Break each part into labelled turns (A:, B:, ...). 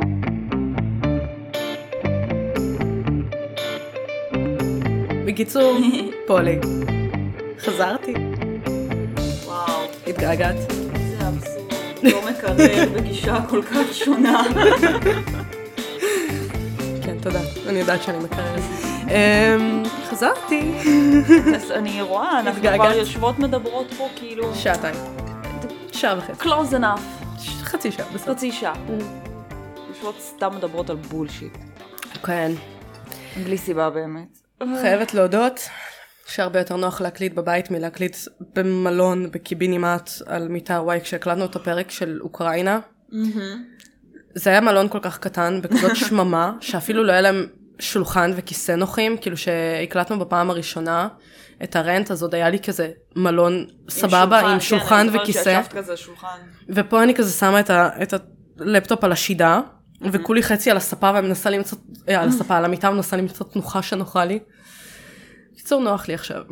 A: בקיצור, פולי. חזרתי.
B: וואו,
A: התגעגעת.
B: איזה אבסורד. לא מקרר בגישה כל כך שונה.
A: כן, תודה. אני יודעת שאני מקררת. אמ, חזרתי.
B: אז אני רואה, אנחנו כבר
A: התגעגעת?
B: יושבות מדברות פה כאילו...
A: שעתיים. שעה וחצי.
B: Close enough.
A: ש- חצי שעה, בסדר.
B: חצי שעה. יושבות סתם מדברות על בולשיט.
A: כן.
B: בלי סיבה באמת.
A: חייבת להודות שהרבה יותר נוח להקליט בבית מלהקליט במלון בקיבינימט על מיטה וואי כשהקלטנו את הפרק של אוקראינה. זה היה מלון כל כך קטן בכזאת שממה שאפילו לא היה להם שולחן וכיסא נוחים כאילו שהקלטנו בפעם הראשונה את הרנט אז עוד היה לי כזה מלון סבבה עם
B: כן,
A: שולחן כן, וכיסא
B: שישבת כזה שולחן.
A: ופה אני כזה שמה את, ה, את הלפטופ על השידה וכולי חצי על הספה ומנסה למצוא אה, על הספה על המיטה ומנסה למצוא תנוחה שנוחה לי. קיצור נוח לי עכשיו.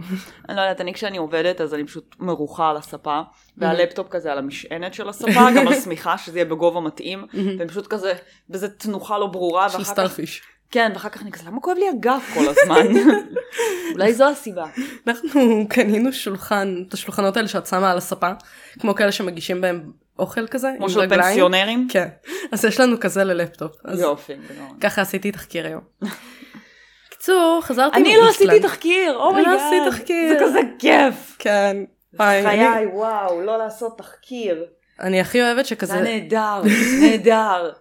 B: אני לא יודעת, אני כשאני עובדת אז אני פשוט מרוחה על הספה, והלפטופ כזה על המשענת של הספה, גם על שמיכה, שזה יהיה בגובה מתאים, ואני פשוט כזה, בזה תנוחה לא ברורה,
A: של
B: ואחר כך,
A: סטארפיש.
B: כן, ואחר כך אני כזה, למה כואב לי הגב כל הזמן? אולי זו הסיבה.
A: אנחנו קנינו שולחן את השולחנות האלה שאת שמה על הספה כמו כאלה שמגישים בהם אוכל כזה.
B: כמו
A: עם
B: של
A: רגליים.
B: פנסיונרים?
A: כן. אז יש לנו כזה ללפטופ. אז
B: יופי. גדול.
A: ככה עשיתי תחקיר היום. קיצור חזרתי.
B: אני לא עשיתי
A: מאיסלנד.
B: תחקיר,
A: אני
B: אומייגאד.
A: לא עשיתי תחקיר.
B: זה כזה כיף.
A: כן. וואי, אני-
B: חיי, וואו, לא לעשות תחקיר.
A: אני הכי אוהבת
B: זה
A: שכזה
B: היה נהדר, נהדר.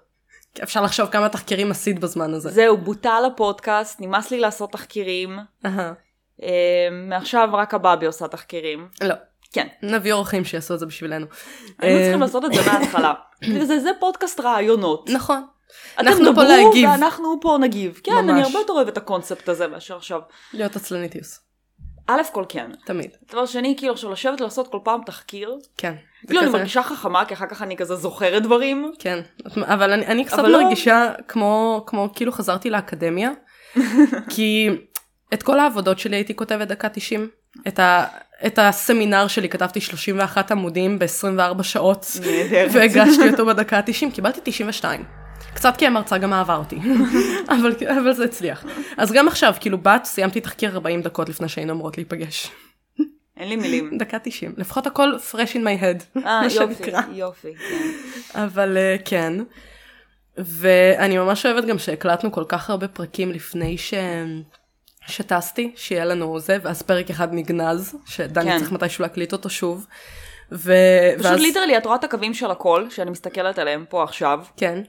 A: אפשר לחשוב כמה תחקירים עשית בזמן הזה.
B: זהו, בוטל הפודקאסט, נמאס לי לעשות תחקירים.
A: אהה.
B: אה, מעכשיו רק הבאבי עושה תחקירים.
A: לא.
B: כן.
A: נביא אורחים שיעשו את זה בשבילנו.
B: היינו
A: אה,
B: צריכים לעשות את זה מההתחלה. זה, זה פודקאסט רעיונות.
A: נכון.
B: אתם
A: אנחנו פה
B: דברו
A: להגיב.
B: ואנחנו פה נגיב. כן, אני
A: ממש.
B: הרבה יותר אוהבת את הקונספט הזה מאשר עכשיו.
A: להיות עצלניטיוס.
B: א' כל כן.
A: תמיד.
B: דבר שני, כאילו עכשיו לשבת לעשות כל פעם תחקיר.
A: כן.
B: כאילו אני
A: כזה-
B: מרגישה חכמה, כי אחר כך אני כזה זוכרת דברים.
A: כן. את- אבל אני אני קצת
B: אבל לא-
A: מרגישה כמו כמו כאילו חזרתי לאקדמיה. כי את כל העבודות שלי הייתי כותבת דקה 90. את ה... את הסמינר שלי כתבתי 31 עמודים ב-24 שעות
B: נהדרת.
A: והגשתי אותו בדקה ה-90, קיבלתי 92. קצת כי המרצה גם אהבה אותי, אבל, אבל זה הצליח. אז גם עכשיו, כאילו בת, סיימתי תחקיר 40 דקות לפני שהיינו אמורות להיפגש.
B: אין לי מילים.
A: דקה 90, לפחות הכל fresh in my head, מה
B: אה, יופי,
A: שנקרא.
B: יופי. כן.
A: אבל אה, כן. ואני ממש אוהבת גם שהקלטנו כל כך הרבה פרקים לפני ש... שטסתי, שיהיה לנו זה, ואז פרק אחד נגנז, שדני
B: כן.
A: צריך מתישהו להקליט אותו שוב. ו...
B: פשוט
A: ואז...
B: ליטרלי, את רואה את הקווים של הקול, שאני מסתכלת עליהם פה עכשיו,
A: כן,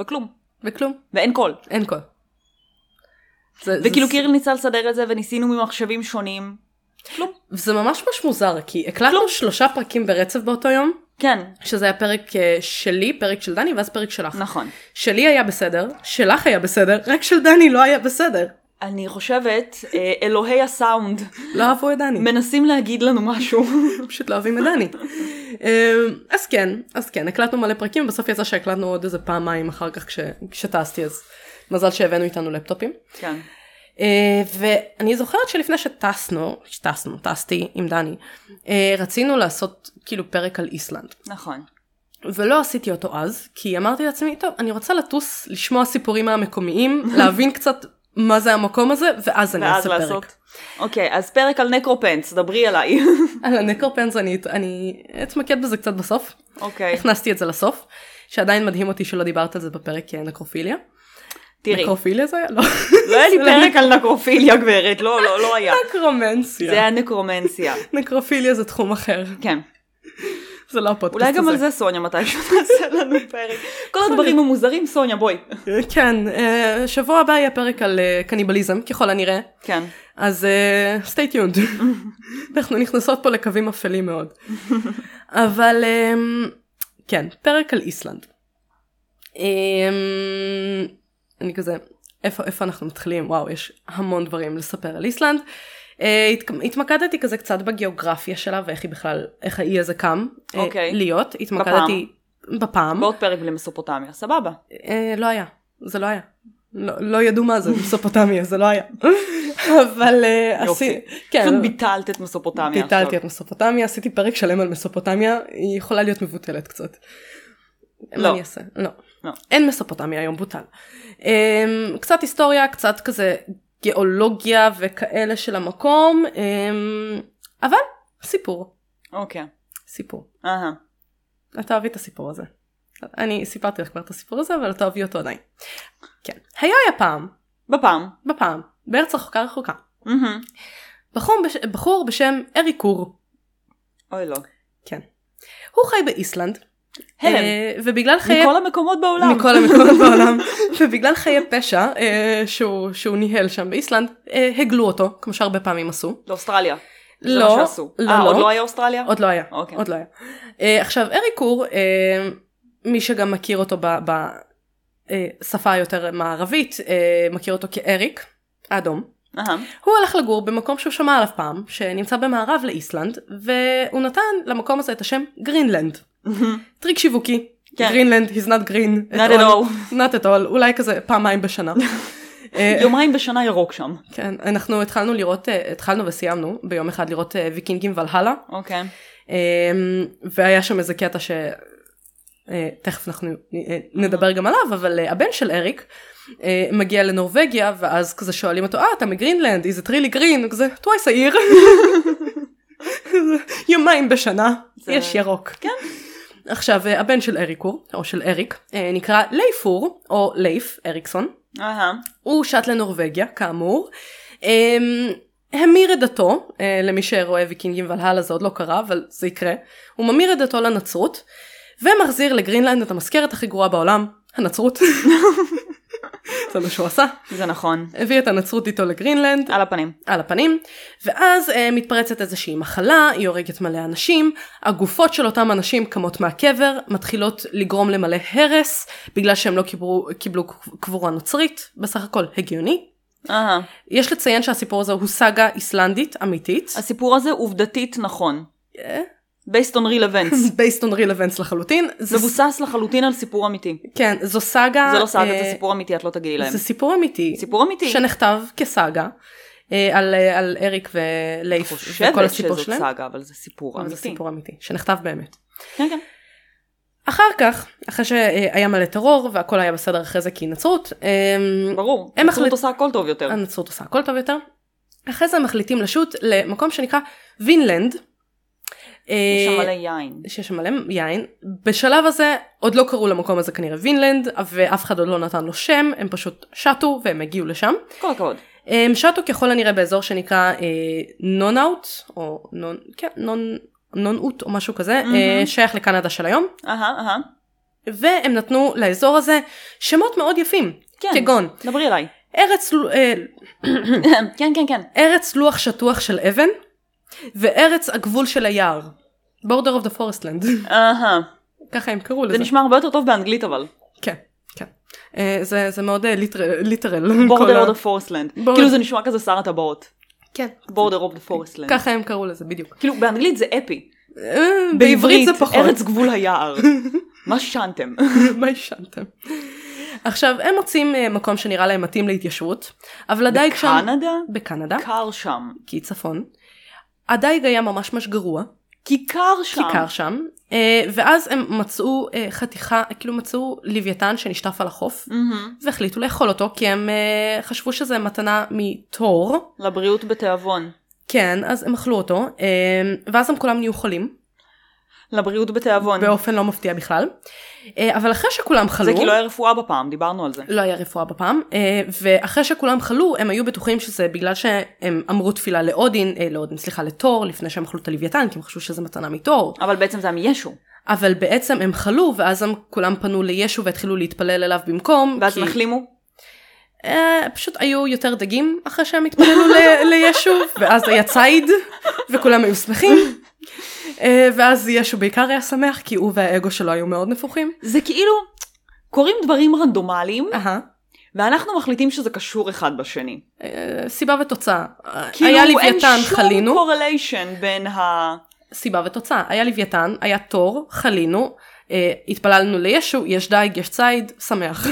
B: וכלום.
A: וכלום,
B: ואין קול.
A: אין קול. זה- זה-
B: וכאילו כאילו- קירל ניסה לסדר את זה, וניסינו ממחשבים שונים. כלום.
A: זה ממש ממש מוזר, כי הקלטנו שלושה פרקים ברצף באותו יום,
B: כן,
A: שזה היה פרק אה, שלי, פרק של דני, ואז פרק שלך.
B: נכון.
A: שלי היה בסדר, שלך היה בסדר, רק של דני לא היה בסדר.
B: אני חושבת, אה, אלוהי הסאונד
A: לא אהבו את דני,
B: מנסים להגיד לנו משהו.
A: פשוט לא אוהבים את דני. אמ, אז כן, אז כן, הקלטנו מלא פרקים, בסוף יצא שהקלטנו עוד איזה פעמיים אחר כך כש- כשטסתי, אז מזל שהבאנו איתנו לפטופים.
B: כן.
A: אה, ואני זוכרת שלפני שטסנו, שטסנו, טסתי עם דני, אה, רצינו לעשות כאילו פרק על איסלנד.
B: נכון.
A: ולא עשיתי אותו אז, כי אמרתי לעצמי, טוב, אני רוצה לטוס, לשמוע סיפורים מהמקומיים, להבין קצת מה זה המקום הזה, ואז אני
B: ואז
A: אעשה
B: לעשות.
A: פרק.
B: אוקיי, אז פרק על נקרופנס, דברי עליי.
A: על הנקרופנס אני, לא, אני אתמקד בזה קצת בסוף.
B: אוקיי.
A: הכנסתי את זה לסוף, שעדיין מדהים אותי שלא דיברת על זה בפרק אה, נקרופיליה.
B: תראי,
A: נקרופיליה זה היה? לא.
B: לא היה לי
A: זה
B: פרק על נקרופיליה, גברת. לא, לא, לא היה. זה
A: נקרומנסיה.
B: היה נקרומנסיה.
A: נקרופיליה זה תחום אחר,
B: כן.
A: זה לא הפודקאסט הזה.
B: אולי גם על זה סוניה מתישהו תעשה לנו פרק. כל הדברים המוזרים, סוניה, בואי.
A: כן, אה, שבוע הבא יהיה פרק על אה, קניבליזם, ככל הנראה.
B: כן.
A: אז סטי טיונד. אנחנו נכנסות פה לקווים אפלים מאוד. אבל אמ, כן, פרק על איסלנד. אמ, אני כזה, איפה, איפה אנחנו מתחילים? וואו, יש המון דברים לספר על איסלנד. אה, התק- התמקדתי כזה קצת בגיאוגרפיה שלה ואיך היא בכלל, איך האי הזה קם אה,
B: אוקיי.
A: להיות. התמקדתי בפעם.
B: בעוד פרק בלי מסופוטמיה, סבבה.
A: אה, לא היה, זה לא היה. לא, לא ידעו מה זה מסופוטמיה, זה לא היה. אבל אה,
B: יופי.
A: עשי... כן,
B: פשוט ביטלת את מסופוטמיה עכשיו.
A: ביטלתי את מסופוטמיה, עשיתי פרק שלם על מסופוטמיה, היא יכולה להיות מבוטלת קצת.
B: לא.
A: מה אני אעשה? לא.
B: לא.
A: אין מסופוטמיה היום, בוטל. אמ, קצת היסטוריה, קצת כזה גיאולוגיה וכאלה של המקום, אמ, אבל סיפור,
B: אוקיי.
A: סיפור.
B: אהה.
A: את תאהבי את הסיפור הזה. אני סיפרתי לך כבר את הסיפור הזה, אבל את תאהבי אותו עדיין. כן. היה היה פעם,
B: בפעם.
A: בפעם, בארץ רחוקה רחוקה,
B: מהמם.
A: בחור, בש... בחור בשם ארי קור.
B: אוי לא.
A: כן. הוא חי באיסלנד,
B: הלם.
A: אה, ובגלל חיי...
B: מכל המקומות בעולם.
A: מכל המקומות בעולם. ובגלל חיי פשע אה, שהוא, שהוא ניהל שם באיסלנד, אה, הגלו אותו, כמו שהרבה פעמים עשו.
B: לאוסטרליה. זה
A: לא,
B: מה שעשו.
A: לא,
B: אה,
A: לא.
B: עוד לא היה אוסטרליה?
A: עוד לא היה.
B: אוקיי.
A: עוד לא היה. אה, עכשיו, ארי קור, אה, מי שגם מכיר אותו בשפה היותר מערבית, אה, מכיר אותו כאריק, האדום.
B: אהה.
A: הוא הלך לגור במקום שהוא שמע עליו פעם, שנמצא במערב לאיסלנד, והוא נתן למקום הזה את השם גרינלנד. טריק שיווקי.
B: כן.
A: גרינלנד, he's not green.
B: Not at all.
A: not at all, אולי כזה פעמיים בשנה. אה,
B: יומיים בשנה ירוק שם.
A: כן, אנחנו התחלנו לראות, אה, התחלנו וסיימנו ביום אחד לראות אה, ויקינגים ולהלה,
B: אוקיי.
A: אה, והיה שם איזה קטע ש... אה, תכף אנחנו אה, נדבר גם עליו, אבל אה, הבן של אריק אה, מגיע לנורבגיה, ואז כזה שואלים אותו, אה, אתה מגרינלנד, is it really green? הוא כזה, twice a year. יומיים בשנה,
B: זה-
A: יש ירוק.
B: כן.
A: עכשיו, אה, הבן של אריקור, או של אריק, אה, נקרא לייפור, או לייף אריקסון.
B: אהה.
A: הוא שט לנורבגיה, כאמור. אמ, המיר את דתו, אה, למי שרואה ויקינגים ולהלה זה עוד לא קרה, אבל זה יקרה. הוא ממיר את דתו לנצרות, ומחזיר לגרינלנד את המזכרת הכי גרועה בעולם, הנצרות. זה מה שהוא עשה.
B: זה נכון.
A: הביא את הנצרות איתו לגרינלנד,
B: על הפנים.
A: על הפנים, ואז אה, מתפרצת איזושהי מחלה, היא הורגת מלא אנשים, הגופות של אותם אנשים קמות מהקבר, מתחילות לגרום למלא הרס, בגלל שהם לא קיבלו, קיבלו קבורה נוצרית, בסך הכל הגיוני.
B: אהה.
A: יש לציין שהסיפור הזה הוא סאגה איסלנדית אמיתית.
B: הסיפור הזה עובדתית נכון.
A: אה?
B: based on real events.
A: based on real events לחלוטין. זה-
B: מבוסס לחלוטין על סיפור אמיתי.
A: כן, זו סאגה...
B: זה לא סאגה,
A: אה,
B: זה סיפור אמיתי, את לא תגידי להם.
A: זה סיפור אמיתי.
B: סיפור אמיתי.
A: שנכתב כסאגה. אה, על, אה, על אריק ולייף וכל
B: חושבת
A: הסיפור
B: שזאת
A: שלהם.
B: סאגה, אבל זה סיפור
A: אבל זה
B: אמיתי.
A: סיפור אמיתי, שנכתב באמת.
B: כן, כן.
A: אחר כך, אחרי שהיה מלא טרור והכל היה בסדר אחרי זה כי נצרות, אמ,
B: ברור.
A: הם
B: הם
A: החליט-
B: החליטו עושה הכל טוב יותר.
A: הנצרות עושה הכל טוב יותר. אחרי זה הם מחליטים לשוט למקום שנקרא וינלנד.
B: יש שם
A: אה,
B: מלא יין.
A: שיש שם מלא יין. בשלב הזה עוד לא קראו למקום הזה כנראה וינלנד, ואף אחד עוד לא נתן לו שם, הם פשוט שטו והם הגיעו לשם.
B: כל הכבוד.
A: הם שטו ככל הנראה באזור שנקרא נונאוט, או נון, כן, נון, נונאוט או משהו כזה,
B: מהמם.
A: אה, שייך לקנדה של היום.
B: אהה, אהה.
A: והם נתנו לאזור הזה שמות מאוד יפים,
B: כן.
A: כגון
B: דברי אליי.
A: ארץ, ל- אה,
B: כן, כן, כן.
A: ארץ לוח שטוח של אבן וארץ הגבול של היער. border of the forest land,
B: אהה.
A: ככה הם קראו
B: זה
A: לזה.
B: נשמע הרבה יותר טוב באנגלית אבל.
A: כן, כן. אה, זה, זה מאוד אה, ליטר- ליטרל. כל ה-
B: border of the forest land.
A: Border-
B: כאילו זה נשמע כזה שר הטבעות.
A: כן.
B: border of the forest land.
A: ככה הם קראו לזה בדיוק.
B: כאילו באנגלית זה אפי.
A: אה, בעברית זה פחות.
B: ארץ גבול היער. מה שנתם?
A: מה ישנתם? עכשיו, הם מוצאים אה, מקום שנראה להם מתאים להתיישבות, אבל הדייג שם...
B: קנדה?
A: בקנדה,
B: קר שם.
A: כי צפון. הדייג היה ממש ממש גרוע,
B: כי קר שם.
A: כי קר שם, אה, ואז הם מצאו אה, חתיכה, כאילו מצאו לוויתן שנשטף על החוף,
B: מהמם.
A: והחליטו לאכול אותו, כי הם אה, חשבו שזה מתנה מתור.
B: לבריאות בתיאבון.
A: כן, אז הם אכלו אותו, אה, ואז הם כולם נהיו חולים,
B: לבריאות בתיאבון.
A: באופן לא מפתיע בכלל. אה, אבל אחרי שכולם חלו,
B: זה כי לא היה רפואה בפעם, דיברנו על זה.
A: לא היה רפואה בפעם, אה, ואחרי שכולם חלו, הם היו בטוחים שזה בגלל שהם אמרו תפילה לאודין, אה, לאודין, סליחה, לתור, לפני שהם אכלו את הלוויתן, כי הם חשבו שזה מתנה מתור.
B: אבל בעצם זה היה מישו.
A: אבל בעצם הם חלו, ואז הם כולם פנו לישו והתחילו להתפלל אליו במקום.
B: ואז
A: כי-
B: הם החלימו.
A: אה, פשוט היו יותר דגים אחרי שהם התפללו ל- לישו, ואז היה ציד, וכולם היו שמחים. אה, ואז ישו בעיקר היה שמח, כי הוא והאגו שלו היו מאוד נפוחים.
B: זה כאילו, קורים דברים רנדומליים,
A: אהה.
B: ואנחנו מחליטים שזה קשור אחד בשני.
A: אה, סיבה ותוצאה.
B: כאילו,
A: היה
B: אין
A: לוויתן,
B: שום
A: חלינו.
B: correlation בין ה...
A: סיבה ותוצאה. היה לוויתן, היה תור, חלינו, אה, התפללנו לישו, יש דייג, יש ציד, שמח.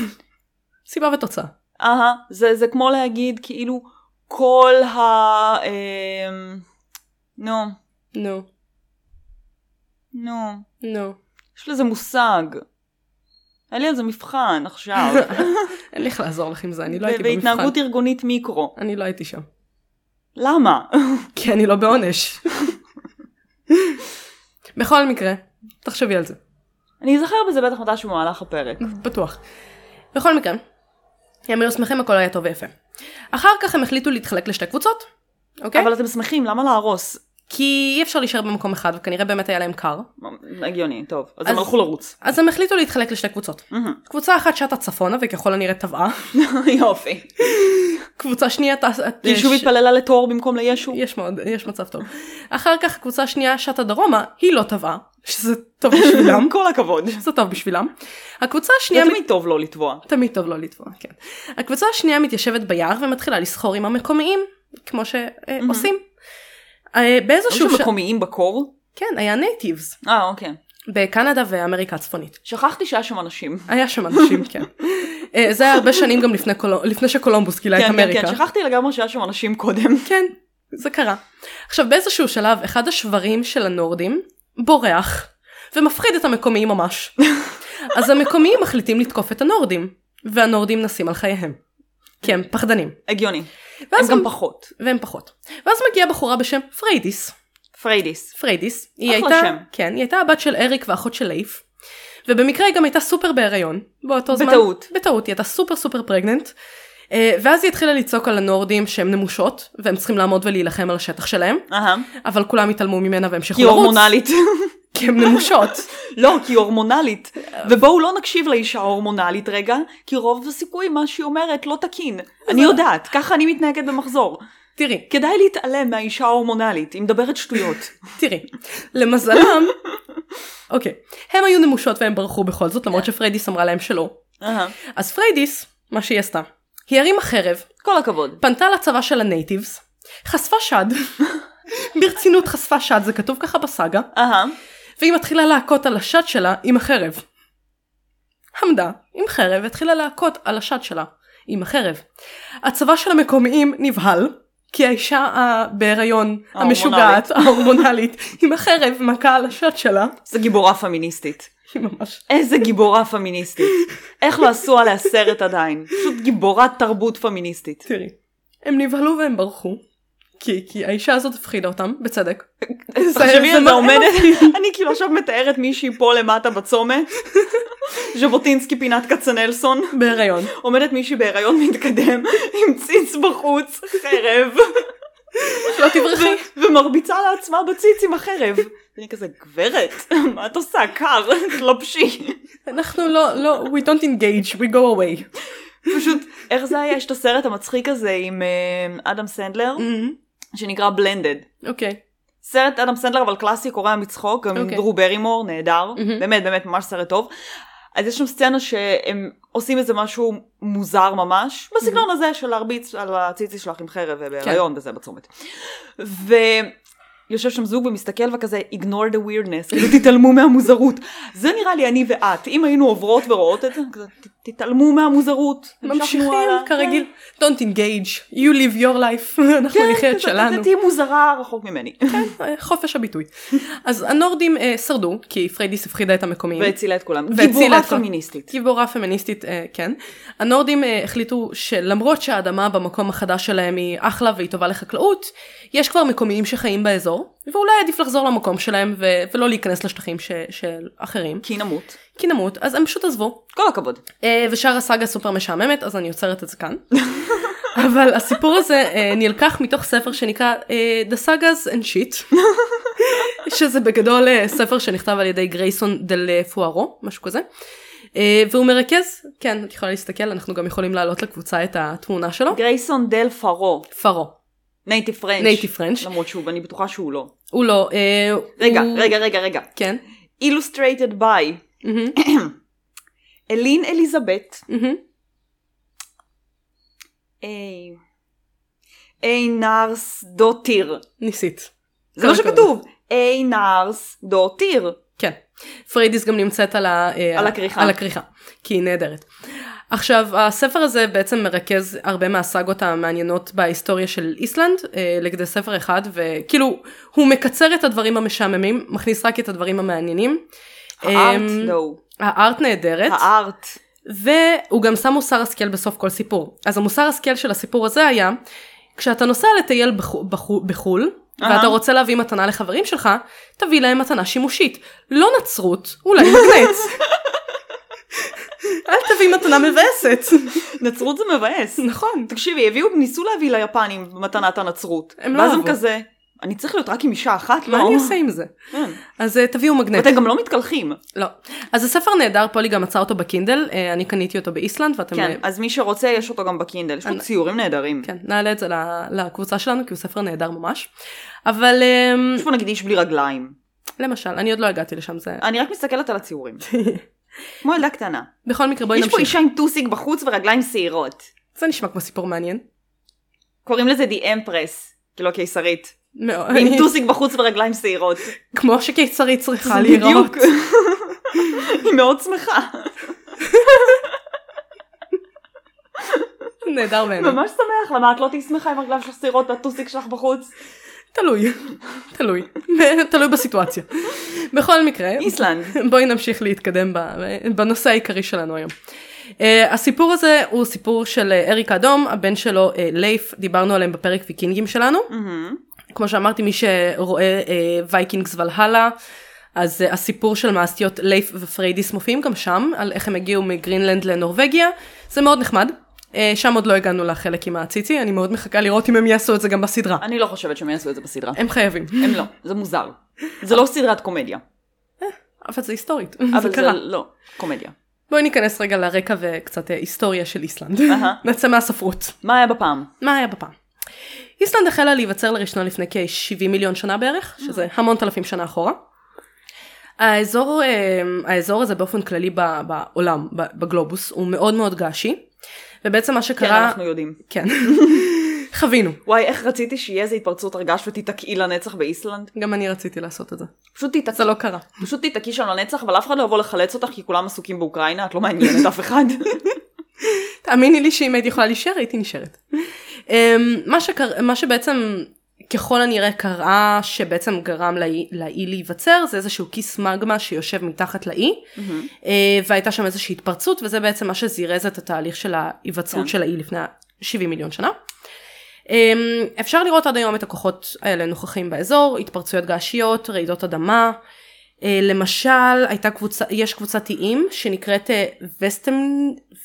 A: סיבה ותוצאה.
B: אהה, זה, זה כמו להגיד, כאילו, כל ה... אמ, נו,
A: נו,
B: נו,
A: נו.
B: יש לזה מושג. היה לי על זה מבחן עכשיו.
A: אין לי איך לעזור לך עם זה, אני לא הייתי במבחן.
B: והתנהגות ארגונית מיקרו.
A: אני לא הייתי שם.
B: למה?
A: כי אני לא בעונש. בכל מקרה, תחשבי על זה.
B: אני אזכר בזה בטח מתישהו במהלך הפרק.
A: בטוח. בכל מקרה, הם היו שמחים הכל היה טוב ויפה. אחר כך הם החליטו להתחלק לשתי קבוצות, אוקיי?
B: אבל אתם שמחים, למה להרוס?
A: כי אי אפשר להישאר במקום אחד, וכנראה באמת היה להם קר.
B: הגיוני, טוב. אז
A: אז-
B: הם הלכו לרוץ.
A: אז הם החליטו להתחלק לשתי קבוצות.
B: מהמם.
A: קבוצה אחת שטה צפונה וככל הנראה טבעה,
B: יופי.
A: קבוצה שנייה טס...
B: כי שוב
A: אה, ש-
B: התפללה לתור במקום לישו.
A: יש מאוד, יש מצב טוב. אחר כך קבוצה שנייה שטה דרומה, היא לא טבעה, שזה טוב בשבילם,
B: כל הכבוד. זה
A: זה טוב בשבילם. הקבוצה השנייה...
B: תמיד טוב לא לתבוע.
A: תמיד טוב לא לתבוע, כן. הקבוצה השנייה מתיישבת ביער ומתחילה לסחור עם המקומיים, כמו שעושים. אה, באיזשהו...
B: היו
A: ש-
B: שם מקומיים בקור?
A: כן, היה נייטיבס.
B: אה, אוקיי.
A: בקנדה ואמריקה הצפונית.
B: שכחתי שהיה שם אנשים.
A: היה שם אנשים, כן. אה, זה היה הרבה שנים גם לפני, קולו... לפני שקולומבוס גילה את
B: כן, כן,
A: אמריקה.
B: כן, שכחתי לגמרי שהיה שם אנשים קודם.
A: כן, זה קרה. עכשיו באיזשהו שלב אחד השברים של הנורדים בורח ומפחיד את המקומיים ממש. אז המקומיים מחליטים לתקוף את הנורדים, והנורדים נסים על חייהם. כי הם פחדנים.
B: הגיוני. הם
A: ואז
B: גם פחות.
A: והם פחות. ואז מגיעה בחורה בשם פריידיס.
B: פריידיס.
A: פריידיס. היא
B: אחלה
A: הייתה,
B: שם.
A: כן, היא הייתה הבת של אריק ואחות של לייף. ובמקרה היא גם הייתה סופר בהיריון. באותו זמן.
B: בטעות.
A: בטעות, היא הייתה סופר סופר פרגננט. אה, ואז היא התחילה לצעוק על הנורדים שהם נמושות, והם צריכים לעמוד ולהילחם על השטח שלהם,
B: אהה.
A: אבל כולם התעלמו ממנה והמשיכו
B: כי
A: לרוץ.
B: היא הורמונלית.
A: כי הם נמושות.
B: לא, כי היא הורמונלית. ובואו לא נקשיב לאישה ההורמונלית רגע, כי רוב הסיכוי מה שהיא אומרת לא תקין. אני יודעת, ככה אני מתנהגת במחזור.
A: תראי,
B: כדאי להתעלם מהאישה ההורמונלית, היא מדברת שטויות.
A: תראי. למזלם, אוקיי, הם היו נמושות והם ברחו בכל זאת,
B: כן.
A: למרות שפריידיס אמרה להם שלא.
B: אהה.
A: אז פריידיס, מה שהיא עשתה, היא הרימה חרב,
B: כל הכבוד.
A: פנתה לצבא של הנייטיבס, חשפה שד, ברצינות חשפה שד, זה כתוב ככה בסאגה,
B: אהה.
A: והיא מתחילה להכות על השד שלה עם החרב. עמדה עם חרב והתחילה להכות על השד שלה עם החרב. הצבא של המקומיים נבהל, כי האישה ה- בהיריון
B: ההורמונלית.
A: המשוגעת, ההורמונלית, עם החרב מכה על השד שלה,
B: זו גיבורה פמיניסטית.
A: היא ממש...
B: איזה גיבורה פמיניסטית. איך לא עשו עליה סרט עדיין? פשוט גיבורת תרבות פמיניסטית.
A: תראי, הם נבהלו והם ברחו, כי, כי האישה הזאת הפחידה אותם, בצדק.
B: תחשבי
A: זה
B: על זה
A: מראה
B: עומדת, אני כאילו עכשיו מתארת מישהי פה למטה בצומת, ז'בוטינסקי פינת כצנלסון,
A: בהיריון.
B: עומדת מישהי בהיריון מתקדם עם ציץ בחוץ, חרב,
A: לא תברחי.
B: ו- ומרביצה לעצמה בציץ עם החרב. אני כזה, גברת, מה את עושה? קר, תלבשי.
A: אנחנו לא, לא, we don't engage, we go away.
B: פשוט, איך זה היה? יש את הסרט המצחיק הזה עם אה, אדם סנדלר, שנקרא בלנדד.
A: אוקיי.
B: סרט אדם סנדלר אבל קלאסי קורע מצחוק, גם
A: אוקיי.
B: דרו ברימור נהדר,
A: מהמם.
B: באמת באמת ממש סרט טוב. אז יש שם סצנה שהם עושים איזה משהו מוזר ממש, בסגנון הזה של להרביץ על הציצי שלך עם חרב ובהיריון
A: כן.
B: וזה בצומת. ויושב שם זוג ומסתכל וכזה ignore the weirdness, כאילו תתעלמו מהמוזרות. זה נראה לי אני ואת, אם היינו עוברות ורואות את זה, כזה, "ת- תתעלמו מהמוזרות. המשכנו
A: ממשיכים
B: הלאה." כן,
A: כרגיל, don't engage, you live your life, אנחנו נחיה
B: כן,
A: את שלנו.
B: כזה, תהיי מוזרה רחוק ממני.
A: אה, חופש הביטוי. אז הנורדים אה, שרדו, כי פריידיס הפחידה את המקומיים.
B: והצילה את כולם.
A: והצילה
B: גיבורה
A: את כולם.
B: פמיניסטית.
A: גיבורה פמיניסטית, אה, כן. הנורדים אה, החליטו שלמרות שהאדמה במקום החדש שלהם היא אחלה והיא טובה לחקלאות, יש כבר מקומיים שחיים באזור, ואולי עדיף לחזור למקום שלהם ו- ולא להיכנס לשטחים ש- של אחרים,
B: כי נמות.
A: כי נמות, אז הם פשוט עזבו.
B: כל הכבוד.
A: אה, ושאר הסאגה סופר משעממת, אז אני עוצרת את זה כאן. אבל הסיפור הזה אה, נלקח מתוך ספר שנקרא אה, The Sagas and Shit, שזה בגדול אה, ספר שנכתב על ידי גרייסון דל פוארו, משהו כזה. אה, והוא מרכז, כן, את יכולה להסתכל, אנחנו גם יכולים להעלות לקבוצה את התמונה שלו.
B: גרייסון דל פארו,
A: פארו,
B: נייטיב פרנץ'.
A: נייטיב פרנץ'.
B: למרות שהוא, אני בטוחה שהוא לא.
A: הוא לא, אה,
B: רגע,
A: הוא...
B: רגע, רגע, רגע.
A: כן.
B: אילוסטרייטד ביי
A: מהמם,
B: אלין אליזבת.
A: מהמם.
B: איי. איי נארס דו טיר.
A: ניסית.
B: זה מה
A: כל הכבוד.
B: שכתוב. איי נארס דו טיר.
A: כן. פריידיס גם נמצאת על, ה, אה,
B: על הכריכה.
A: על הכריכה, כי היא נהדרת. עכשיו, הספר הזה בעצם מרכז הרבה מהסאגות המעניינות בהיסטוריה של איסלנד, אה, לכדי ספר אחד, וכאילו, הוא מקצר את הדברים המשעממים, מכניס רק את הדברים המעניינים.
B: הארט
A: אמ,
B: דו.
A: הארט נהדרת.
B: הארט.
A: והוא גם שם מוסר השכל בסוף כל סיפור. אז המוסר השכל של הסיפור הזה היה, כשאתה נוסע לטייל בחו, בחו, בחו"ל,
B: אהה.
A: ואתה רוצה להביא מתנה לחברים שלך, תביא להם מתנה שימושית. לא נצרות, אולי מגנט. אל תביא מתנה מבאסת.
B: נצרות זה מבאס.
A: נכון.
B: תקשיבי, הביאו, ניסו להביא ליפנים מתנת הנצרות.
A: הם לא
B: ואז
A: אהבו.
B: הם כזה, אני צריך להיות רק עם אישה אחת? לא.
A: מה אני אעשה עם זה?
B: כן.
A: אז אה, תביאו מגנט.
B: ואתם גם לא מתקלחים.
A: לא. אז הספר נהדר, פולי גם מצא אותו בקינדל, אה, אני קניתי אותו באיסלנד, ואתם...
B: כן, אז מי שרוצה, יש אותו גם בקינדל. יש פה
A: אני-
B: ציורים נהדרים.
A: כן, נעלה את זה ל- לקבוצה שלנו, כי הוא ספר נהדר ממש. אבל אמ,
B: יש פה נגיד איש בלי רגליים.
A: למשל, אני עוד לא הגעתי לשם, זה...
B: אני רק מסתכלת על הציורים. כמו ילדה קטנה.
A: בכל מקרה, בואי
B: יש פה
A: נמשיך.
B: אישה עם טוסיק בחוץ ורגליים שעירות.
A: זה נשמע כמו סיפור מעניין.
B: קוראים לזה The Empress, כאילו הקיסרית.
A: מאוד.
B: עם טוסיק בחוץ ורגליים שעירות.
A: כמו שקיסרית צריכה
B: זה
A: להיראות.
B: בדיוק. היא מאוד שמחה.
A: נהדר בעיניי.
B: ממש שמח, למה את לא תהיי שמחה עם הרגליים שלך שעירות והטוסיק שלך בחוץ?
A: תלוי. תלוי. תלוי בסיטואציה. בכל מקרה,
B: איסלנד.
A: בואי נמשיך להתקדם ב- בנושא העיקרי שלנו היום. Uh, הסיפור הזה הוא סיפור של אה, אריק האדום, הבן שלו uh, לייף, דיברנו עליהם בפרק ויקינגים שלנו.
B: מהמם.
A: כמו שאמרתי, מי שרואה uh, וייקינגס ולהלה, אז uh, הסיפור של מעשיות לייף ופריידיס מופיעים גם שם, על איך הם הגיעו מגרינלנד לנורבגיה, זה מאוד נחמד. Uh, שם עוד לא הגענו לחלק עם הציצי, אני מאוד מחכה לראות אם הם יעשו את זה גם בסדרה.
B: אני לא חושבת שהם יעשו את זה בסדרה.
A: הם חייבים,
B: הם לא, זה מוזר. זה לא סדרת קומדיה.
A: אבל זה היסטורית, זה
B: אבל זה
A: קרה.
B: לא קומדיה.
A: בואי ניכנס רגע לרקע וקצת אה, היסטוריה של איסלנד.
B: אהה.
A: נצא מהספרות.
B: מה היה בפעם?
A: מה היה בפעם? איסלנד החלה להיווצר לראשונה לפני כ-70 מיליון שנה בערך,
B: אה.
A: שזה המון אלפים שנה אחורה. האזור, אה, האזור הזה באופן כללי ב- בעולם, ב- בגלובוס, הוא מאוד מאוד געשי, ובעצם מה
B: כן,
A: שקרה,
B: אנחנו יודעים.
A: כן, חווינו,
B: וואי, איך רציתי שיהיה איזה התפרצות הרגש ותיתקעי לנצח באיסלנד?
A: גם אני רציתי לעשות את זה,
B: פשוט תיתקעי.
A: זה לא קרה.
B: פשוט תיתקעי שם לנצח, אבל אף אחד לא יבוא לחלץ אותך כי כולם עסוקים באוקראינה, את לא מעניינת אף אחד.
A: תאמיני לי שאם הייתי יכולה להישאר הייתי נשארת. אמ, מה, שקר... מה שבעצם ככל הנראה קרה שבעצם גרם לאי, לאי להיווצר זה איזשהו כיס מגמה שיושב מתחת לאי אה, והייתה שם איזושהי התפרצות וזה בעצם מה שזירז את התהליך של ההיווצרות
B: כן.
A: של האי לפני 70 מיליון שנה. אמ, אפשר לראות עד היום את הכוחות האלה נוכחים באזור, התפרצויות געשיות, רעידות אדמה. אה, למשל, הייתה קבוצה, יש קבוצת איים שנקראת אה, וסטם,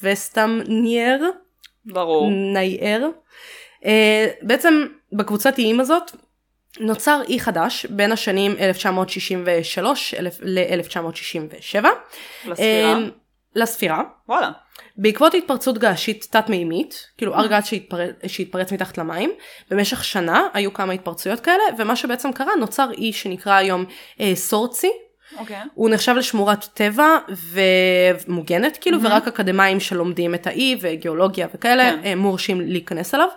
A: וסטמנייר,
B: ברור.
A: נייער. אה, בעצם בקבוצת איים הזאת נוצר אי חדש בין השנים 1963 ל-1967.
B: לספירה.
A: אה, לספירה.
B: וואלה.
A: בעקבות התפרצות געשית תת-מימית, כאילו הר געש שהתפרץ, שהתפרץ מתחת למים, במשך שנה היו כמה התפרצויות כאלה, ומה שבעצם קרה, נוצר אי שנקרא היום אה, סורצי,
B: אוקיי.
A: הוא נחשב לשמורת טבע ומוגנת כאילו,
B: Mhm.
A: ורק אקדמאים שלומדים את האי וגיאולוגיה וכאלה
B: כן.
A: כן. מורשים להיכנס אליו,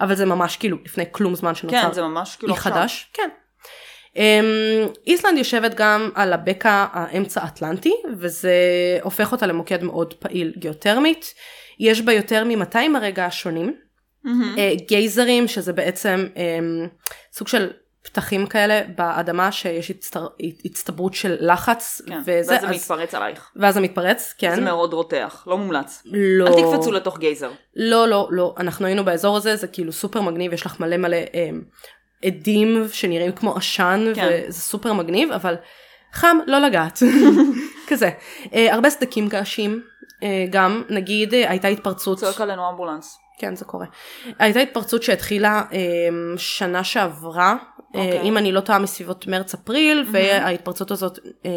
A: אבל זה ממש כאילו לפני כלום זמן שנוצר
B: כן, זה ממש כאילו
A: אי
B: עכשיו.
A: חדש. כן. אמ, איסלנד יושבת גם על הבקע האמצע האטלנטי, וזה הופך אותה למוקד מאוד פעיל גיאותרמית. יש בה יותר מ-200 הרגע שונים,
B: מהמם.
A: אה, גייזרים, שזה בעצם אה, סוג של פתחים כאלה באדמה שיש הצטר... הצטברות של לחץ,
B: כן.
A: וזה,
B: ואז זה
A: אז...
B: מתפרץ עלייך.
A: ואז זה מתפרץ, כן.
B: זה מאוד רותח, לא מומלץ.
A: לא.
B: אל תקפצו לתוך גייזר.
A: לא, לא, לא, אנחנו היינו באזור הזה, זה כאילו סופר מגניב, יש לך מלא מלא אה, עדים שנראים כמו עשן,
B: כן.
A: כן. וזה סופר מגניב, אבל חם, לא לגעת, כזה. אה, הרבה סדקים געשים, אה, גם, נגיד אה, הייתה התפרצות,
B: צועק עלינו אמבולנס.
A: כן זה קורה, הייתה התפרצות שהתחילה אה, שנה שעברה,
B: אוקיי.
A: אה, אם אני לא טועה מסביבות מרץ-אפריל,
B: מהמם.
A: וההתפרצות הזאת אה,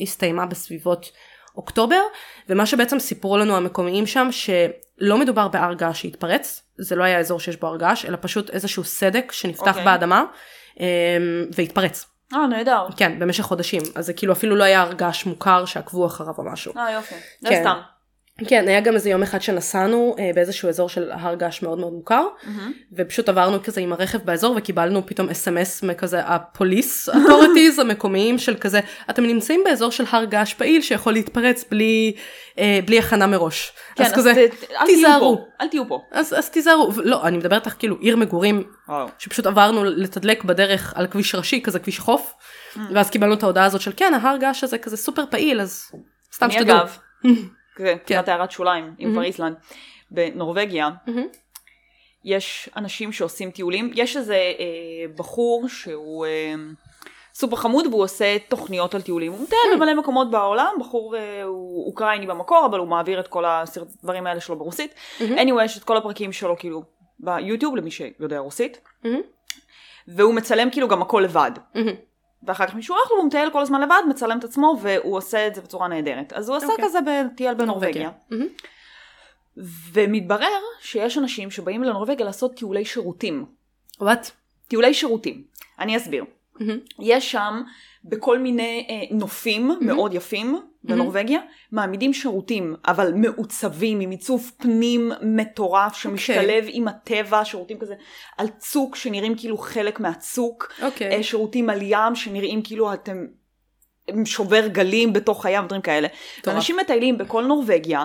A: הסתיימה בסביבות אוקטובר, ומה שבעצם סיפרו לנו המקומיים שם, שלא מדובר בהר געש שהתפרץ, זה לא היה אזור שיש בו הר געש, אלא פשוט איזשהו סדק שנפתח
B: אוקיי.
A: באדמה, אה, והתפרץ,
B: אה, נהדר.
A: כן, במשך חודשים, אז זה כאילו אפילו לא היה הר געש מוכר שעקבו אחריו או משהו.
B: אה, יופי. זה
A: כן.
B: סתם.
A: כן, היה גם איזה יום אחד שנסענו אה, באיזשהו אזור של הר געש מאוד מאוד מוכר,
B: מהמם.
A: ופשוט עברנו כזה עם הרכב באזור וקיבלנו פתאום אס.אם.אס מכזה הפוליס authorities המקומיים של כזה אתם נמצאים באזור של הר געש פעיל שיכול להתפרץ בלי, אה, בלי הכנה מראש.
B: כן,
A: אז כזה
B: ת- אל תהיו
A: תיזהרו.
B: פה, אל תהיו פה.
A: אז, אז תיזהרו, ו- לא אני מדברת איתך כאילו עיר מגורים שפשוט עברנו לתדלק בדרך על
B: Mm.
A: כביש ראשי כזה כביש חוף ואז קיבלנו את ההודעה הזאת של כן ההר געש הזה כזה סופר פעיל אז סתם
B: אני
A: שתדעו.
B: אגב, זה
A: כן.
B: קצת הערת שוליים, אם כבר איסלנד, בנורבגיה,
A: מהמם.
B: יש אנשים שעושים טיולים, יש איזה אה, בחור שהוא אה, סופר חמוד והוא עושה תוכניות על טיולים, הוא
A: כן.
B: מטייל במלא מקומות בעולם, בחור אה, הוא אוקראיני במקור, אבל הוא מעביר את כל הדברים האלה שלו ברוסית. anyway, יש את כל הפרקים שלו כאילו ביוטיוב, למי שיודע רוסית,
A: מהמם.
B: והוא מצלם כאילו גם הכל לבד.
A: מהמם.
B: ואחר כך מישהו הולך לו, הוא מטייל כל הזמן לבד, מצלם את עצמו, והוא עושה את זה בצורה נהדרת. אז הוא עשה
A: אוקיי.
B: כזה בטייל בנורבגיה.
A: מהמם.
B: ומתברר שיש אנשים שבאים לנורבגיה לעשות טיולי שירותים.
A: וואט?
B: טיולי שירותים. אני אסביר.
A: מהמם.
B: יש שם בכל מיני אה, נופים מאוד יפים בנורבגיה, מעמידים שירותים, אבל מעוצבים עם עיצוב פנים מטורף שמשתלב עם הטבע, שירותים כזה על צוק שנראים כאילו חלק מהצוק,
A: אוקיי.
B: אה, שירותים על ים שנראים כאילו אתם הם שובר גלים בתוך הים, דברים כאלה.
A: מטורף.
B: אנשים מטיילים בכל נורבגיה,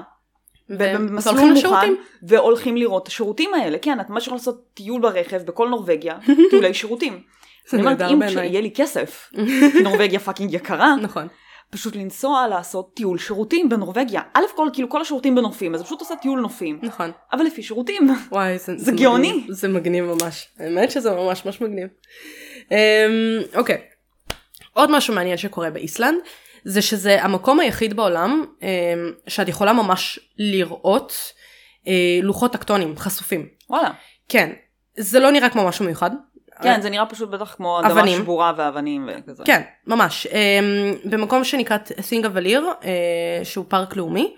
A: והם
B: במסלול
A: הולכים
B: מוכן,
A: לשירותים?
B: והולכים לראות את השירותים האלה. כן, את ממש יכולה לעשות טיול ברכב בכל נורבגיה, טיולי שירותים.
A: זה
B: אני אומרת,
A: נהדר
B: אם
A: בעיניי.
B: כשיהיה לי כסף, כי נורבגיה פאקינג יקרה,
A: נכון.
B: פשוט לנסוע לעשות טיול שירותים בנורבגיה. א' כל, כאילו כל השירותים בנופים, אז פשוט עושה טיול נופים,
A: נכון.
B: אבל לפי שירותים.
A: וואי, זה,
B: זה גאוני.
A: מגניב, זה מגניב ממש. האמת שזה ממש ממש מגניב. אמ, אוקיי. עוד משהו מעניין שקורה באיסלנד, זה שזה המקום היחיד בעולם אמ, שאת יכולה ממש לראות אה, לוחות טקטונים חשופים.
B: וואלה.
A: כן. זה לא נראה כמו משהו מיוחד.
B: כן, זה נראה פשוט בטח כמו אדמה
A: אבנים.
B: שבורה ואבנים וכזה.
A: כן, ממש. Um, במקום שנקרא סינגה וליר, uh, שהוא פארק לאומי,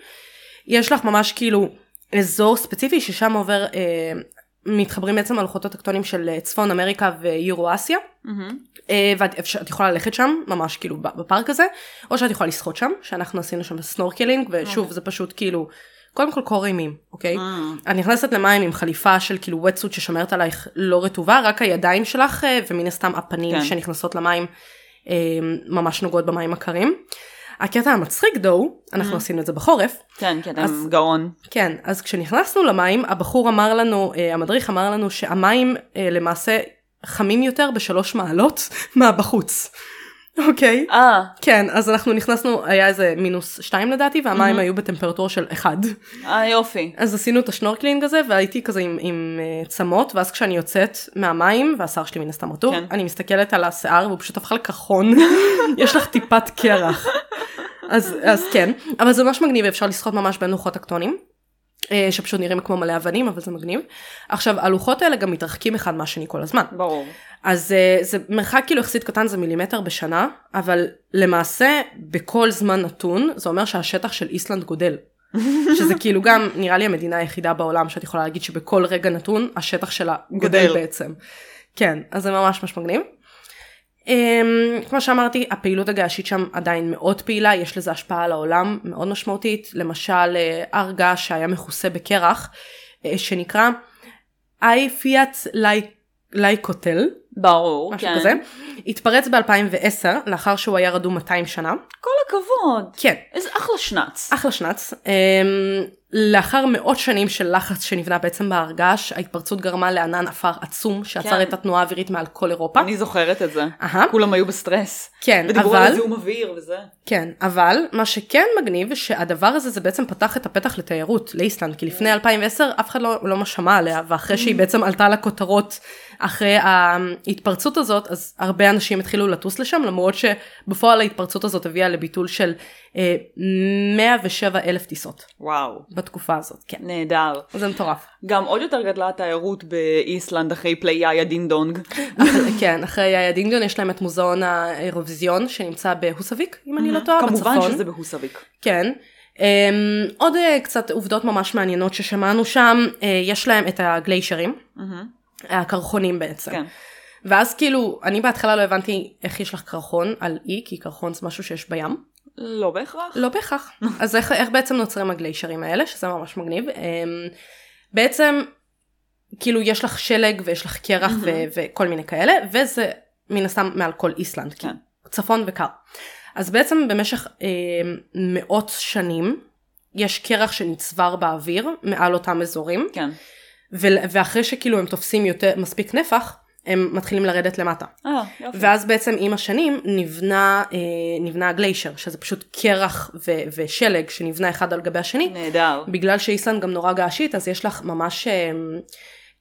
A: יש לך ממש כאילו אזור ספציפי ששם עובר, uh, מתחברים בעצם הלוחות הטקטונים של אה, צפון אמריקה ואירו-אסיה,
B: מהמם.
A: uh, ואת אפשר- את יכולה ללכת שם, ממש כאילו ב- בפארק הזה, או שאת יכולה לשחות שם, שאנחנו עשינו שם סנורקלינג, ושוב זה פשוט כאילו, קודם כל קורימים, אוקיי?
B: אוקיי. אה,
A: את נכנסת למים עם חליפה של כאילו וטסוט ששומרת עלייך לא רטובה, רק הידיים שלך אה, ומן הסתם הפנים
B: כן.
A: כן. שנכנסות למים אה, ממש נוגעות במים הקרים. הקטע המצחיק דו, אנחנו עשינו את זה בחורף,
B: כן, כן,
A: אז-
B: הם גאון.
A: כן, אז כשנכנסנו למים, הבחור אמר לנו, אה, המדריך אמר לנו שהמים אה, למעשה חמים יותר בשלוש מעלות מהבחוץ. אוקיי?
B: אה,
A: כן, אז אנחנו נכנסנו, היה איזה מינוס שתיים לדעתי, והמים היו בטמפרטורה של אחד.
B: אה, יופי.
A: אז עשינו את השנורקלינג הזה והייתי כזה עם, עם אה, צמות ואז כשאני יוצאת מהמים והשיער שלי מן הסתם רטוב,
B: כן.
A: כן. אני מסתכלת על השיער והוא פשוט הפך לקרחון, יש לך טיפת קרח. אז, אז כן, אבל זה ממש מגניב אפשר לשחות ממש בין לוחות טקטונים. אה, שפשוט נראים כמו מלא אבנים אבל זה מגניב. עכשיו הלוחות האלה גם מתרחקים אחד מהשני כל הזמן.
B: ברור.
A: אז אה, זה מרחק כאילו יחסית קטן זה מילימטר בשנה אבל למעשה בכל זמן נתון זה אומר שהשטח של איסלנד גודל. שזה כאילו גם נראה לי המדינה היחידה בעולם שאת יכולה להגיד שבכל רגע נתון השטח שלה גודל
B: גדל.
A: בעצם. כן אז זה ממש ממש מגניב. Um, כמו שאמרתי הפעילות הגעשית שם עדיין מאוד פעילה יש לזה השפעה על העולם מאוד משמעותית למשל אה, הר געש שהיה מכוסה בקרח אה, שנקרא אייפיאט לייקוטל
B: ברור,
A: משהו
B: כן.
A: כזה התפרץ ב2010 לאחר שהוא היה רדום 200 שנה
B: כל הכבוד.
A: כן
B: איזה אחלה שנץ.
A: אחלה שנץ. אמ, לאחר מאות שנים של לחץ שנבנה בעצם בהר געש, ההתפרצות גרמה לענן עפר עצום שעצר
B: כן.
A: את התנועה האווירית מעל כל אירופה.
B: אני זוכרת את זה.
A: אהה,
B: כולם היו בסטרס.
A: כן,
B: ודיברו
A: אבל,
B: על זיהום אוויר וזה.
A: כן, אבל מה שכן מגניב שהדבר הזה זה בעצם פתח את הפתח לתיירות לאיסלנד, כי לפני 2010 אף אחד לא, לא שמע עליה, ואחרי שהיא בעצם עלתה לכותרות אחרי ההתפרצות הזאת, אז הרבה אנשים התחילו לטוס לשם, למרות שבפועל ההתפרצות הזאת הביאה לביטול של אה, 107 אלף טיסות
B: וואו.
A: בתקופה הזאת, כן.
B: נהדר.
A: זה מטורף.
B: גם עוד יותר גדלה התיירות באיסלנד אחרי פלייה יא דין דונג.
A: אחרי- כן, אחרי יאיה דינגדון יש להם את מוזיאון האירוויזיון שנמצא בהוסביק, אם אני לא טועה, בצפון.
B: כמובן שזה בהוסביק.
A: כן. אמ, עוד אה, קצת עובדות ממש מעניינות ששמענו שם, אה, יש להם את הגליישרים,
B: מהמם.
A: הקרחונים בעצם.
B: כן.
A: ואז כאילו, אני בהתחלה לא הבנתי איך יש לך קרחון על אי, כי קרחון זה משהו שיש בים.
B: לא בהכרח.
A: לא בהכרח. אז איך, איך בעצם נוצרים הגליישרים האלה, שזה ממש מגניב. אמ, בעצם, כאילו יש לך שלג ויש לך קרח ו- וכל מיני כאלה, וזה מן הסתם מעל כל איסלנד, כי
B: כן.
A: צפון וקר. אז בעצם במשך אמ, מאות שנים, יש קרח שנצבר באוויר מעל אותם אזורים,
B: כן.
A: ו- ואחרי שכאילו הם תופסים יותר מספיק נפח, הם מתחילים לרדת למטה.
B: אה, יופי.
A: כן. ואז בעצם עם השנים נבנה, אה, נבנה הגליישר, שזה פשוט קרח ו- ושלג שנבנה אחד על גבי השני.
B: נהדר.
A: בגלל שאיסלנד גם נורא געשית, אז יש לך ממש אה,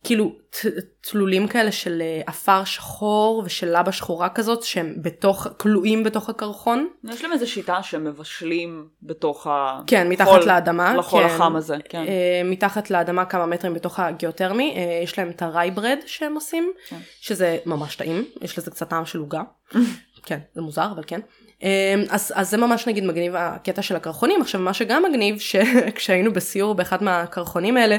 A: כאילו ת- תלולים כאלה של אה, עפר שחור ושל לבה שחורה כזאת, שהם בתוך, כלואים בתוך הקרחון.
B: יש להם איזו שיטה שהם מבשלים בתוך ה...
A: כן, מתחת
B: חול-
A: לאדמה,
B: לחול
A: כן.
B: החם הזה, כן.
A: אה, מתחת לאדמה כמה מטרים בתוך הגיאותרמי, אה, יש להם את הרייברד שהם עושים,
B: כן.
A: שזה ממש טעים, יש לזה קצת טעם של עוגה. כן, זה מוזר, אבל כן. אה, אז, אז זה ממש נגיד מגניב הקטע של הקרחונים. עכשיו, מה שגם מגניב, שכשהיינו בסיור באחד מהקרחונים האלה,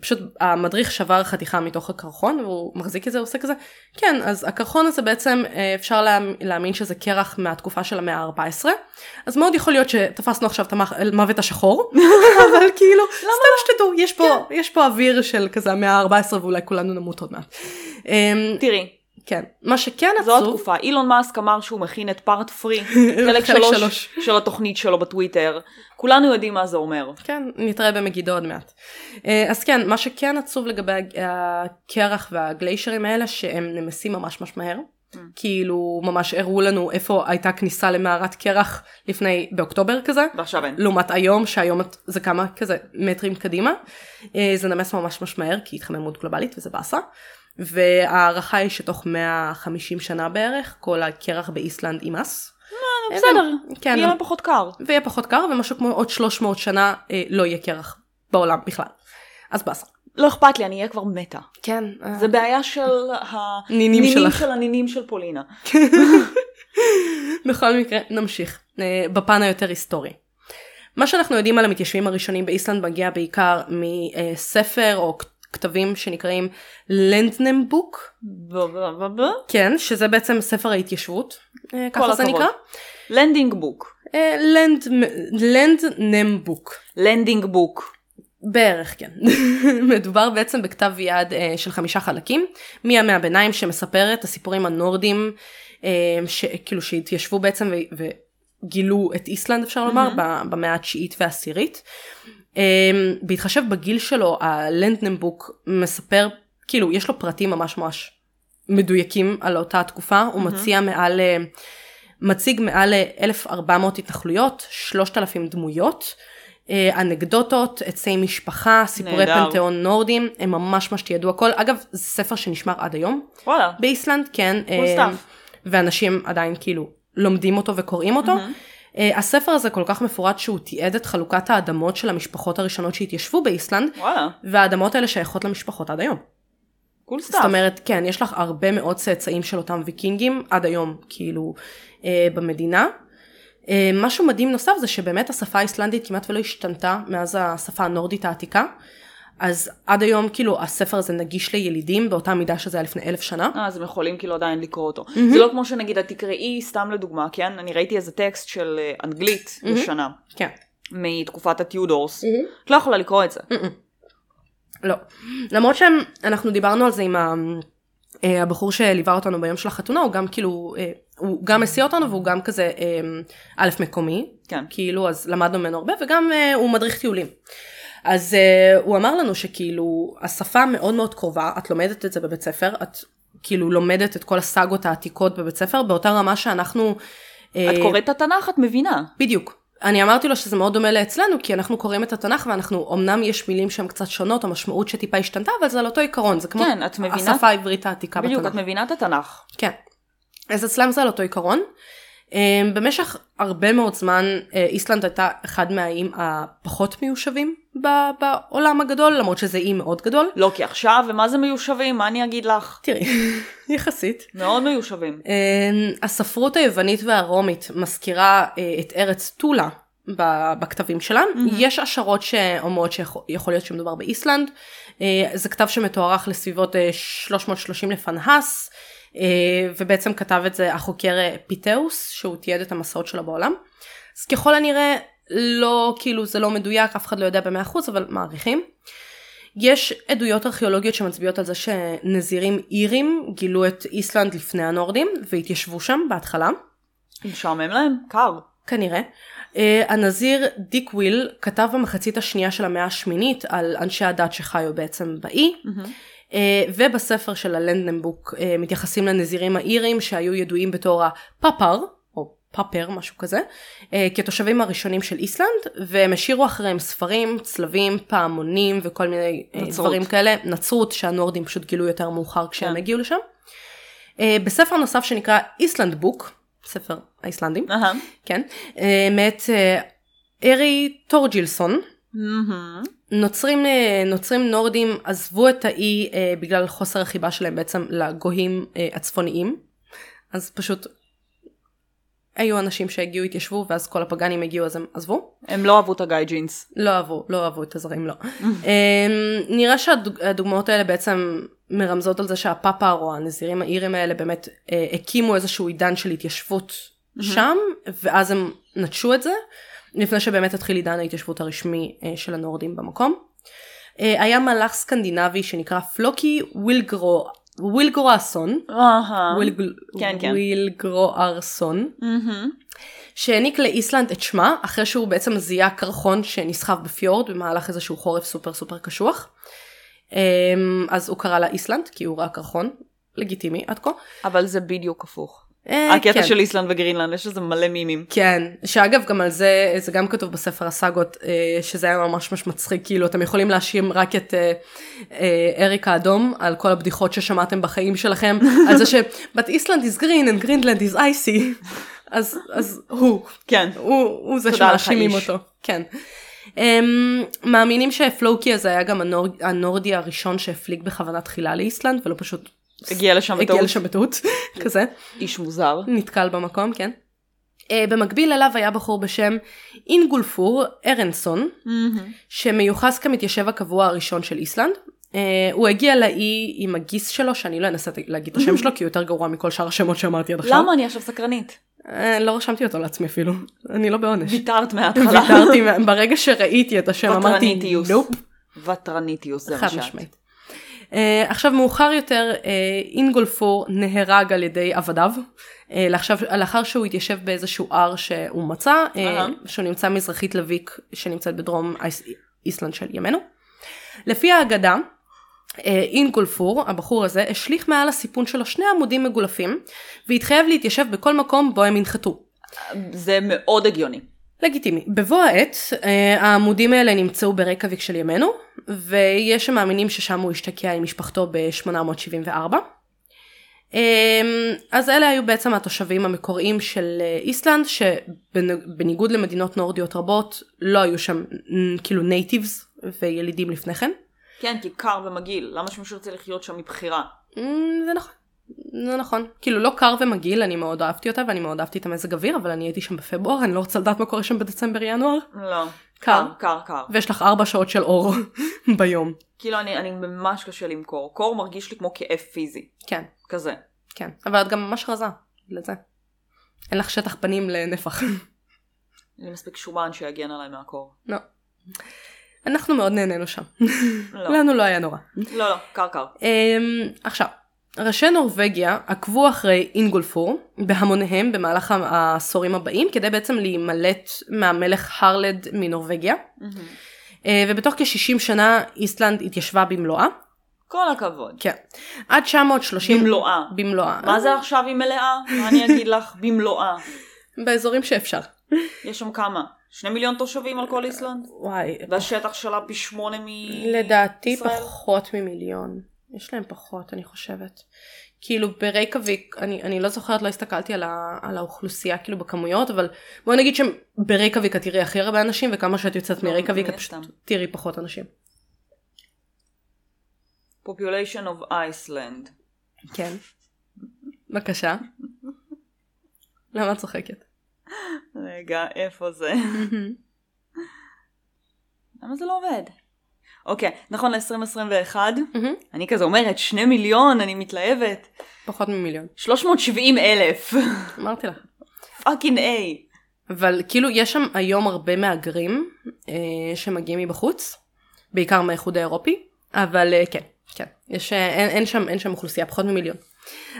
A: פשוט המדריך שבר חתיכה מתוך הקרחון והוא מחזיק את זה, עושה כזה. כן, אז הקרחון הזה בעצם אה, אפשר לה, להאמין שזה קרח מהתקופה של המאה ה-14, אז מאוד יכול להיות שתפסנו עכשיו את המח- המוות השחור, אבל כאילו,
B: לא?
A: סתם שתדעו, יש פה,
B: כן.
A: יש פה אוויר של כזה המאה ה-14 ואולי כולנו נמות עוד מעט. אה,
B: תראי,
A: כן, מה שכן
B: זו
A: עצוב,
B: התקופה. אילון מאסק אמר שהוא מכין את פארט פרי,
A: חלק
B: חלק שלוש
A: שלוש.
B: של התוכנית שלו בטוויטר. כולנו יודעים מה זה אומר.
A: כן, נתראה במגידו עוד מעט. אה, אז כן, מה שכן עצוב לגבי הג- הקרח והגליישרים האלה, שהם נמסים ממש ממש מהר. כאילו, ממש הראו לנו איפה הייתה כניסה למערת קרח לפני, באוקטובר כזה.
B: ועכשיו אין.
A: לעומת היום, שהיום את- זה כמה כזה מטרים קדימה. אה, זה נמס ממש ממש מהר, כי התחממות גלובלית וזה באסה. וההערכה היא שתוך 150 שנה בערך, כל הקרח באיסלנד יימס.
B: בסדר,
A: כן,
B: יהיה להם פחות קר.
A: ויהיה פחות קר ומשהו כמו עוד 300 שנה אה, לא יהיה קרח בעולם בכלל. אז באסה.
B: לא אכפת לי, אני אהיה כבר מתה.
A: כן.
B: זה בעיה של הנינים
A: נינים שלך.
B: של הנינים של פולינה.
A: בכל מקרה, נמשיך. אה, בפן היותר היסטורי. מה שאנחנו יודעים על המתיישבים הראשונים באיסלנד מגיע בעיקר מספר או כתבים שנקראים לנדנמבוק,
B: ב- ב- ב- ב-
A: כן, שזה בעצם ספר ההתיישבות, אה, ככה זה
B: הכבוד.
A: נקרא.
B: לנדינג בוק.
A: אה, לנד- לנדנמבוק.
B: לנדינג בוק.
A: בערך כן. מדובר בעצם בכתב יד אה, של חמישה חלקים, מימי הביניים שמספר את הסיפורים הנורדים, אה, ש, כאילו שהתיישבו בעצם ו, וגילו את איסלנד אפשר לומר, ב, במאה התשיעית והעשירית. אה, בהתחשב בגיל שלו, הלנדנבוק מספר, כאילו יש לו פרטים ממש ממש מדויקים על אותה התקופה, הוא מציע מעל... אה, מציג מעל אה, 1,400 התנחלויות, 3,000 דמויות, אה, אנקדוטות, עצי משפחה, סיפורי
B: נהדר.
A: פנתיאון נורדים, הם ממש ממש תיעדו הכל. אגב, זה ספר שנשמר עד היום
B: וואלה.
A: באיסלנד, כן. אה,
B: stuff.
A: ואנשים עדיין כאילו לומדים אותו וקוראים אותו. אה, הספר הזה כל כך מפורט שהוא תיעד את חלוקת האדמות של המשפחות הראשונות שהתיישבו באיסלנד,
B: וואלה.
A: והאדמות האלה שייכות למשפחות עד היום.
B: קול
A: זאת
B: סטאפ.
A: אומרת, כן, יש לך הרבה מאוד צאצאים של אותם ויקינגים עד היום, כאילו, אה, במדינה. אה, משהו מדהים נוסף זה שבאמת השפה האיסלנדית כמעט ולא השתנתה מאז השפה הנורדית העתיקה. אז עד היום, כאילו, הספר הזה נגיש לילידים באותה מידה שזה היה לפני אלף שנה.
B: אז הם יכולים כאילו עדיין לקרוא אותו. זה לא כמו שנגיד, את תקראי, סתם לדוגמה, כן? אני ראיתי איזה טקסט של אה, אנגלית ישנה,
A: כן.
B: מתקופת הטיודורס.
A: Mm-hmm.
B: את לא יכולה לקרוא את זה.
A: Mm. לא. למרות שאנחנו דיברנו על זה עם ה... אה, הבחור שליווה אותנו ביום של החתונה, הוא גם כאילו, אה, הוא גם הסיע אותנו והוא גם כזה, אה, א', מקומי,
B: כן.
A: כאילו, אז למדנו ממנו הרבה, וגם אה, הוא מדריך טיולים. אז אה, הוא אמר לנו שכאילו, השפה מאוד מאוד קרובה, את לומדת את זה בבית ספר, את כאילו לומדת את כל הסאגות העתיקות בבית ספר, באותה רמה שאנחנו... אה,
B: את קוראת את התנ"ך, את מבינה.
A: בדיוק. אני אמרתי לו שזה מאוד דומה לאצלנו, כי אנחנו קוראים את התנ"ך ואנחנו, אמנם יש מילים שהן קצת שונות, המשמעות שטיפה השתנתה, אבל זה על אותו עיקרון, זה כמו
B: כן, את מבינה?
A: השפה העברית העתיקה
B: בדיוק, את
A: בתנ"ך.
B: מבינה את התנ"ך.
A: כן. אז אצלם זה על אותו עיקרון. אמ, במשך הרבה מאוד זמן אה, איסלנד הייתה אחד מהאיים הפחות מיושבים ב- בעולם הגדול, למרות שזה אי מאוד גדול.
B: לא כי עכשיו, ומה זה מיושבים? מה אני אגיד לך?
A: תראי, יחסית.
B: מאוד מיושבים.
A: אמ, הספרות היוונית והרומית מזכירה אה, את ארץ טולה ב- בכתבים שלה. Mm-hmm. יש השערות שאומרות שיכול להיות שמדובר באיסלנד. אה, זה כתב שמתוארך לסביבות אה, 330 לפנהס, אה, ובעצם כתב את זה החוקר אה, פיתאוס, שהוא תיעד את המסעות שלו בעולם. אז ככל הנראה, לא, כאילו זה לא מדויק, אף אחד לא יודע במאה אחוז, אבל מעריכים. יש עדויות ארכיאולוגיות שמצביעות על זה שנזירים אירים גילו את איסלנד לפני הנורדים והתיישבו שם בהתחלה,
B: משעמם להם? קר.
A: כנראה. אה, הנזיר דיק וויל כתב במחצית השנייה של המאה השמינית על אנשי הדת שחיו בעצם באי. אה, ובספר של הלנדנבוק אה, מתייחסים לנזירים האירים שהיו ידועים בתור הפאפר, או פאפר, משהו כזה, אה, כתושבים הראשונים של איסלנד, והם השאירו אחריהם ספרים, צלבים, פעמונים וכל מיני אה,
B: נצרות.
A: דברים כאלה, נצרות שהנורדים פשוט גילו יותר מאוחר כשהם
B: כן.
A: הגיעו לשם. אה, בספר נוסף שנקרא איסלנד בוק, ספר האיסלנדים,
B: אהה.
A: כן, אה, מאת אה, ארי טורג'ילסון.
B: מהמם.
A: נוצרים, אה, נוצרים נורדים עזבו את האי אה, בגלל חוסר החיבה שלהם בעצם לגויים אה, הצפוניים. אז פשוט היו אנשים שהגיעו, התיישבו, ואז כל הפגאנים הגיעו אז הם עזבו.
B: הם לא אהבו את הגיא ג'ינס.
A: לא אהבו, לא אהבו את הזרים, לא. אה, נראה שהדוגמאות האלה בעצם מרמזות על זה שהפאפה או הנזירים האירים האלה באמת אה, הקימו איזשהו עידן של התיישבות שם, ואז הם נטשו את זה, לפני שבאמת התחיל עידן ההתיישבות הרשמי אה, של הנורדים במקום. אה, היה מהלך סקנדינבי שנקרא פלוקי וילגרו, וילגורסון,
B: אהה.
A: וילגל,
B: כן, כן.
A: וילגרוארסון,
B: מהמם.
A: שהעניק לאיסלנד את שמה, אחרי שהוא בעצם זיהה קרחון שנסחב בפיורד במהלך איזשהו חורף סופר סופר קשוח. אמ, אז הוא קרא לה איסלנד, כי הוא ראה קרחון, לגיטימי עד כה.
B: אבל זה בדיוק הפוך.
A: אה,
B: הקטע
A: כן.
B: של איסלנד וגרינלנד, יש לזה מלא מימים.
A: כן, שאגב גם על זה, זה גם כתוב בספר הסאגות, אה, שזה היה ממש ממש מצחיק, כאילו אתם יכולים להאשים רק את אה, אה, אריק האדום על כל הבדיחות ששמעתם בחיים שלכם, על זה ש- but Iceland is green and Greenland is icy, אז, אז הוא,
B: כן.
A: הוא, הוא זה
B: תודה לך,
A: שמאשימים
B: איש.
A: אותו. כן. Um, מאמינים שפלוקי הזה היה גם הנור, הנורדי הראשון שהפליג בכוונה תחילה לאיסלנד ולא פשוט
B: הגיע לשם
A: הגיע
B: בטעות.
A: לשם בטעות כזה
B: איש מוזר.
A: נתקל במקום כן. Uh, במקביל אליו היה בחור בשם אינגולפור ארנסון Mm-hmm. שמיוחס כמתיישב הקבוע הראשון של איסלנד. Uh, הוא הגיע לאי עם הגיס שלו שאני לא אנסה להגיד את השם שלו כי הוא יותר גרוע מכל שאר השמות שאמרתי עד עכשיו.
B: למה אני עכשיו סקרנית?
A: אה, לא רשמתי אותו לעצמי אפילו אני לא בעונש.
B: ויתרת מההתחלה.
A: ויתרתי, מה- ברגע שראיתי את
B: לא
A: השם כן, אמרתי
B: וטרניטיוס.
A: נופ,
B: וטרניטיוס זה
A: חד
B: מה שאת.
A: משמעית. אה, עכשיו מאוחר יותר אה, אינגולפור נהרג על ידי עבדיו אה, לעכשיו- לאחר שהוא התיישב באיזשהו הר שהוא מצא אה,
B: אהה.
A: שהוא נמצא מזרחית לוויק שנמצאת בדרום איס- איסלנד של ימינו. לפי האגדה אה, אינגולפור הבחור הזה השליך מעל הסיפון שלו שני עמודים מגולפים והתחייב להתיישב בכל מקום בו הם ינחתו.
B: זה מאוד הגיוני.
A: לגיטימי. בבוא העת, אה, העמודים האלה נמצאו ברקוויק של ימינו, ויש שמאמינים ששם הוא השתקע עם משפחתו ב-874. אה, אז אלה היו בעצם התושבים המקוריים של אה, איסלנד, שבניגוד למדינות נורדיות רבות, לא היו שם אה, כאילו נייטיבס וילידים לפני כן.
B: כן, כי קר ומגעיל, למה שמישהו ירצה לחיות שם מבחירה?
A: אה, זה נכון. זה נכון, כאילו לא קר ומגעיל, אני מאוד אהבתי אותה ואני מאוד אהבתי את המזג אוויר, אבל אני הייתי שם בפברואר, אני לא רוצה לדעת מה קורה שם בדצמבר-ינואר.
B: לא.
A: קר.
B: קר, קר.
A: ויש לך ארבע שעות של אור ביום.
B: כאילו, אני אני ממש קשה לי עם קור. קור מרגיש לי כמו כאב פיזי.
A: כן,
B: כזה.
A: כן. אבל את גם ממש רזה לזה. אין לך שטח פנים לנפח.
B: אין לי מספיק שומן שיגן עליי מהקור.
A: לא. אנחנו מאוד נהנינו שם.
B: לא.
A: לנו לא היה נורא.
B: לא, לא, קר, קר.
A: אמ, עכשיו, ראשי נורבגיה עקבו אחרי אינגולפור בהמוניהם במהלך ה- העשורים הבאים כדי בעצם להימלט מהמלך הרלד מנורבגיה. אה, ובתוך כ-60 שנה איסלנד התיישבה במלואה.
B: כל הכבוד.
A: כן. עד 930...
B: במלואה.
A: במלואה.
B: מה זה עכשיו היא מלאה? מה אני אגיד לך? במלואה.
A: באזורים שאפשר.
B: יש שם כמה? שני מיליון תושבים על כל איסלנד?
A: וואי,
B: והשטח שלה פי שמונה מ...
A: לדעתי
B: ישראל?
A: פחות ממיליון. יש להם פחות, אני חושבת. כאילו ברייכוויק, אני, אני לא זוכרת, לא הסתכלתי על, ה, על האוכלוסייה כאילו בכמויות, אבל בוא נגיד שברייכוויק את תראי הכי הרבה אנשים, וכמה שאת יוצאת
B: לא,
A: מרייכוויק את
B: מן
A: פשוט
B: הסתם.
A: תראי פחות אנשים.
B: population of Iceland.
A: כן. בבקשה. למה את צוחקת?
B: רגע, איפה זה? למה זה לא עובד? אוקיי, נכון ל-2021,
A: מהמם.
B: אני כזה אומרת, שני מיליון, אני מתלהבת.
A: פחות ממיליון.
B: 370 אלף.
A: אמרתי לך.
B: פאקינג איי.
A: אבל כאילו יש שם היום הרבה מהגרים אה, שמגיעים מבחוץ, בעיקר מהאיחוד האירופי, אבל אה, כן, כן, יש, אה, אין, אין, שם, אין שם אוכלוסייה, פחות ממיליון.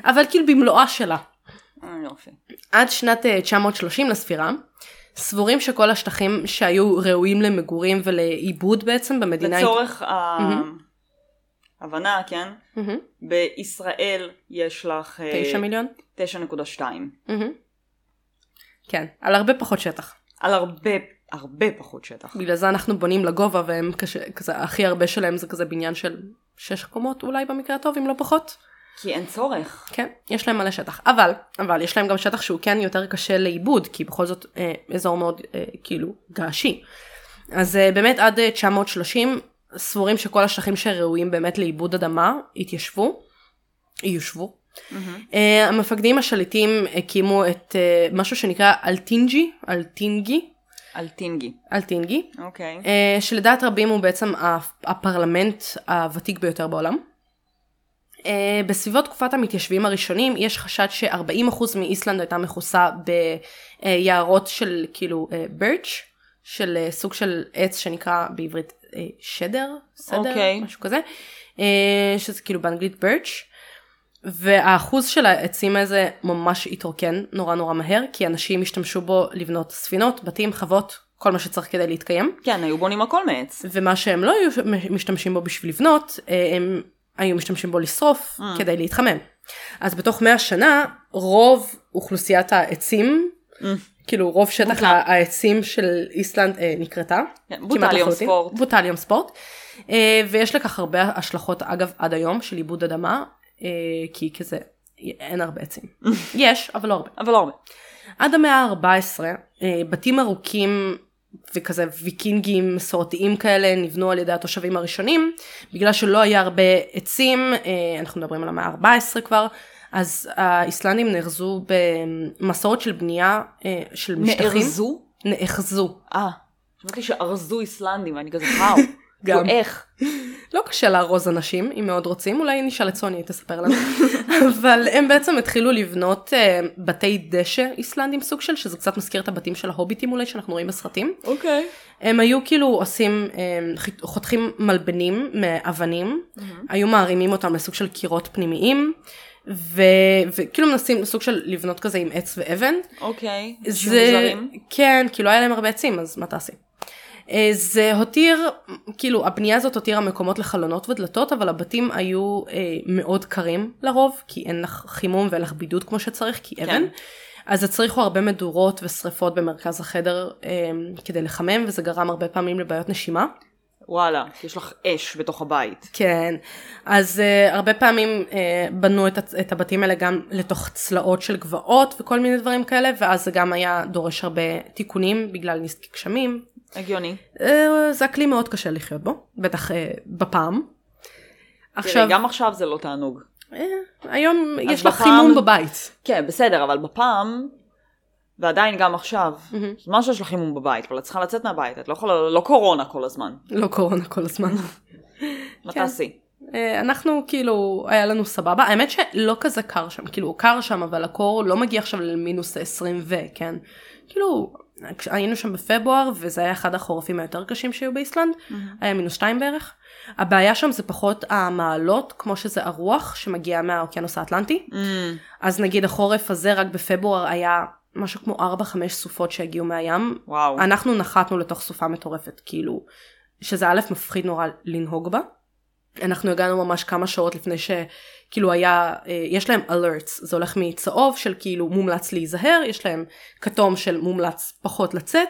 A: אבל כאילו במלואה שלה,
B: אה, יופי.
A: עד שנת אה, 930 לספירה, סבורים שכל השטחים שהיו ראויים למגורים ולעיבוד בעצם במדינה...
B: לצורך ה... הבנה, כן?
A: מהמם.
B: בישראל יש לך... אה,
A: תשע מיליון?
B: 9.2.
A: מהמם. כן, על הרבה פחות שטח.
B: על הרבה, הרבה פחות שטח.
A: בגלל זה אנחנו בונים לגובה והם כש- כזה, הכי הרבה שלהם זה כזה בניין של שש קומות אולי במקרה הטוב, אם לא פחות.
B: כי אין צורך.
A: כן, יש להם מלא שטח, אבל, אבל יש להם גם שטח שהוא כן יותר קשה לעיבוד, כי בכל זאת אה, אזור מאוד אה, כאילו געשי. אז אה, באמת עד אה, 930 סבורים שכל השטחים שראויים באמת לעיבוד אדמה התיישבו, יושבו. Uh, המפקדים השליטים הקימו את uh, משהו שנקרא אלטינג'י, אלטינגי,
B: על טינגי.
A: אלטינגי,
B: אוקיי.
A: uh, שלדעת רבים הוא בעצם הפ- הפרלמנט הוותיק ביותר בעולם. Uh, בסביבות תקופת המתיישבים הראשונים יש חשד ש-40% מאיסלנד הייתה מכוסה ביערות של כאילו בירץ', של אה, סוג של עץ שנקרא בעברית אה, שדר, סדר,
B: אוקיי.
A: okay. משהו כזה, אה, שזה כאילו באנגלית בירץ'. והאחוז של העצים הזה ממש התרוקן נורא נורא מהר, כי אנשים השתמשו בו לבנות ספינות, בתים, חוות, כל מה שצריך כדי להתקיים.
B: כן, היו בונים הכל מעץ.
A: ומה שהם לא היו משתמשים בו בשביל לבנות, אה, הם היו משתמשים בו לשרוף
B: אה.
A: כדי להתחמם. אז בתוך 100 שנה, רוב אוכלוסיית העצים,
B: אה.
A: כאילו רוב שטח
B: בוטלה.
A: העצים של איסלנד אה, נקרתה.
B: כן,
A: כמעט
B: בוטליום
A: לחלוטין.
B: ספורט.
A: בוטליום ספורט. אה, ויש לכך הרבה השלכות, אגב, עד היום, של עיבוד אדמה, אה, כי כזה, אין הרבה עצים. יש, אבל לא הרבה.
B: אבל לא הרבה.
A: עד המאה ה-14, בתים ארוכים וכזה ויקינגים מסורתיים כאלה נבנו על ידי התושבים הראשונים, בגלל שלא היה הרבה עצים, אה, אנחנו מדברים על המאה ה-14 כבר, אז האיסלנדים נאחזו במסורת של בנייה אה, של משטחים.
B: נארזו?
A: נאחזו.
B: אה. שמעתי שארזו איסלנדים, ואני כזה וואו.
A: גם.
B: כאילו, איך?
A: לא קשה לארוז אנשים, אם מאוד רוצים, אולי נשאל את סוני, היא תספר לנו. אבל הם בעצם התחילו לבנות אה, בתי דשא איסלנדים סוג של, שזה קצת מזכיר את הבתים של ההוביטים אולי, שאנחנו רואים בסרטים.
B: אוקיי.
A: הם היו כאילו עושים, הם, חית- חותכים מלבנים מאבנים, היו מערימים אותם לסוג של קירות פנימיים, ו, וכאילו מנסים סוג של לבנות כזה עם עץ ואבן.
B: אוקיי.
A: זה, כן, כאילו היה להם הרבה עצים, אז מה תעשי? אה, זה הותיר, כאילו הבנייה הזאת הותירה מקומות לחלונות ודלתות, אבל הבתים היו אה, מאוד קרים לרוב, כי אין לך חימום ואין לך בידוד כמו שצריך, כי אבן. אז הצריכו הרבה מדורות ושריפות במרכז החדר אה, כדי לחמם, וזה גרם הרבה פעמים לבעיות נשימה.
B: וואלה, יש לך אש בתוך הבית.
A: כן, אז uh, הרבה פעמים uh, בנו את, הצ- את הבתים האלה גם לתוך צלעות של גבעות וכל מיני דברים כאלה, ואז זה גם היה דורש הרבה תיקונים בגלל נזקי גשמים.
B: הגיוני.
A: Uh, זה אקלים מאוד קשה לחיות בו, בטח uh, בפעם.
B: עכשיו...
A: עכשיו,
B: גם עכשיו זה לא תענוג.
A: אה, היום יש לך
B: בפעם-
A: חימום בבית.
B: כן, בסדר, אבל בפעם, ועדיין גם עכשיו,
A: מהמם.
B: אז מה שיש לך חימום בבית, אבל את צריכה לצאת מהבית, את לא יכולה, לא קורונה כל הזמן.
A: לא קורונה כל הזמן.
B: מה
A: כן.
B: תעשי?
A: אה, אנחנו כאילו, היה לנו סבבה, האמת שלא כזה קר שם, כאילו קר שם אבל הקור לא מגיע עכשיו למינוס 20 ו, כן? כאילו, כש- היינו שם בפברואר וזה היה אחד החורפים היותר קשים שהיו באיסלנד, היה מינוס 2 בערך. הבעיה שם זה פחות המעלות, כמו שזה הרוח שמגיעה מהאוקיינוס האטלנטי.
B: Mm,
A: אז נגיד החורף הזה רק בפברואר היה משהו כמו 4-5 סופות שהגיעו מהים.
B: וואו.
A: אנחנו נחתנו לתוך סופה מטורפת, כאילו, שזה א' מפחיד נורא לנהוג בה. אנחנו הגענו ממש כמה שעות לפני שכאילו היה, אה, יש להם alerts, זה הולך מצהוב של כאילו מומלץ להיזהר, יש להם כתום של מומלץ פחות לצאת,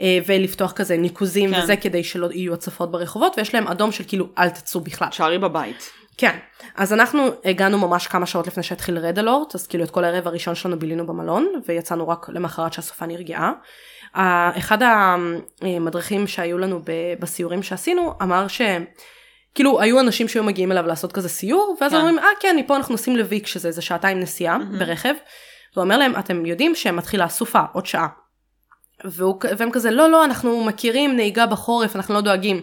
A: אה, ולפתוח כזה ניקוזים
B: כן.
A: כן. וזה כדי שלא יהיו הצפות ברחובות, ויש להם אדום של כאילו אל תצאו בכלל.
B: תשארי בבית.
A: כן, אז אנחנו הגענו ממש כמה שעות לפני שהתחיל רד אלורט, אז כאילו את כל הערב הראשון שלנו בילינו במלון, ויצאנו רק למחרת שהסופה נרגעה. ה- אחד המדריכים שהיו לנו ב- בסיורים שעשינו, אמר ש... כאילו היו אנשים שהיו מגיעים אליו לעשות כזה סיור, ואז
B: כן.
A: כן. אומרים, אה כן, מפה אנחנו נוסעים לוויק, שזה איזה שעתיים נסיעה
B: מהמם.
A: mm-hmm. ברכב, והוא אומר להם, אתם יודעים שמתחילה הסופה, עוד שעה. והוא, כ- והם כזה, לא, לא, אנחנו מכירים נהיגה בחורף, אנחנו לא דואגים.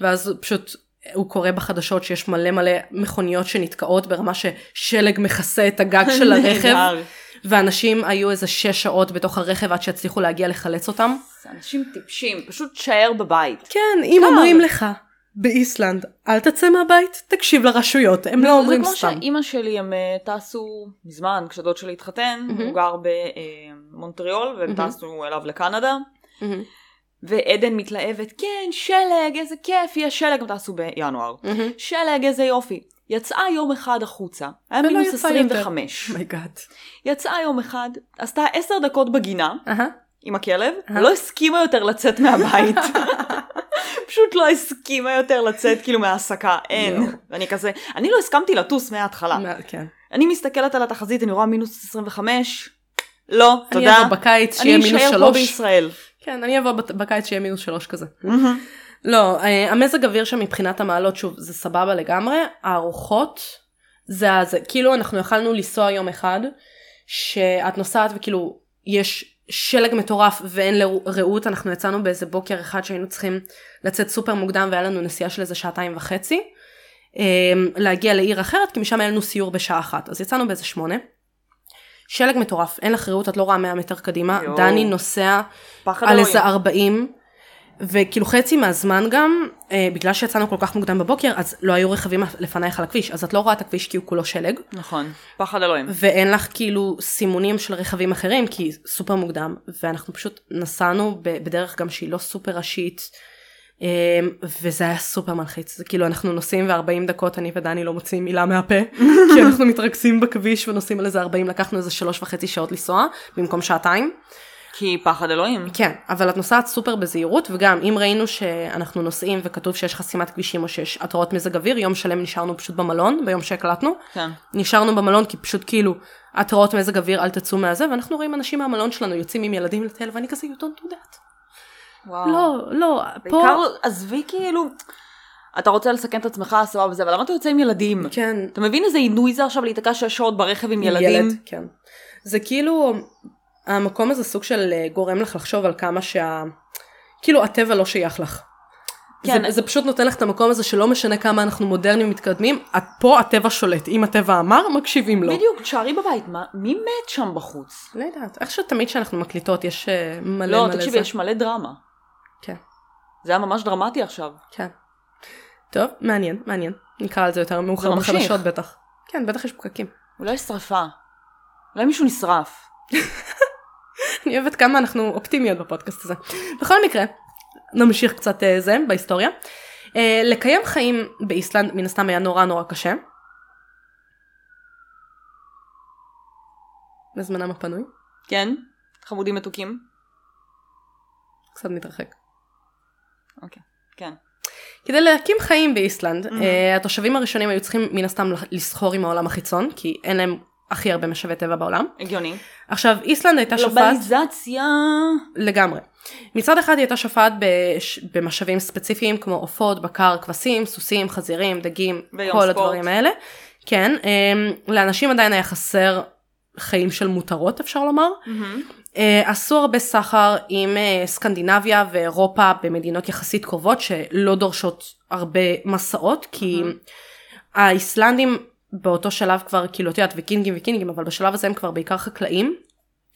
A: ואז פשוט הוא קורא בחדשות שיש מלא מלא מכוניות שנתקעות ברמה ששלג מכסה את הגג של הרכב,
B: נהדר.
A: ואנשים היו איזה שש שעות בתוך הרכב עד שהצליחו להגיע לחלץ אותם.
B: זה אנשים טיפשים, פשוט תשאר בבית.
A: כן, אם
B: טוב.
A: אומרים לך, באיסלנד, אל תצא מהבית, תקשיב לרשויות, הם לא אומרים
B: זה כמו
A: סתם.
B: שאימא שלי הם אה, טסו מזמן, כשדוד שלי התחתן,
A: מהמם.
B: הוא גר במונטריאול, אה, והם
A: מהמם.
B: טסו אליו לקנדה, ועדן מתלהבת, כן, שלג, איזה כיף, יהיה שלג, הם טסו בינואר.
A: מהמם.
B: שלג, איזה יופי. יצאה יום אחד החוצה, היה
A: ולא
B: מינוס
A: יצא יותר.
B: 25.
A: מייגאד.
B: יצאה יום אחד, עשתה עשר דקות בגינה
A: אהה.
B: עם הכלב,
A: אה.
B: לא הסכימה יותר לצאת מהבית. פשוט לא הסכימה יותר לצאת כאילו מההעסקה, אין.
A: יואו.
B: ואני כזה, אני לא הסכמתי לטוס מההתחלה.
A: מה- כן.
B: אני מסתכלת על התחזית, אני רואה מינוס 25, לא,
A: אני
B: תודה.
A: אבוא בקיץ
B: אני
A: שיהיה מינוס
B: אשאר פה
A: שלוש.
B: בישראל.
A: כן, אני אבוא בת- בקיץ שיהיה מינוס שלוש כזה.
B: מהמם.
A: לא, אה, המזג אוויר שם מבחינת המעלות, שוב, זה סבבה לגמרי, הארוחות, זה, ה- זה כאילו אנחנו יכלנו לנסוע יום אחד, שאת נוסעת וכאילו יש שלג מטורף ואין לר- רעות, אנחנו יצאנו באיזה בוקר אחד שהיינו צריכים לצאת סופר מוקדם והיה לנו נסיעה של איזה שעתיים וחצי, אה, להגיע לעיר אחרת, כי משם היה לנו סיור בשעה אחת, אז יצאנו באיזה שמונה. שלג מטורף, אין לך רעות, את לא רואה 100 מטר קדימה,
B: יואו.
A: דני נוסע
B: פחד
A: על
B: אלוהים.
A: איזה 40, וכאילו חצי מהזמן גם, אה, בגלל שיצאנו כל כך מוקדם בבוקר, אז לא היו רכבים לפנייך על הכביש, אז את לא רואה את הכביש כי הוא כולו שלג,
B: נכון, פחד אלוהים.
A: ואין לך כאילו סימונים של רכבים אחרים, כי סופר מוקדם, ואנחנו פשוט נסענו ב- בדרך גם שהיא לא סופר ראשית. אה, וזה היה סופר מלחיץ, זה כאילו אנחנו נוסעים ו-40 דקות אני ודני לא מוציאים מילה מהפה, כי אנחנו מתרכזים בכביש ונוסעים על איזה 40, לקחנו איזה שלוש וחצי שעות לנסוע במקום שעתיים.
B: כי פחד אלוהים.
A: כן, אבל את נוסעת סופר בזהירות, וגם אם ראינו שאנחנו נוסעים וכתוב שיש חסימת כבישים או שיש התרעות מזג אוויר, יום שלם נשארנו פשוט במלון, ביום שהקלטנו.
B: כן.
A: נשארנו במלון כי פשוט כאילו, התרעות מזג אוויר, אל תצאו מהזה, ואנחנו רואים אנשים מהמלון שלנו יוצאים עם ילדים לטייל, ואני כזה, you don't do that.
B: וואו.
A: לא, לא, פה...
B: בעיקר, עזבי כאילו, אתה רוצה לסכן את עצמך, סבבה וזה, אבל למה אתה יוצא עם ילדים?
A: כן,
B: אתה מבין איזה עינוי זה עכשיו להיתקע שש שעות ברכב עם ילדים?
A: ילד, כן. זה כאילו, המקום הזה סוג של אה, גורם לך לחשוב על כמה שה... כאילו הטבע לא שייך לך.
B: כן.
A: כן. זה, זה פשוט נותן לך את המקום הזה שלא משנה כמה אנחנו מודרניים ומתקדמים, את, פה הטבע שולט. אם הטבע אמר, מקשיבים לו.
B: בדיוק, תשארי בבית, מה- מי מת שם בחוץ?
A: לא יודעת, איך שתמיד כשאנחנו מקליטות יש אה, מלא
B: לא,
A: מלא
B: תקשיבי,
A: זה.
B: יש מלא דרמה.
A: כן,
B: זה היה ממש דרמטי עכשיו.
A: כן. טוב, מעניין, מעניין. נקרא על זה יותר מאוחר
B: זה ממשיך.
A: בחדשות בטח. כן, בטח יש פקקים.
B: אולי יש שרפה. אולי מישהו נשרף.
A: אני אוהבת כמה אנחנו אופטימיות בפודקאסט הזה. בכל מקרה, נמשיך קצת אה, זה בהיסטוריה. אה, לקיים חיים באיסלנד מן הסתם היה נורא נורא קשה. בזמנם הפנוי,
B: כן? חמודים מתוקים?
A: קצת מתרחק.
B: אוקיי. כן.
A: כדי להקים חיים באיסלנד,
B: Mhm.
A: אה, התושבים הראשונים היו צריכים מן הסתם לח- לסחור עם העולם החיצון, כי אין להם הכי הרבה משאבי טבע בעולם.
B: הגיוני.
A: עכשיו, איסלנד הייתה
B: לא
A: שופעת...
B: גלובליזציה.
A: לגמרי. מצד אחד היא הייתה שופעת בש... במשאבים ספציפיים כמו עופות, בקר, כבשים, סוסים, חזירים, דגים, כל
B: ויום
A: ספורט.
B: ספורט.
A: הדברים האלה. כן, אמ, לאנשים עדיין היה חסר חיים של מותרות אפשר לומר. אה, עשו הרבה סחר עם אה, סקנדינביה ואירופה במדינות יחסית קרובות שלא דורשות הרבה מסעות כי
B: מהמם.
A: האיסלנדים באותו שלב כבר כאילו את יודעת ויקינגים ויקינגים אבל בשלב הזה הם כבר בעיקר חקלאים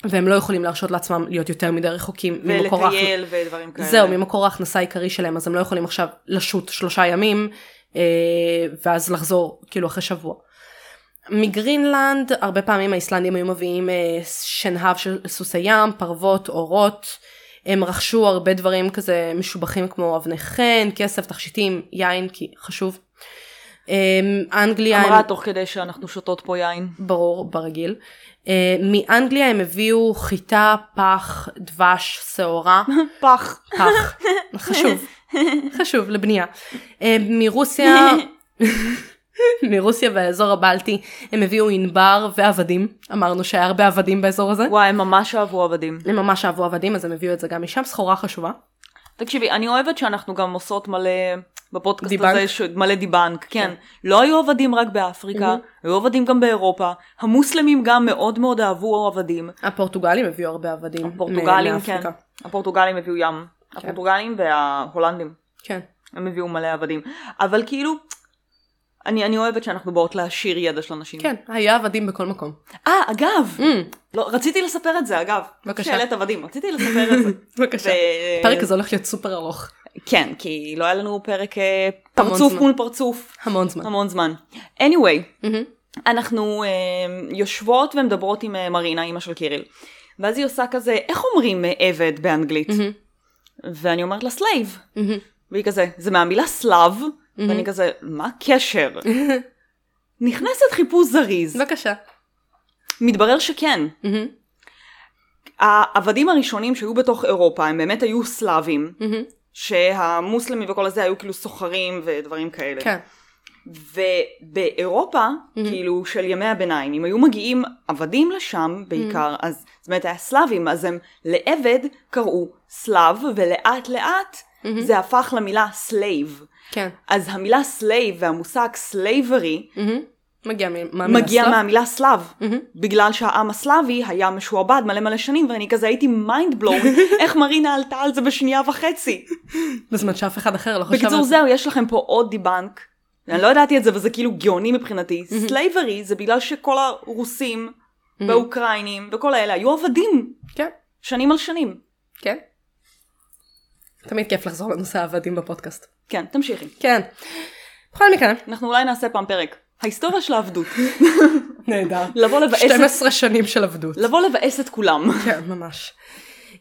A: והם לא יכולים להרשות לעצמם להיות יותר מדי רחוקים ממקור ההכנסה.
B: ולטייל ודברים כאלה.
A: זהו ממקור ההכנסה העיקרי שלהם אז הם לא יכולים עכשיו לשוט שלושה ימים אה, ואז לחזור כאילו אחרי שבוע. מגרינלנד הרבה פעמים האיסלנדים היו מביאים אה, שנהב של סוסי ים, פרוות, אורות, הם רכשו הרבה דברים כזה משובחים כמו אבני חן, כסף, תכשיטים, יין כי חשוב. אה, אנגליה,
B: אמרה תוך כדי שאנחנו שותות פה יין.
A: ברור, ברגיל. אה, מאנגליה הם הביאו חיטה, פח, דבש, שעורה.
B: פח.
A: פח. חשוב, חשוב לבנייה. אה, מרוסיה, מרוסיה והאזור הבלטי הם הביאו ענבר ועבדים, אמרנו שהיה הרבה עבדים באזור הזה.
B: וואי, הם ממש אהבו עבדים.
A: הם ממש אהבו עבדים אז הם הביאו את זה גם משם, סחורה חשובה.
B: תקשיבי, אני אוהבת שאנחנו גם עושות מלא, בפודקאסט
A: דיבנק.
B: הזה, ש... מלא דיבנק, כן. לא היו עבדים רק באפריקה, היו עבדים גם באירופה. המוסלמים גם מאוד מאוד אהבו עבדים.
A: הפורטוגלים הביאו הרבה עבדים.
B: הפורטוגלים,
A: מ- מאפריקה.
B: כן. הפורטוגלים הביאו ים. הפורטוגלים וההולנדים,
A: כן.
B: הם הביאו מלא עבדים. אבל כאילו, אני, אני אוהבת שאנחנו באות להעשיר ידע של אנשים.
A: כן, היה עבדים בכל מקום.
B: אה, אגב,
A: אמ,
B: לא, רציתי לספר את זה, אגב.
A: בבקשה.
B: שאלת עבדים, רציתי לספר את זה.
A: בבקשה.
B: ו-
A: הפרק הזה הולך להיות סופר ארוך,
B: כן, כי לא היה לנו פרק אה,
A: המון
B: פרצוף
A: זמן.
B: מול פרצוף.
A: המון זמן.
B: המון זמן. anyway,
A: מהמם.
B: אנחנו אה, יושבות ומדברות עם אה, מרינה, אימא של קיריל. ואז היא עושה כזה, איך אומרים אה, עבד באנגלית?
A: מהמם.
B: ואני אומרת לה סלייב. והיא כזה, זה מהמילה סלאב, ואני כזה, מה הקשר? נכנסת חיפוש זריז.
A: בבקשה.
B: מתברר שכן. העבדים הראשונים שהיו בתוך אירופה הם באמת היו סלאבים, שהמוסלמים וכל הזה היו כאילו סוחרים ודברים כאלה.
A: כן.
B: ובאירופה,
A: Mhm.
B: כאילו של ימי הביניים, אם היו מגיעים עבדים לשם בעיקר, אז זאת אומרת היה סלאבים, אז הם לעבד קראו סלאב, ולאט לאט
A: Mhm.
B: זה הפך למילה סלייב.
A: כן.
B: אז המילה סלייב והמושג סלייברי
A: מהמם. מגיע מ- מהמילה
B: מגיע
A: סלאב.
B: מהמילה סלאב.
A: מהמם.
B: בגלל שהעם הסלאבי היה משועבד מלא מלא שנים ואני כזה הייתי מיינד בלואו איך מרינה עלתה על זה בשנייה וחצי.
A: בזמן שאף אחד אחר לא חשב על
B: בקיצור
A: זה.
B: זהו יש לכם פה עוד דיבנק. אני לא ידעתי את זה וזה כאילו גאוני מבחינתי. סלייברי זה בגלל שכל הרוסים והאוקראינים וכל האלה היו עבדים
A: כן,
B: שנים על שנים.
A: כן. תמיד כיף לחזור לנושא העבדים בפודקאסט.
B: כן תמשיכי.
A: כן. בכל מקרה.
B: אנחנו אולי נעשה פעם פרק. ההיסטוריה של העבדות.
A: נהדר.
B: לבוא לבאס את-
A: 12 שנים של עבדות.
B: לבוא לבאס את כולם.
A: כן, ממש.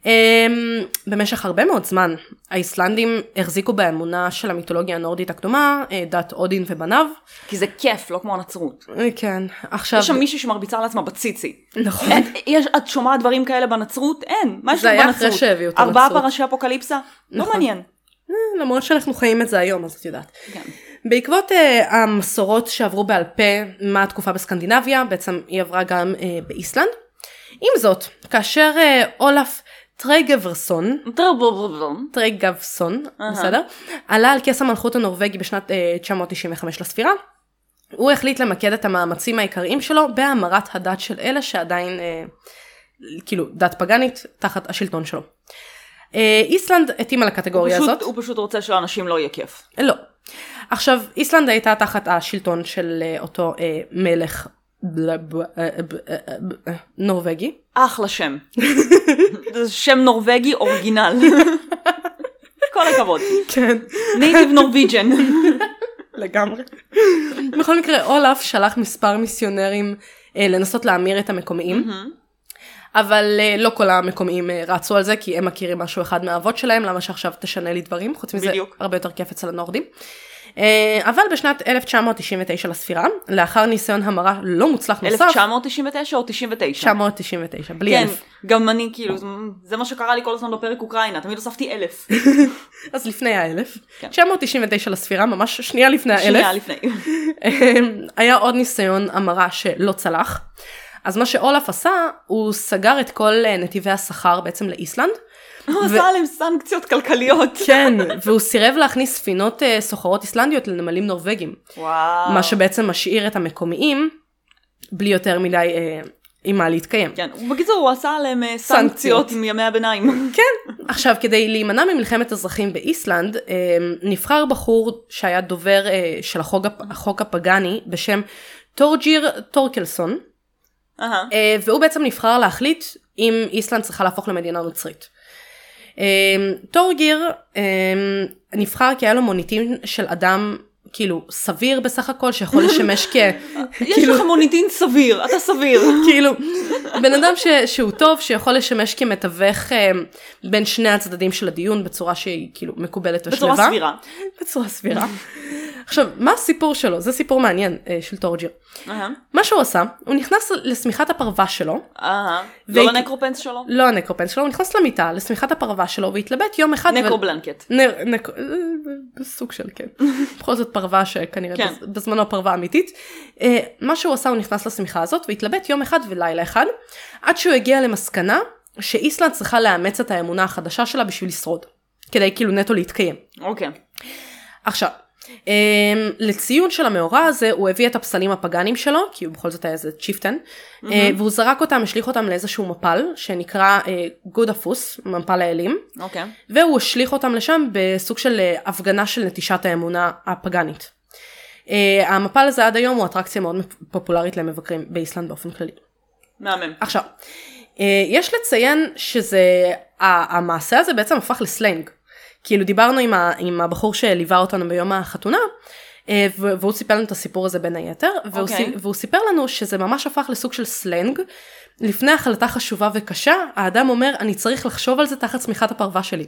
A: אמ, במשך הרבה מאוד זמן, האיסלנדים החזיקו באמונה של המיתולוגיה הנורדית הקדומה, אה, דת אודין ובניו.
B: כי זה כיף לא כמו הנצרות.
A: אה, כן, עכשיו...
B: יש שם מישהי שמרביצה לעצמה בציצי.
A: נכון.
B: אין, יש, את שומעת דברים כאלה בנצרות? אין. מה יש
A: זה
B: לך
A: היה
B: בנצרות?
A: אחרי שהביאו את
B: ארבעה
A: הנצרות.
B: פרשי אפוקליפסה? לא
A: נכון.
B: מעניין.
A: אה, למרות שאנחנו חיים את זה היום, אז את יודעת.
B: כן.
A: בעקבות uh, המסורות שעברו בעל פה מהתקופה בסקנדינביה, בעצם היא עברה גם uh, באיסלנד. עם זאת, כאשר uh, אולף טרייגברסון,
B: טרבלבלבלם.
A: טרייגבסון,
B: אהה.
A: בסדר? עלה על כס המלכות הנורבגי בשנת אה, 995 לספירה. הוא החליט למקד את המאמצים העיקריים שלו בהמרת הדת של אלה שעדיין, אה, כאילו, דת פגאנית, תחת השלטון שלו. אה, איסלנד התאימה
B: הוא
A: לקטגוריה
B: פשוט-
A: הזאת.
B: הוא פשוט רוצה שלאנשים לא יהיה כיף.
A: לא. עכשיו, איסלנד הייתה תחת השלטון של אה, אותו אה, מלך בל- ב- אה, ב- אה, ב- אה, נורבגי.
B: אחלה שם. זה שם נורבגי אורגינל. כל הכבוד.
A: כן.
B: נייטיב נורביג'ן.
A: לגמרי. בכל מקרה, אולף שלח מספר מיסיונרים אה, לנסות להמיר את המקומיים, אבל אה, לא כל המקומיים אה, רצו על זה, כי הם מכירים משהו אחד מהאבות שלהם, למה שעכשיו תשנה לי דברים, חוץ מזה
B: בדיוק.
A: הרבה יותר כיף אצל הנורדים. אה, אבל בשנת 1999 לספירה, לאחר ניסיון המרה לא מוצלח נוסף,
B: 1999 או 99?
A: 999, בלי
B: כן,
A: אלף.
B: גם אני כאילו, זה מה שקרה לי כל הזמן בפרק אוקראינה, תמיד הוספתי אלף.
A: אז לפני האלף.
B: כן.
A: 999 לספירה, ממש שנייה לפני האלף.
B: שנייה לפני.
A: היה עוד ניסיון המרה שלא צלח. אז מה שאולף עשה, הוא סגר את כל אה, נתיבי הסחר בעצם לאיסלנד.
B: הוא עשה עליהם סנקציות כלכליות.
A: כן, והוא סירב להכניס ספינות אה, סוחרות איסלנדיות לנמלים נורבגיים.
B: וואו.
A: כן. מה שבעצם משאיר את המקומיים בלי יותר מדי אה, עם מה להתקיים.
B: כן, בקיצור הוא עשה עליהם אה,
A: סנקציות. כן.
B: סנקציות עם ימי הביניים.
A: עכשיו, כדי להימנע ממלחמת אזרחים באיסלנד, אה, נבחר בחור שהיה דובר אה, של החוג הפ- החוק הפגאני בשם טורג'יר טורקלסון.
B: אהה.
A: אה, והוא בעצם נבחר להחליט אם איסלנד צריכה להפוך למדינה נוצרית. אה, טורגיר אה, נבחר כי היה לו מוניטין של אדם כאילו סביר בסך הכל שיכול לשמש כ...
B: יש
A: כאילו-
B: לך מוניטין סביר, אתה סביר.
A: כאילו בן אדם ש, שהוא טוב שיכול לשמש כמתווך אה, בין שני הצדדים של הדיון בצורה שהיא כאילו מקובלת ושלווה.
B: בצורה סבירה.
A: בצורה סבירה. עכשיו מה הסיפור שלו? זה סיפור מעניין אה, של טורג'יר.
B: אהה.
A: מה שהוא עשה הוא נכנס לשמיכת הפרווה שלו
B: אהה.
A: והיא-
B: לא לנקרופנס שלו?
A: לא הנקרופנס שלו, הוא נכנס למיטה, לשמיכת הפרווה שלו, והתלבט יום אחד.
B: נקרובלנקט.
A: ו... נר... נק... אה, בסוג של כן. בכל זאת פרווה שכנראה
B: כן.
A: בז... בזמנו פרווה אמיתית. אה, מה שהוא עשה, הוא נכנס לשמיכה הזאת, והתלבט יום אחד ולילה אחד, עד שהוא הגיע למסקנה שאיסלנד צריכה לאמץ את האמונה החדשה שלה בשביל לשרוד. כדי כאילו נטו להתקיים.
B: אוקיי.
A: עכשיו, אמ, לציון של המאורע הזה הוא הביא את הפסלים הפגאנים שלו, כי הוא בכל זאת היה איזה צ'יפטן, mm-hmm. והוא זרק אותם, השליך אותם לאיזשהו מפל, שנקרא אה, גודאפוס, מפל האלים,
B: אוקיי.
A: והוא השליך אותם לשם בסוג של אה, הפגנה של נטישת האמונה הפגאנית. אה, המפל הזה עד היום הוא אטרקציה מאוד פופולרית למבקרים באיסלנד באופן כללי.
B: מהמם.
A: עכשיו, אה, יש לציין שזה, ה- המעשה הזה בעצם הפך לסלנג. כאילו דיברנו עם, ה, עם הבחור שליווה אותנו ביום החתונה, אה, ו- והוא סיפר לנו את הסיפור הזה בין היתר, והוא,
B: אוקיי.
A: סי- והוא סיפר לנו שזה ממש הפך לסוג של סלנג. לפני החלטה חשובה וקשה, האדם אומר, אני צריך לחשוב על זה תחת צמיחת הפרווה שלי.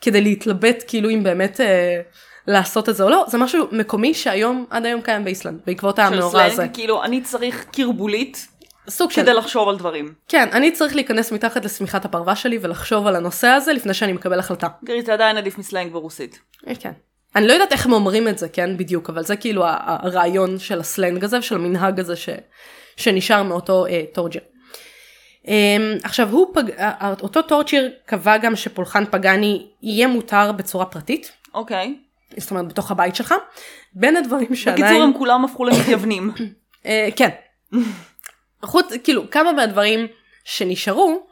A: כדי להתלבט כאילו אם באמת אה, לעשות את זה או לא, זה משהו מקומי שהיום, עד היום קיים באיסלנד, בעקבות
B: של
A: המאורע הזה.
B: סלנג, כאילו אני צריך קרבולית
A: כן. סוג של...
B: כדי לחשוב על דברים.
A: כן, אני צריך להיכנס מתחת לשמיכת הפרווה שלי ולחשוב על הנושא הזה לפני שאני מקבל החלטה.
B: תראי, זה עדיין עדיף מסלנג ברוסית.
A: אה, כן. אני לא יודעת איך הם אומרים את זה, כן, בדיוק, אבל זה כאילו ה- ה- הרעיון של הסלנג הזה ושל המנהג הזה ש... שנשאר מאותו אה, טורג'ר. אה, עכשיו, הוא פג... אה, אה, אותו טורצ'יר קבע גם שפולחן פגאני יהיה מותר בצורה פרטית,
B: אוקיי.
A: זאת אומרת בתוך הבית שלך, בין הדברים שעדיין...
B: בקיצור הם כולם הפכו למתייוונים.
A: אה, כן. חוץ, כאילו, כמה מהדברים שנשארו,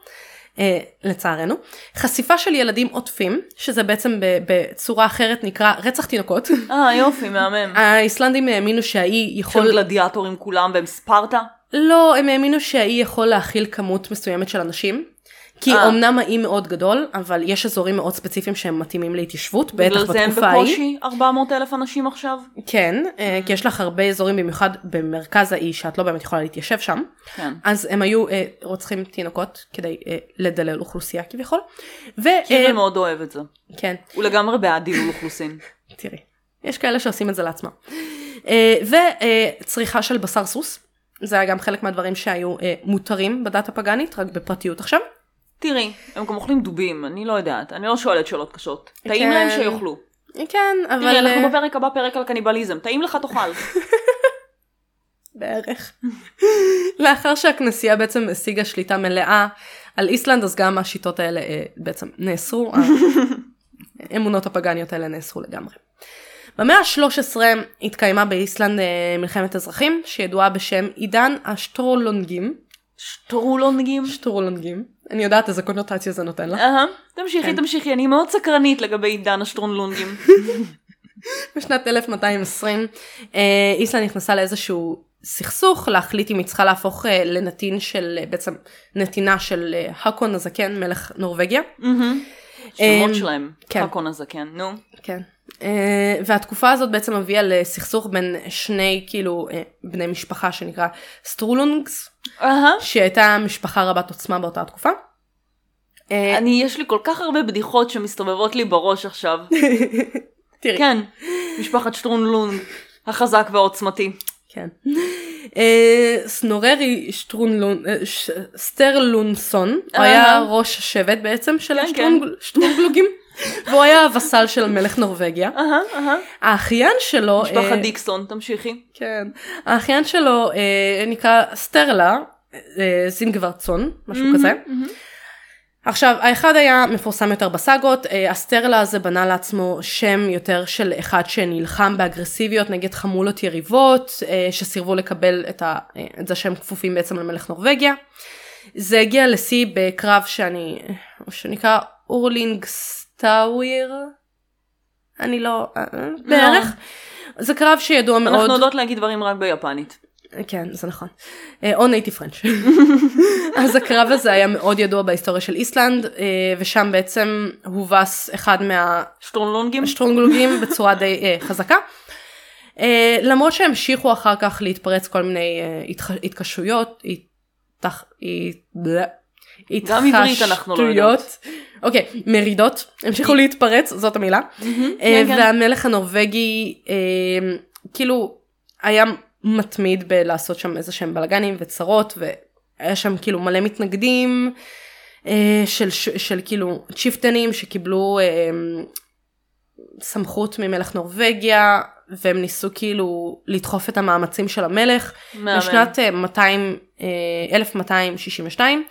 A: אה, לצערנו, חשיפה של ילדים עוטפים, שזה בעצם ב- בצורה אחרת נקרא רצח תינוקות.
B: אה יופי מהמם.
A: האיסלנדים האמינו שהאי
B: של
A: יכול...
B: גלדיאטורים כולם והם ספרטה.
A: לא, הם האמינו שהאי יכול להכיל כמות מסוימת של אנשים. כי
B: אה.
A: אמנם האי מאוד גדול, אבל יש אזורים מאוד ספציפיים שהם מתאימים להתיישבות, בטח
B: בגלל זה הם
A: בתקופה ההיא.
B: בקושי 400 אלף אנשים עכשיו.
A: כן, אה, כי יש לך הרבה אזורים, במיוחד במרכז האי, שאת לא באמת יכולה להתיישב שם.
B: כן.
A: אז הם היו אה, רוצחים תינוקות כדי אה, לדלל אוכלוסייה כביכול. ו...
B: קיבל
A: אה,
B: מאוד אוהב את זה.
A: כן,
B: הוא לגמרי בעד דילול אוכלוסין.
A: תראי. יש כאלה שעושים את זה לעצמם. אה, וצריכה של בשר סוס. זה היה גם חלק מהדברים שהיו אה, מותרים בדת הפגאנית, רק בפרטיות עכשיו.
B: תראי, הם גם אוכלים דובים, אני לא יודעת, אני לא שואלת שאלות קשות. טעים
A: כן.
B: להם שיאכלו.
A: אה, כן, אבל...
B: תראי, אנחנו
A: אה,
B: בפרק הבא פרק על קניבליזם, טעים לך תאכל.
A: בערך. לאחר שהכנסייה בעצם השיגה שליטה מלאה על איסלנד, אז גם השיטות האלה אה, בעצם נאסרו, האמונות הפגניות האלה נאסרו לגמרי. במאה ה-13 התקיימה באיסלנד אה, מלחמת אזרחים, שידועה בשם עידן השטרולונגים.
B: שטרולונגים.
A: שטרולונגים. אני יודעת איזה קונוטציה זה נותן לה.
B: אהה,
A: כן.
B: תמשיכי, תמשיכי, אני מאוד סקרנית לגבי עידן השטרונלונגים.
A: בשנת 1220 אה, איסלנד נכנסה לאיזשהו סכסוך להחליט אם היא צריכה להפוך אה, לנתין של אה, בעצם נתינה של אה, הקון הזקן מלך נורבגיה.
B: מהמם. שמות
A: אמ,
B: שלהם,
A: כן.
B: הקון הזקן, נו.
A: כן. אה, והתקופה הזאת בעצם הביאה לסכסוך בין שני כאילו אה, בני משפחה שנקרא סטרולונגס
B: אהה.
A: שהייתה משפחה רבת עוצמה באותה התקופה. אה,
B: אני, יש לי כל כך הרבה בדיחות שמסתובבות לי בראש עכשיו.
A: תראי.
B: כן, משפחת שטרונלונג, החזק והעוצמתי.
A: כן. אה, סנוררי שטרונלון, אה, ש- סטרלונסון, הוא
B: אהה.
A: היה ראש השבט בעצם של
B: כן,
A: השטרונגל- שטרונגלוגים, והוא היה הווסל של מלך נורבגיה.
B: אהה, אהה.
A: האחיין שלו,
B: משפחת
A: אה,
B: דיקסון, תמשיכי.
A: כן, האחיין שלו אה, נקרא סטרלה אה, זינגוורצון, משהו כזה. עכשיו, האחד היה מפורסם יותר בסאגות, אה, הסטרלה הזה בנה לעצמו שם יותר של אחד שנלחם באגרסיביות נגד חמולות יריבות, אה, שסירבו לקבל את, ה, אה, את זה שהם כפופים בעצם למלך נורבגיה. זה הגיע לשיא בקרב שאני, אה, שנקרא אורלינג סטאוויר, אני לא, אה, אה, בערך. זה קרב שידוע מאוד.
B: אנחנו יודעות להגיד דברים רק ביפנית.
A: כן, זה נכון. אה, או נייטיב פרנץ'. אז הקרב הזה היה מאוד ידוע בהיסטוריה של איסלנד, אה, ושם בעצם הובס אחד
B: שטרונלונגים?
A: מהשטרונגלוגים בצורה די אה, חזקה. אה, למרות שהמשיכו אחר כך להתפרץ כל מיני אה, התח- התקשויות, התח- הת- בלה.
B: גם עברית אנחנו לא יודעות.
A: התחשטויות. אוקיי, מרידות, המשיכו להתפרץ, זאת המילה. אה,
B: כן, כן.
A: והמלך הנורבגי אה, כאילו היה מתמיד בלעשות שם איזה שהם בלאגנים וצרות והיה שם כאילו מלא מתנגדים אה, של, ש- של כאילו צ'יפטנים שקיבלו אה, סמכות ממלך נורבגיה והם ניסו כאילו לדחוף את המאמצים של המלך.
B: מהמם.
A: בשנת אה, 200, אה, 1262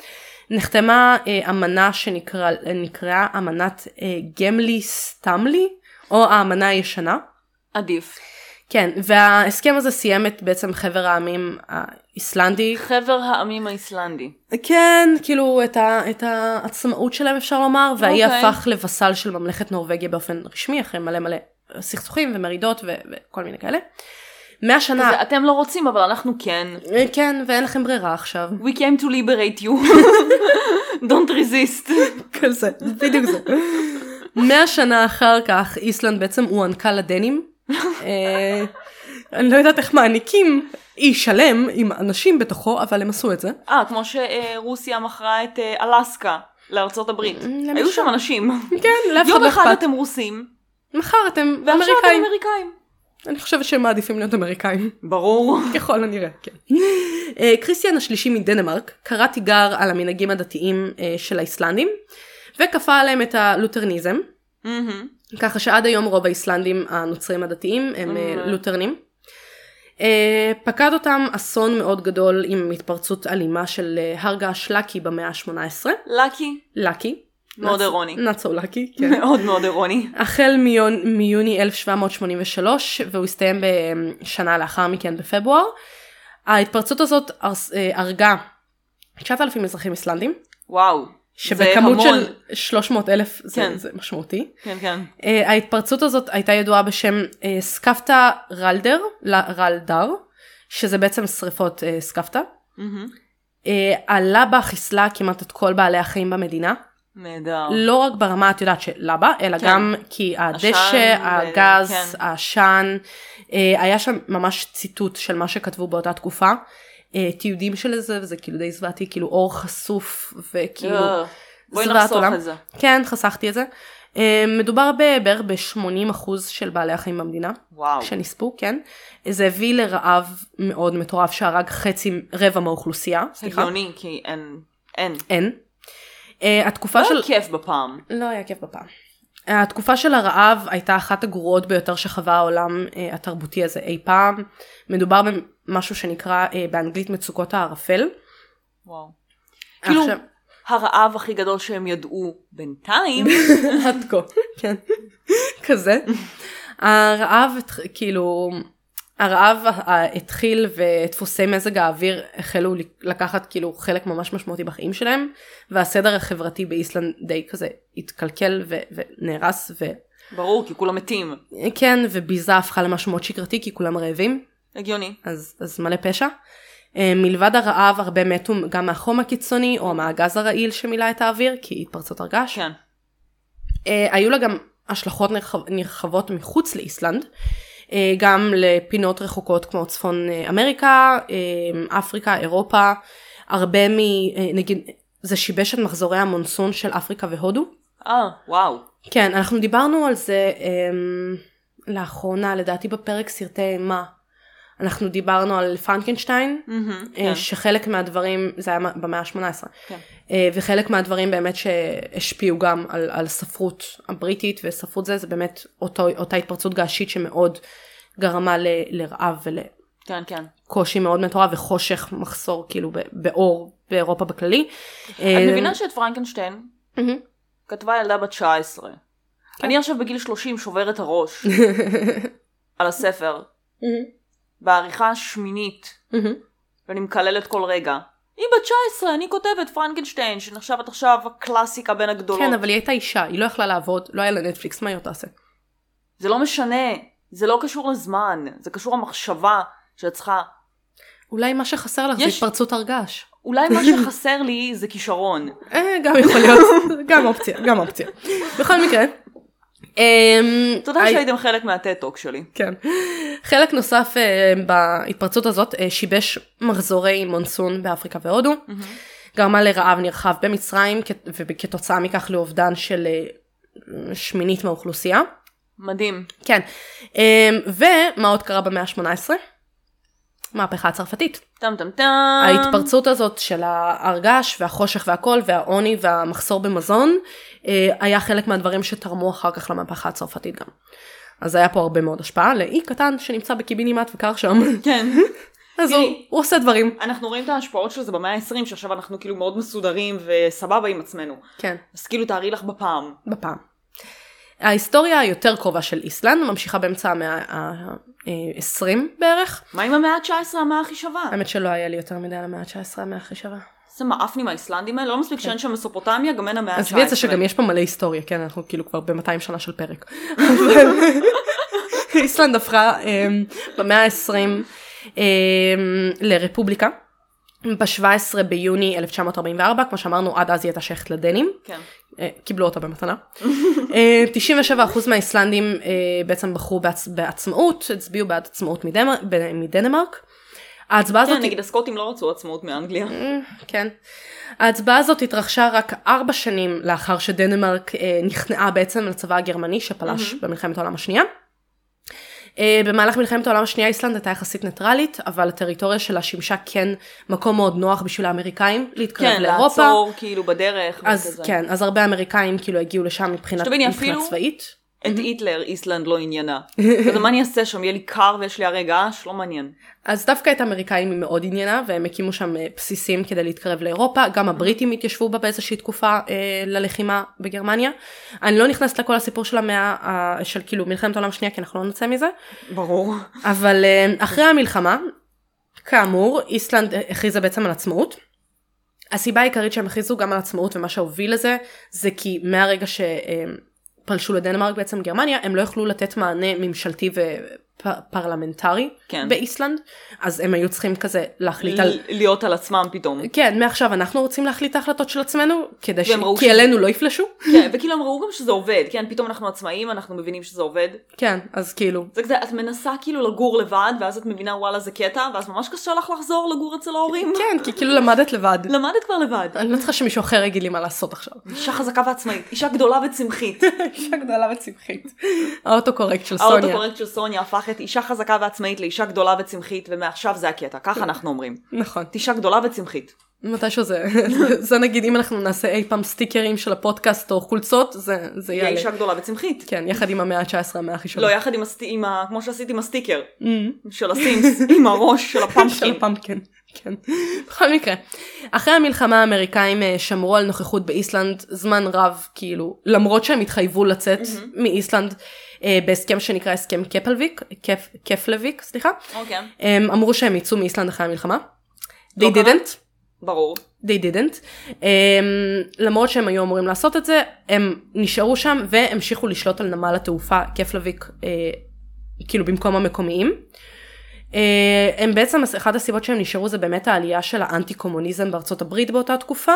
A: נחתמה אה, אמנה שנקראה אמנת אה, גמלי סטמלי, או האמנה הישנה.
B: עדיף.
A: כן, וההסכם הזה סיים את בעצם חבר העמים האיסלנדי.
B: חבר העמים האיסלנדי.
A: כן, כאילו את, ה, את העצמאות שלהם אפשר לומר, והאי okay.
B: אוקיי.
A: הפך לווסל של ממלכת נורבגיה באופן רשמי, אחרי מלא מלא סכסוכים ומרידות ו, וכל מיני כאלה. מהשנה,
B: כזה, אתם לא רוצים אבל אנחנו כן.
A: אה, כן, ואין לכם ברירה עכשיו.
B: We came to liberate you. Don't resist.
A: כזה, בדיוק זה. מאה שנה אחר כך איסלנד בעצם הוענקה לדנים. אה, אני לא יודעת איך מעניקים אי שלם עם אנשים בתוכו, אבל הם עשו את זה.
B: אה, כמו שרוסיה מכרה את אה, אלסקה. לארצות הברית.
A: למשל.
B: היו שם אנשים.
A: כן, לאף אחד
B: יום
A: לא
B: אחד
A: אכפת.
B: אתם רוסים,
A: מחר אתם
B: ועכשיו אתם
A: אמריקאים.
B: אמריקאים.
A: אני חושבת שהם מעדיפים להיות אמריקאים.
B: ברור.
A: ככל הנראה, כן. אה, כריסטיאן השלישי מדנמרק קרא תיגר על המנהגים הדתיים אה, של האיסלנדים, וכפה עליהם את הלותרניזם,
B: מהמם.
A: ככה שעד היום רוב האיסלנדים הנוצרים הדתיים הם אה,
B: אוקיי.
A: לותרנים. אה, פקד אותם אסון מאוד גדול עם התפרצות אלימה של אה, הר געש לקי במאה ה-18.
B: לקי.
A: לקי.
B: מאוד אירוני.
A: Not so lucky, כן.
B: מאוד מאוד אירוני.
A: החל מיון- מיוני 1783 והוא הסתיים בשנה לאחר מכן בפברואר. ההתפרצות הזאת הרס- אה, הרגה 9,000 אזרחים איסלנדים,
B: וואו.
A: שבכמות
B: המון.
A: של 300 אלף זה,
B: כן.
A: זה משמעותי.
B: כן, כן.
A: אה, ההתפרצות הזאת הייתה ידועה בשם אה, סקפטה רלדר, ל- רלדר, שזה בעצם שריפות אה, סקפטה.
B: מהמם.
A: אה, הלבה חיסלה כמעט את כל בעלי החיים במדינה.
B: נהדר.
A: לא רק ברמה את יודעת של לבה אלא
B: אה. כן.
A: גם כי הדשא,
B: עשן ו-
A: הגז,
B: כן.
A: העשן, אה, היה שם ממש ציטוט של מה שכתבו באותה תקופה. אה, תיעודים של זה וזה כאילו די זוועתי כאילו אור חשוף וכאילו
B: אה, בואי
A: זוועת
B: נחסוך
A: כאילו, עולם.
B: את זה.
A: כן חסכתי את זה. אה, מדובר ב- בערך ב-80% של בעלי החיים במדינה
B: וואו.
A: שנספו כן. זה הביא לרעב מאוד מטורף שהרג חצי רבע מהאוכלוסייה. סליחה.
B: הגיוני, כי אין. אין.
A: אין. אה, התקופה
B: לא
A: של...
B: היה כיף בפעם.
A: לא היה כיף בפעם. התקופה של הרעב הייתה אחת הגרועות ביותר שחווה העולם אה, התרבותי הזה אי פעם. מדובר במשהו שנקרא אה, באנגלית מצוקות הערפל.
B: וואו. כאילו,
A: עכשיו-
B: הרעב הכי גדול שהם ידעו בינתיים.
A: עד כה, כן, כזה. הרעב, התח- כאילו, הרעב ה- התחיל ודפוסי מזג האוויר החלו ל- לקחת כאילו חלק ממש משמעותי בחיים שלהם, והסדר החברתי באיסלנד די כזה התקלקל ו- ונהרס, וכן,
B: ברור, כי כולם מתים.
A: וביזה הפכה למשהו מאוד שגרתי כי כולם רעבים.
B: הגיוני.
A: אז, אז מלא פשע. אה, מלבד הרעב הרבה מתו גם מהחום הקיצוני או מהגז הרעיל שמילא את האוויר כי התפרצות הרגש.
B: כן.
A: אה, היו לה גם השלכות נרחב, נרחבות מחוץ לאיסלנד, אה, גם לפינות רחוקות כמו צפון אה, אמריקה, אה, אפריקה, אירופה, הרבה מ... אה, נגיד, זה שיבש את מחזורי המונסון של אפריקה והודו.
B: אה, וואו.
A: כן, אנחנו דיברנו על זה אמ, לאחרונה, לדעתי בפרק סרטי אימה. אנחנו דיברנו על פרנקנשטיין,
B: מהמם,
A: אה,
B: כן.
A: שחלק מהדברים, זה היה במאה ה-18,
B: כן.
A: וחלק מהדברים באמת שהשפיעו גם על, על ספרות הבריטית וספרות זה, זה באמת אותו, אותה התפרצות געשית שמאוד גרמה ל, לרעב ולקושי
B: כן, כן.
A: מאוד מטורף וחושך, מחסור כאילו ב, באור באירופה בכללי. אה,
B: את מבינה שאת פרנקנשטיין
A: מהמם.
B: כתבה ילדה בת 19.
A: כן.
B: אני עכשיו בגיל 30 שוברת את הראש על הספר, בעריכה השמינית, ואני מקללת כל רגע. היא בת 19, אני כותבת פרנקנשטיין, שנחשבת עכשיו הקלאסיקה בין הגדולות.
A: כן, אבל היא הייתה אישה, היא לא יכלה לעבוד, לא היה לה נטפליקס, מה היא עוד תעשה?
B: זה לא משנה, זה לא קשור לזמן, זה קשור למחשבה שאת צריכה...
A: אולי מה שחסר לך זה
B: יש-
A: התפרצות הרגש.
B: אולי מה שחסר לי זה כישרון.
A: אה, גם יכול להיות, גם אופציה, גם אופציה. בכל מקרה. אמ,
B: תודה
A: הי-
B: שהייתם חלק מהטט-טוק שלי.
A: כן. חלק נוסף אה, בהתפרצות הזאת אה, שיבש מחזורי מונסון באפריקה והודו, גרמה לרעב נרחב במצרים כ- וכתוצאה מכך לאובדן של אה, שמינית מהאוכלוסייה.
B: מדהים.
A: כן. אמ, ומה עוד קרה במאה ה-18? מהפכה הצרפתית.
B: טם טם טם.
A: ההתפרצות הזאת של ההרגש והחושך והכל והעוני והמחסור במזון אה, היה חלק מהדברים שתרמו אחר כך למהפכה הצרפתית גם. אז היה פה הרבה מאוד השפעה לאי קטן שנמצא בקיבינימט וקר שם.
B: כן.
A: אז הוא,
B: תראי.
A: הוא עושה דברים.
B: אנחנו רואים את ההשפעות של זה במאה ה-20, שעכשיו אנחנו כאילו מאוד מסודרים וסבבה עם עצמנו.
A: כן,
B: אז כאילו תארי לך בפעם.
A: בפעם. ההיסטוריה היותר קרובה של איסלנד ממשיכה באמצע המאה ה-20 בערך.
B: מה עם המאה ה-19, המאה הכי שווה?
A: האמת שלא היה לי יותר מדי על המאה ה-19 המאה הכי שווה.
B: איזה מעפנים האיסלנדים האלה, לא מספיק שאין שם מסופוטמיה, גם אין המאה ה-19.
A: עזבי את זה שגם יש פה מלא היסטוריה, כן, אנחנו כאילו כבר ב-200 שנה של פרק. אבל איסלנד הפכה אמ, במאה ה-20 לרפובליקה. ב-17 ביוני 1944, כמו שאמרנו, עד אז היא הייתה שייכת לדנים,
B: כן.
A: אה, קיבלו אותה במתנה. אה, 97% מהאיסלנדים אה, בעצם בחרו בעצ... בעצמאות, הצביעו בעד עצמאות מדמר... ב- מדנמרק. ההצבעה הזאת...
B: כן, נגיד הסקוטים לא רצו עצמאות מאנגליה.
A: אה, כן. ההצבעה הזאת התרחשה רק ארבע שנים לאחר שדנמרק אה, נכנעה בעצם לצבא הגרמני שפלש
B: מהמם.
A: במלחמת העולם השנייה. אה, במהלך מלחמת העולם השנייה איסלנד הייתה יחסית ניטרלית, אבל הטריטוריה שלה שימשה כן מקום מאוד נוח בשביל האמריקאים להתקרב
B: כן,
A: לאירופה.
B: לעצור כאילו בדרך.
A: אז
B: וכזה.
A: כן, אז הרבה אמריקאים כאילו הגיעו לשם מבחינת,
B: שתביני,
A: מבחינה
B: אפילו-
A: צבאית.
B: את היטלר איסלנד לא עניינה. אז מה אני אעשה שם? יהיה לי קר ויש לי הרי געש? לא מעניין.
A: אז דווקא את האמריקאים היא מאוד עניינה, והם הקימו שם אה, בסיסים כדי להתקרב לאירופה, גם הבריטים התיישבו בה באיזושהי תקופה אה, ללחימה בגרמניה. אני לא נכנסת לכל הסיפור של המאה, אה, של כאילו מלחמת העולם השנייה, כי אנחנו לא נצא מזה,
B: ברור.
A: אבל אה, אחרי המלחמה, כאמור, איסלנד אה, הכריזה בעצם על עצמאות. הסיבה העיקרית שהם הכריזו גם על עצמאות ומה שהוביל לזה, זה כי מהרגע שפלשו לדנמרק בעצם גרמניה, הם לא יכלו לתת מענה ממשלתי ופרלמנטרי
B: כן.
A: באיסלנד, אז הם היו צריכים כזה להחליט על...
B: ל- להיות על עצמם פתאום.
A: כן, מעכשיו אנחנו רוצים להחליט את ההחלטות של עצמנו, כדי ש...
B: והם ראו
A: כי
B: שזה-
A: עלינו לא יפלשו.
B: כן, וכאילו הם ראו גם שזה עובד. כן, פתאום אנחנו עצמאים, אנחנו מבינים שזה עובד.
A: כן, אז כאילו,
B: זה כזה, את מנסה כאילו לגור לבד, ואז את מבינה וואלה זה קטע, ואז ממש קשה לך לחזור לגור אצל ההורים.
A: כן, כי כאילו למדת לבד.
B: למדת כבר לבד.
A: אני לא צריכה שמישהו אחר יגיד לי מה לעשות עכשיו.
B: אישה חזקה ועצמאית, אישה גדולה וצמחית.
A: אישה גדולה וצמחית. האוטוקורקט של
B: האוטו
A: סוניה.
B: של סוניה הפך את אישה חזקה ועצמאית לאישה גדולה וצמחית, ומעכשיו זה הקטע, ככה אנחנו אומרים.
A: נכון.
B: את אישה גדולה וצמחית.
A: מתישהו זה, זה נגיד אם אנחנו נעשה אי פעם סטיקרים של הפודקאסט או חולצות, זה, זה
B: היא
A: יעלה.
B: אישה גדולה וצמחית.
A: כן, יחד עם המאה ה-19, המאה הכי
B: לא,
A: שונה.
B: יחד עם, הסט... עם ה... כמו שעשית עם הסטיקר
A: Mm.
B: של הסימס, עם הראש של
A: של
B: הפמפקין.
A: הפמפקין, כן. בכל מקרה, אחרי המלחמה האמריקאים אה, שמרו על נוכחות באיסלנד זמן רב, כאילו, למרות שהם התחייבו לצאת מאיסלנד אה, בהסכם שנקרא הסכם קפלוויק, קפ- קפלוויק, סליחה,
B: אוקיי.
A: הם אמרו שהם יצאו מאיסלנד אחרי המלחמה. They
B: לא קרה?
A: didn't.
B: ברור.
A: They didn't. Um, למרות שהם היו אמורים לעשות את זה, הם נשארו שם והמשיכו לשלוט על נמל התעופה קפלביק, uh, כאילו במקום המקומיים. Uh, הם בעצם, אחת הסיבות שהם נשארו זה באמת העלייה של האנטי קומוניזם בארצות הברית באותה תקופה.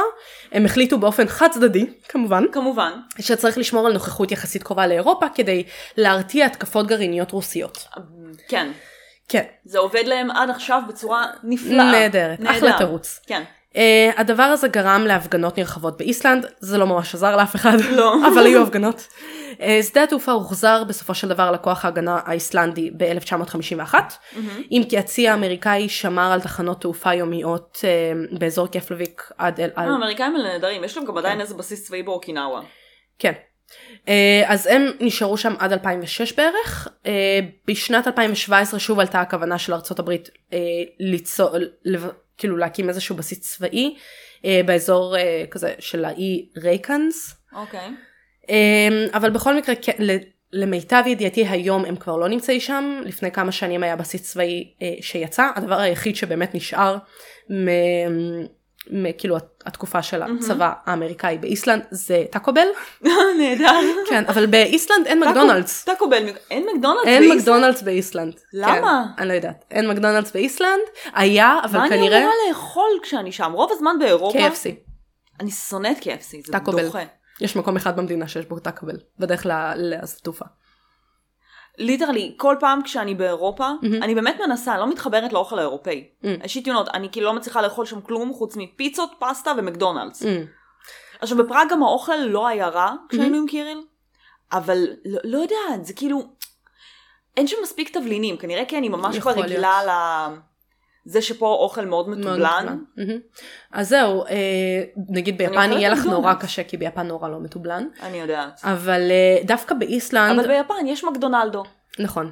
A: הם החליטו באופן חד צדדי, כמובן,
B: כמובן.
A: שצריך לשמור על נוכחות יחסית קרובה לאירופה כדי להרתיע התקפות גרעיניות רוסיות.
B: כן.
A: כן.
B: זה עובד להם עד עכשיו בצורה נפלאה.
A: נהדרת, אחלה
B: לא, נהדר.
A: תירוץ.
B: כן.
A: Uh, הדבר הזה גרם להפגנות נרחבות באיסלנד, זה לא ממש עזר לאף אחד,
B: לא.
A: אבל היו הפגנות. Uh, שדה התעופה הוחזר בסופו של דבר לכוח ההגנה האיסלנדי ב-1951, אם כי הצי האמריקאי שמר על תחנות תעופה יומיות uh, באזור קפלוויק עד אל... על...
B: האמריקאים האלה נהדרים, יש להם גם עדיין איזה בסיס צבאי באוקינאווה.
A: כן. Uh, אז הם נשארו שם עד 2006 בערך, uh, בשנת 2017 שוב עלתה הכוונה של ארצות הברית uh, ליצור, לב, כאילו להקים איזשהו בסיס צבאי uh, באזור uh, כזה של האי רייקנס.
B: אוקיי.
A: אמ, אבל בכל מקרה, כן, ל- למיטב ידיעתי היום הם כבר לא נמצאים שם, לפני כמה שנים היה בסיס צבאי אה, שיצא, הדבר היחיד שבאמת נשאר מ- מ- כאילו הת- התקופה של הצבא האמריקאי באיסלנד זה טאקו בל,
B: אה, נהדר.
A: כן, אבל באיסלנד אין מקדונלדס,
B: טאקו בל, מק- אין מקדונלדס?
A: אין
B: באיס-
A: מקדונלדס באיסלנד,
B: למה?
A: כן, אני לא יודעת, אין מקדונלדס באיסלנד, היה, אבל
B: מה אני
A: כנראה,
B: אמורה לאכול כשאני שם? רוב הזמן באירופה,
A: KFC,
B: אני שונאת KFC, זה
A: טאקו בל.
B: דוחה.
A: יש מקום אחד במדינה שיש בו טאקו בל, בדרך ל- לשדה תעופה.
B: ליטרלי, כל פעם כשאני באירופה,
A: מהמם.
B: אני באמת מנסה, אני לא מתחברת לאוכל האירופאי.
A: Mm.
B: יש לי טיונות, אני כאילו לא מצליחה לאכול שם כלום חוץ מפיצות, פסטה ומקדונלדס.
A: אמ,
B: עכשיו בפראג גם האוכל לא היה רע כשהיינו עם קיריל, אבל לא, לא יודעת, זה כאילו, אין שם מספיק תבלינים, כנראה כי אני ממש כבר
A: יכול
B: רגילה ל... זה שפה אוכל מאוד
A: מאוד
B: מתובלן.
A: מתובלן. אז זהו, אה, נגיד ביפן
B: אוכלת
A: יהיה לך
B: מקדונלדס.
A: נורא קשה, כי ביפן נורא לא מתובלן,
B: אני יודעת.
A: אבל אה, דווקא באיסלנד,
B: אבל ביפן יש מקדונלדו.
A: נכון.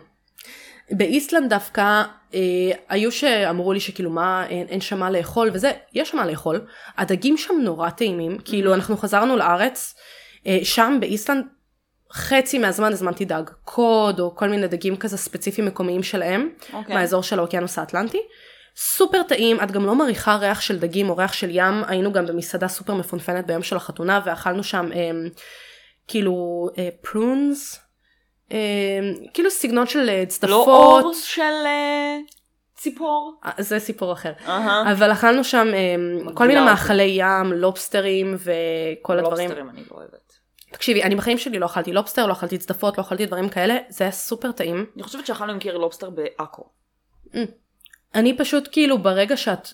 A: באיסלנד דווקא אה, היו שאמרו לי שכאילו מה אין, אין שם מה לאכול וזה, יש שם מה לאכול, הדגים שם נורא טעימים, כאילו אנחנו חזרנו לארץ, אה, שם באיסלנד חצי מהזמן הזמנתי דג, קוד או כל מיני דגים כזה ספציפיים מקומיים שלהם,
B: אוקיי.
A: מהאזור של האוקיינוס האטלנטי. סופר טעים, את גם לא מריחה ריח של דגים או ריח של ים, היינו גם במסעדה סופר מפונפנת ביום של החתונה ואכלנו שם אמ, כאילו פרונס, אמ, כאילו סגנון של אה, צדפות,
B: לא אור של אה, ציפור.
A: אה, זה סיפור אחר,
B: אהה.
A: אבל אכלנו שם אמ, כל
B: מגעילה
A: מיני
B: אותי.
A: מאכלי ים, לובסטרים וכל הדברים.
B: לובסטרים אני לא אוהבת.
A: תקשיבי, אני בחיים שלי לא אכלתי לובסטר, לא אכלתי צדפות, לא אכלתי דברים כאלה, זה היה סופר טעים.
B: אני חושבת שאכלנו עם קיריל לובסטר בעכו.
A: אני פשוט כאילו ברגע שאת...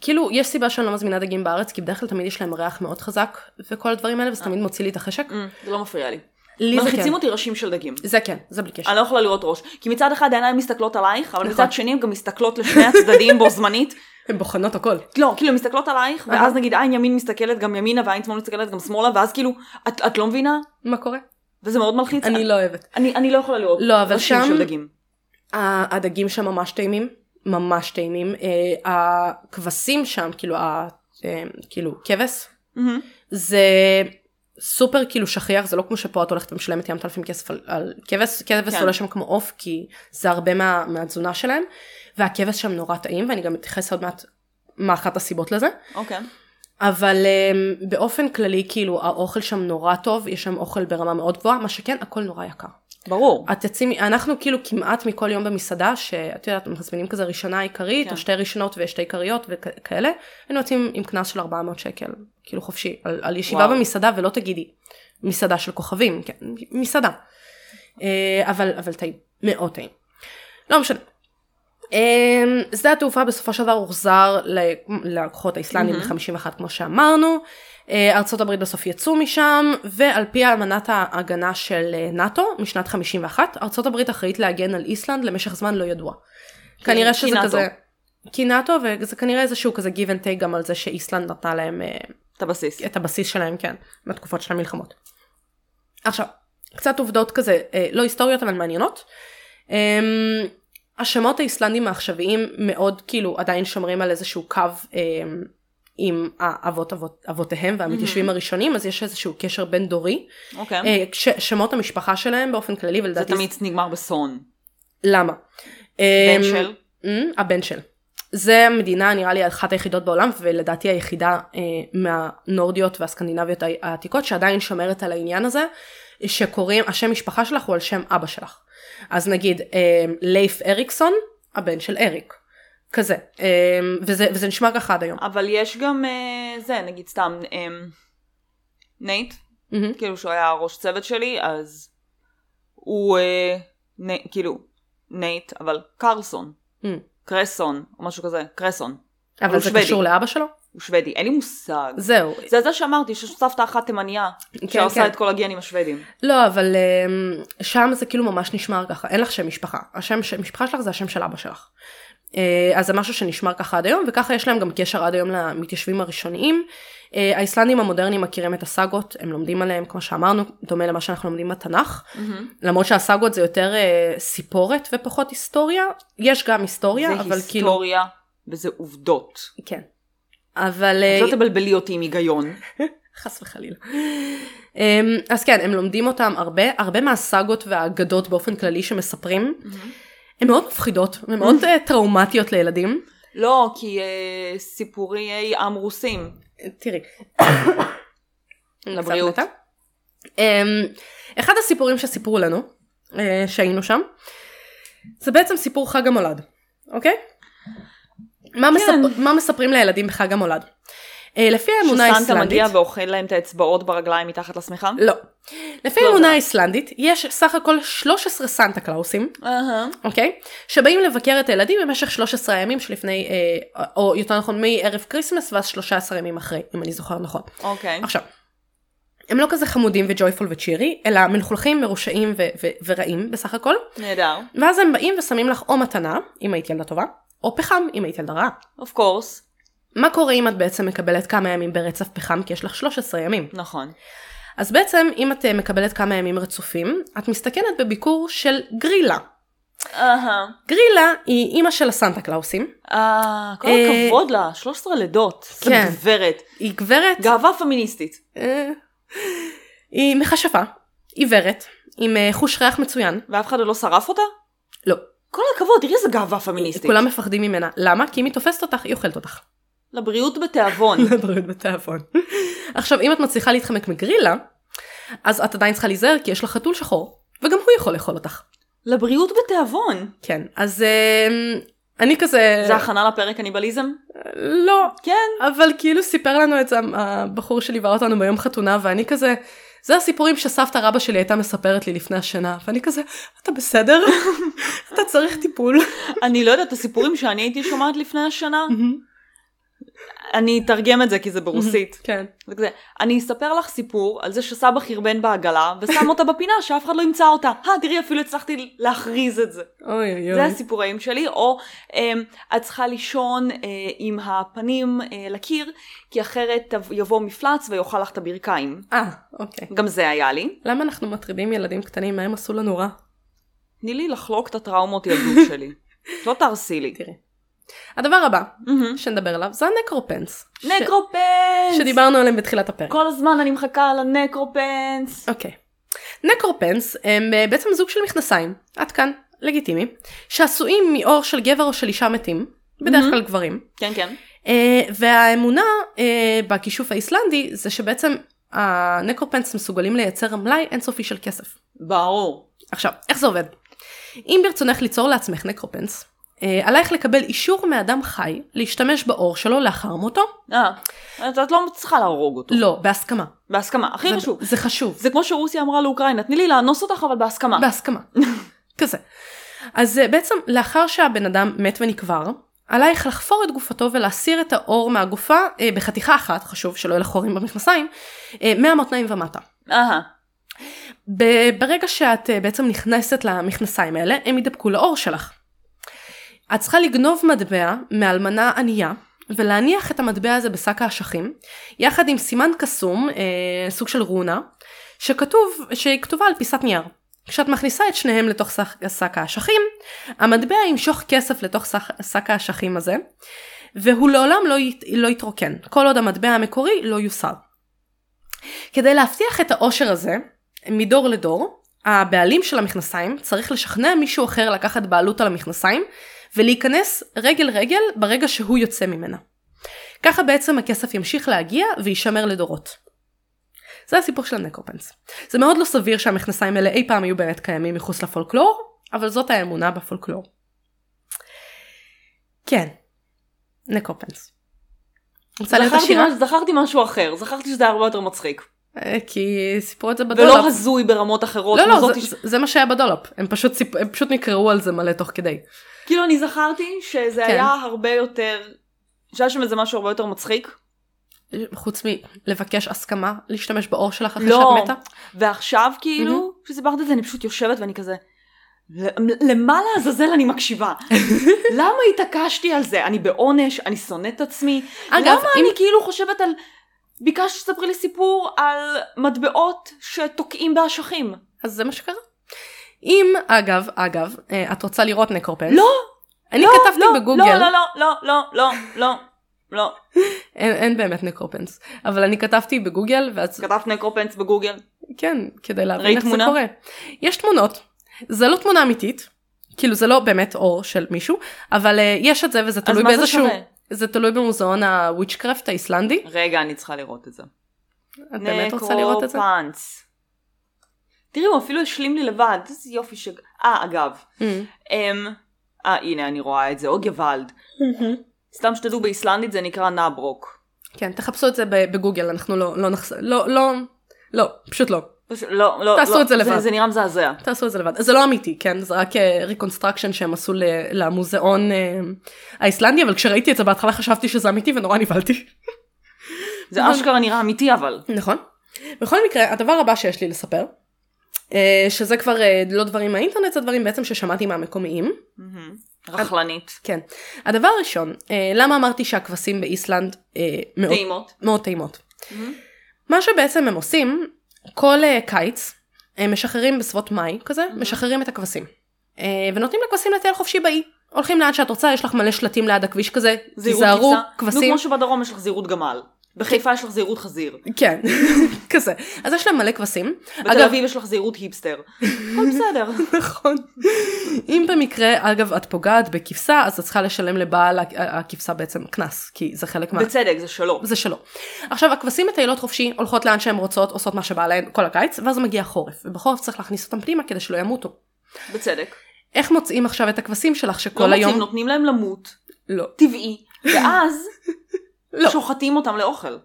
A: כאילו יש סיבה שאני לא מזמינה דגים בארץ כי בדרך כלל תמיד יש להם ריח מאוד חזק וכל הדברים האלה וזה תמיד מוציא לי את החשק.
B: Mm, זה לא מפריע לי.
A: אה. לי זה כן.
B: מלחיצים אותי ראשים של דגים.
A: זה כן, זה בלי קשר.
B: אני לא יכולה לראות ראש. כי מצד אחד העיניים מסתכלות עלייך,
A: נכון.
B: אבל מצד שני הן גם מסתכלות לשני הצדדים בו זמנית.
A: הן בוחנות הכל.
B: לא, כאילו הן מסתכלות עלייך,
A: נכון.
B: ואז נגיד עין ימין מסתכלת גם ימינה ועין שמאל מסתכלת גם שמאלה, ואז כאילו, את, את לא מבינה?
A: מה קורה?
B: וזה מאוד מלחיץ.
A: אני לא אוהבת.
B: אני, אני לא יכולה לראות
A: לא, אבל
B: ראשים
A: שם-
B: של דגים.
A: ה- הדגים שם ממש טעימים, ממש טעימים. אה, הכבשים שם, כאילו, ה- אה, כאילו, כבש,
B: מהמם.
A: זה סופר כאילו שכיח, זה לא כמו שפה את הולכת ומשלמת ים תלפים כסף על, על כבש, כבש
B: כן.
A: עולה שם כמו עוף, כי זה הרבה מה, מהתזונה שלהם, והכבש שם נורא טעים, ואני גם אתייחס עוד מעט מה אחת הסיבות לזה.
B: אוקיי.
A: אבל um, באופן כללי כאילו האוכל שם נורא טוב, יש שם אוכל ברמה מאוד גבוהה, מה שכן הכל נורא יקר.
B: ברור.
A: את תצאי, מ- אנחנו כאילו כמעט מכל יום במסעדה, שאת יודעת, מזמינים כזה ראשונה עיקרית,
B: כן.
A: או שתי ראשונות ושתי עיקריות וכאלה, היינו יוצאים עם קנס של 400 שקל, כאילו חופשי, על, על ישיבה
B: וואו.
A: במסעדה ולא תגידי, מסעדה של כוכבים, כן, מסעדה. אה, אבל, אבל טעים, מאוד טעים. לא משנה. אה, שדה התעופה בסופו של דבר הוחזר ל- ללקוחות האיסלנדים
B: מהמם.
A: ב-51 כמו שאמרנו, אה, ארצות הברית בסוף יצאו משם, ועל פי אמנת ההגנה של אה, נאט"ו משנת 51, ארצות הברית אחראית להגן על איסלנד למשך זמן לא ידוע. כנראה
B: כן, כי
A: שזה
B: נאט"ו.
A: כזה... כי נאט"ו, וזה כנראה איזשהו כזה give and take גם על זה שאיסלנד נתנה להם אה,
B: את הבסיס.
A: את הבסיס שלהם, כן, בתקופות של המלחמות. עכשיו, קצת עובדות כזה, אה, לא היסטוריות אבל מעניינות. אה, השמות האיסלנדים העכשוויים מאוד כאילו עדיין שומרים על איזשהו קו אה, עם האבות אבות, אבותיהם והמתיישבים
B: Mm-hmm.
A: הראשונים, אז יש איזשהו קשר בין דורי.
B: אוקיי.
A: אה, ש- שמות המשפחה שלהם באופן כללי,
B: זה
A: ולדעתי...
B: תמיד נגמר בסון.
A: אמ- למה?
B: בן
A: אה,
B: של.
A: אמ, הבן של. זה המדינה נראה לי אחת היחידות בעולם ולדעתי היחידה אה, מהנורדיות והסקנדינביות העתיקות שעדיין שומרת על העניין הזה שקוראים השם משפחה שלך הוא על שם אבא שלך. אז נגיד אה, לייף אריקסון הבן של אריק. כזה אה, וזה, וזה נשמע ככה עד היום.
B: אבל יש גם אה, זה, נגיד סתם, אה, נייט,
A: מהמם.
B: כאילו שהוא היה ראש צוות שלי, אז הוא, אה, ני- כאילו, נייט, אבל קרסון,
A: Mm.
B: קרסון, או משהו כזה, קרסון.
A: אבל
B: הוא
A: זה
B: שוודי.
A: קשור לאבא שלו?
B: הוא שוודי, אין לי מושג.
A: זהו.
B: זה זה שאמרתי, שיש סבתא אחת תימניה,
A: כן,
B: שעושה את כל הגנים השוודים.
A: לא, אבל אמ, שם זה כאילו ממש נשמר ככה, אין לך שם משפחה. השם שם משפחה שלך זה השם של אבא שלך. אה, אז זה משהו שנשמר ככה עד היום, וככה יש להם גם קשר עד היום למתיישבים הראשוניים. אה, האיסלנדים המודרניים מכירים את הסאגות, הם לומדים עליהם, כמו שאמרנו, דומה למה שאנחנו לומדים בתנ"ך.
B: Mm-hmm.
A: למרות שהסאגות זה יותר אה, סיפורת ופחות היסטוריה. יש גם היסטוריה,
B: זה
A: אבל כאילו...
B: היסטוריה, וזה עובדות.
A: כן. אבל... אה,
B: אז לא תבלבלי אותי עם היגיון.
A: חס וחלילה. אמ, אז כן, הם לומדים אותם הרבה, הרבה מהסאגות והאגדות באופן כללי שמספרים, הן מאוד מפחידות, הן מאוד אה, טראומטיות לילדים.
B: לא, כי אה, סיפורי עם רוסים.
A: תראי.
B: לבריאות.
A: קצת מתה. אמ, אחד הסיפורים שסיפרו לנו, אה, שהיינו שם, זה בעצם סיפור חג המולד, אוקיי? מה, מספ... מה מספרים לילדים בחג המולד? אה, לפי האמונה האיסלנדית...
B: שסנטה מגיע ואוכל להם את האצבעות ברגליים מתחת לשמיכה?
A: לא. לפי
B: לא
A: האמונה
B: יודעת.
A: האיסלנדית, יש סך הכל 13 סנטה קלאוסים,
B: אהה.
A: אוקיי? שבאים לבקר את הילדים במשך 13 הימים שלפני, אה, או יותר נכון, מערב כריסמס ואז 13 ימים אחרי, אם אני זוכר נכון.
B: אוקיי.
A: עכשיו, הם לא כזה חמודים וג'ויפול וצ'ירי, אלא מלוכלכים, מרושעים ו- ו- ורעים בסך הכל,
B: נהדר.
A: ואז הם באים ושמים לך או מתנה, אם היית ילדה טובה, או פחם, אם היית ילדה רעה.
B: אוף קורס.
A: מה קורה אם את בעצם מקבלת כמה ימים ברצף פחם, כי יש לך 13 ימים?
B: נכון.
A: אז בעצם אם את אה, מקבלת כמה ימים רצופים, את מסתכנת בביקור של גרילה.
B: אהה.
A: גרילה היא אימא של הסנטה קלאוסים,
B: אה, כל
A: אה,
B: הכבוד לה, 13 לידות. זה
A: כן.
B: גברת.
A: היא גברת,
B: גאווה פמיניסטית.
A: אה, היא מכשפה, עיוורת, עם אה, חוש ריח מצוין,
B: ואף אחד עוד לא שרף אותה?
A: לא,
B: כל הכבוד, תראי איזה גאווה פמיניסטית.
A: כולם מפחדים ממנה, למה? כי אם היא תופסת אותך, היא אוכלת אותך.
B: לבריאות בתיאבון.
A: לבריאות בתיאבון. עכשיו, אם את מצליחה להתחמק מגרילה, אז את עדיין צריכה להיזהר, כי יש לך חתול שחור, וגם הוא יכול לאכול אותך.
B: לבריאות בתיאבון.
A: כן, אז אה, אני כזה...
B: זה הכנה לפרק קניבליזם?
A: לא,
B: כן.
A: אבל כאילו סיפר לנו את זה הבחור שליווה אותנו ביום חתונה ואני כזה זה הסיפורים שסבתא רבא שלי הייתה מספרת לי לפני השנה, ואני כזה, אתה בסדר? אתה צריך טיפול.
B: אני לא יודעת, הסיפורים שאני הייתי שומעת לפני השנה, אני אתרגם את זה כי זה ברוסית.
A: כן.
B: זה כזה, אני אספר לך סיפור על זה שסבא חרבן בעגלה ושם אותה בפינה שאף אחד לא ימצא אותה. אה, תראי, אפילו הצלחתי להכריז את זה.
A: אוי אוי
B: זה
A: אוי.
B: הסיפוראים שלי, או אמ, את צריכה לישון אה, עם הפנים אה, לקיר, כי אחרת תב- יבוא מפלץ ויאכל לך את הברכיים.
A: אה, אוקיי.
B: גם זה היה לי.
A: למה אנחנו מטרידים ילדים קטנים? מה הם עשו לנו רע?
B: תני לי לחלוק את הטראומות ילדות שלי. לא תהרסי לי.
A: תראי. הדבר הבא
B: מהמם.
A: שנדבר עליו זה הנקרופנס. ש-
B: Mm-hmm. נקרופנס!
A: שדיברנו עליהם בתחילת הפרק.
B: כל הזמן אני מחכה לנקרופנס.
A: אוקיי. נקרופנס הם אה, בעצם זוג של מכנסיים, עד כאן, לגיטימי, שעשויים מעור של גבר או של אישה מתים, בדרך
B: מהמם.
A: כלל גברים,
B: כן, כן.
A: אה, והאמונה אה, בכישוף האיסלנדי זה שבעצם הנקרופנס מסוגלים לייצר מלאי אינסופי של כסף.
B: ברור.
A: עכשיו, איך זה עובד? אם ברצונך ליצור לעצמך נקרופנס, אה, עלייך לקבל אישור מאדם חי להשתמש בעור שלו לאחר מותו.
B: אה, את את לא צריכה להרוג אותו.
A: לא, בהסכמה.
B: בהסכמה, הכי
A: זה-
B: חשוב.
A: זה חשוב.
B: זה כמו שרוסיה אמרה לאוקראינה, תני לי לאנוס אותך אבל בהסכמה.
A: בהסכמה. כזה. אז אה, בעצם לאחר שהבן אדם מת ונקבר, עלייך לחפור את גופתו ולהסיר את האור מהגופה אה, בחתיכה אחת, חשוב שלא יהיו לך חורים במכנסיים, אה, מהמותניים ומטה.
B: אהה.
A: ב- ברגע שאת אה, בעצם נכנסת למכנסיים האלה, הם ידבקו לאור שלך. את צריכה לגנוב מטבע מאלמנה ענייה. ולהניח את המטבע הזה בשק האשכים, יחד עם סימן קסום, אה, סוג של רונה, שכתוב, שהיא כתובה על פיסת נייר. כשאת מכניסה את שניהם לתוך שק- שק האשכים, המטבע ימשוך כסף לתוך שק- שק האשכים הזה, והוא לעולם לא, ית, לא יתרוקן, כל עוד המטבע המקורי לא יוסר. כדי להבטיח את העושר הזה, מדור לדור, הבעלים של המכנסיים צריך לשכנע מישהו אחר לקחת בעלות על המכנסיים, ולהיכנס רגל רגל ברגע שהוא יוצא ממנה. ככה בעצם הכסף ימשיך להגיע ויישמר לדורות. זה הסיפור של הנקרופנס. זה מאוד לא סביר שהמכנסיים האלה אי פעם היו באמת קיימים מחוץ לפולקלור, אבל זאת האמונה בפולקלור. כן, נקרופנס. רוצה להיות
B: זכרתי
A: עשירה?
B: מש- זכרתי משהו אחר, זכרתי שזה היה הרבה יותר מצחיק.
A: אה, כי סיפרו את זה בדולר.
B: ולא הזוי ברמות אחרות.
A: לא,
B: כמו
A: לא,
B: זאת
A: זה,
B: ש-
A: זה, זה מה שהיה בדולאפ, הם פשוט, סיפ... הם פשוט נקראו על זה מלא תוך כדי.
B: כאילו אני זכרתי שזה
A: כן.
B: היה הרבה יותר, שהיה שם איזה משהו הרבה יותר מצחיק.
A: חוץ מלבקש הסכמה להשתמש בעור שלך אחרי
B: לא.
A: שאת מתה.
B: ועכשיו כאילו, כשסיפרת את זה אני פשוט יושבת ואני כזה, "ל- למה לעזאזל אני מקשיבה? למה התעקשתי על זה? אני בעונש, אני שונאת את עצמי.
A: אגב,
B: למה
A: אם...
B: אני כאילו חושבת על... ביקשת שתספרי לי סיפור על מטבעות שתוקעים באשכים.
A: אז זה מה שקרה. אם, אגב, אגב, אה, את רוצה לראות נקרופנס.
B: לא,
A: אני
B: לא,
A: כתבתי
B: לא,
A: בגוגל,
B: לא, לא, לא, לא, לא, לא, לא.
A: אין, אין באמת נקרופנס, אבל אני כתבתי בגוגל, ואז
B: כתבת נקרופנס בגוגל.
A: כן, כדי להבין
B: ראית
A: איך
B: תמונה?
A: זה קורה. יש תמונות, זה לא תמונה אמיתית, כאילו זה לא באמת אור של מישהו, אבל אה, יש את זה וזה
B: אז
A: תלוי
B: מה זה
A: באיזשהו...
B: שווה?
A: זה תלוי במוזיאון הוויצ'קרפט האיסלנדי.
B: רגע, אני צריכה לראות את זה.
A: את באמת רוצה לראות את זה?
B: נקרופנס. תראי, הוא אפילו השלים לי לבד. איזה יופי ש... אה, אגב.
A: Mm.
B: אמ... אה, הנה, אני רואה את זה. או גוואלד. סתם שתדעו, באיסלנדית זה נקרא נברוק.
A: כן, תחפשו את זה ב- בגוגל, אנחנו לא, לא נחס... לא, לא, לא, פשוט לא.
B: פשוט- לא, לא,
A: תעשו
B: לא.
A: את זה לבד.
B: זה נראה מזעזע.
A: תעשו את זה לבד. זה לא אמיתי, כן? זה רק ריקונסטרקשן שהם עשו ל- למוזיאון אה, האיסלנדי, אבל כשראיתי את זה בהתחלה חשבתי שזה אמיתי ונורא נבהלתי.
B: זה
A: אבל-
B: אשכרה נראה אמיתי אבל.
A: נכון. בכל מקרה, הדבר הבא שיש לי לספר, אה, שזה כבר אה, לא דברים מהאינטרנט, זה דברים בעצם ששמעתי מהמקומיים.
B: רכלנית.
A: כן. הדבר הראשון, אה, למה אמרתי שהכבשים באיסלנד אה, מאוד
B: טעימות.
A: מאוד טעימות. מה שבעצם הם עושים, כל אה, קיץ, הם משחררים בסביבות מאי כזה,
B: Mhm.
A: משחררים את הכבשים. אה, ונותנים לכבשים לטייל חופשי באי. הולכים לאן שאת רוצה, יש לך מלא שלטים ליד הכביש כזה,
B: זהירות
A: תיזהרו,
B: כבשה. נו,
A: כבשים.
B: כמו שבדרום יש לך זהירות גמל. בחיפה יש לך זהירות חזיר.
A: כן, כזה. אז יש להם מלא כבשים.
B: בתל אביב יש לך זהירות היפסטר. הכל בסדר.
A: נכון. אם במקרה, אגב, את פוגעת בכבשה, אז את צריכה לשלם לבעל הכ- הכבשה בעצם קנס, כי זה חלק מה...
B: בצדק, זה שלו.
A: זה שלו. עכשיו הכבשים מטיילות חופשי, הולכות לאן שהן רוצות, עושות מה שבא להן כל הקיץ, ואז מגיע חורף, ובחורף צריך להכניס אותם פנימה כדי שלא ימותו.
B: בצדק.
A: איך מוצאים עכשיו את הכבשים שלך שכל
B: לא
A: היום...
B: מוצאים, נותנים להם למות.
A: לא.
B: טבעי. ואז
A: לא.
B: שוחטים אותם לאוכל.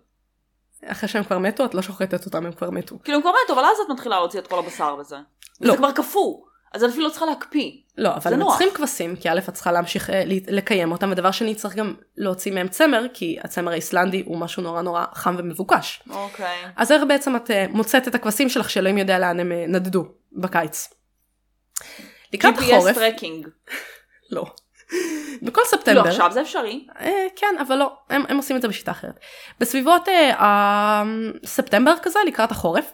A: אחרי שהם כבר מתו, את לא שוחטת אותם, הם כבר מתו.
B: כאילו, כבר מתו, אבל אז את מתחילה להוציא את כל הבשר וזה.
A: לא.
B: זה כבר קפוא, אז את אפילו לא צריכה להקפיא.
A: לא, אבל
B: זה
A: הם
B: נוח.
A: צריכים כבשים, כי א', את צריכה להמשיך אה, ל- לקיים אותם, ודבר שני, צריך גם להוציא מהם צמר, כי הצמר האיסלנדי הוא משהו נורא נורא חם ומבוקש.
B: אוקיי.
A: אז איך בעצם את אה, מוצאת את הכבשים שלך, שאלוהים יודע לאן הם אה, נדדו בקיץ. לקראת החורף,
B: GPS טרקינג.
A: לא. בכל
B: כאילו,
A: ספטמבר,
B: עכשיו זה אפשרי.
A: אה, כן, אבל לא, הם, הם עושים את זה בשיטה אחרת. בסביבות אה, ה- ספטמבר כזה, לקראת החורף,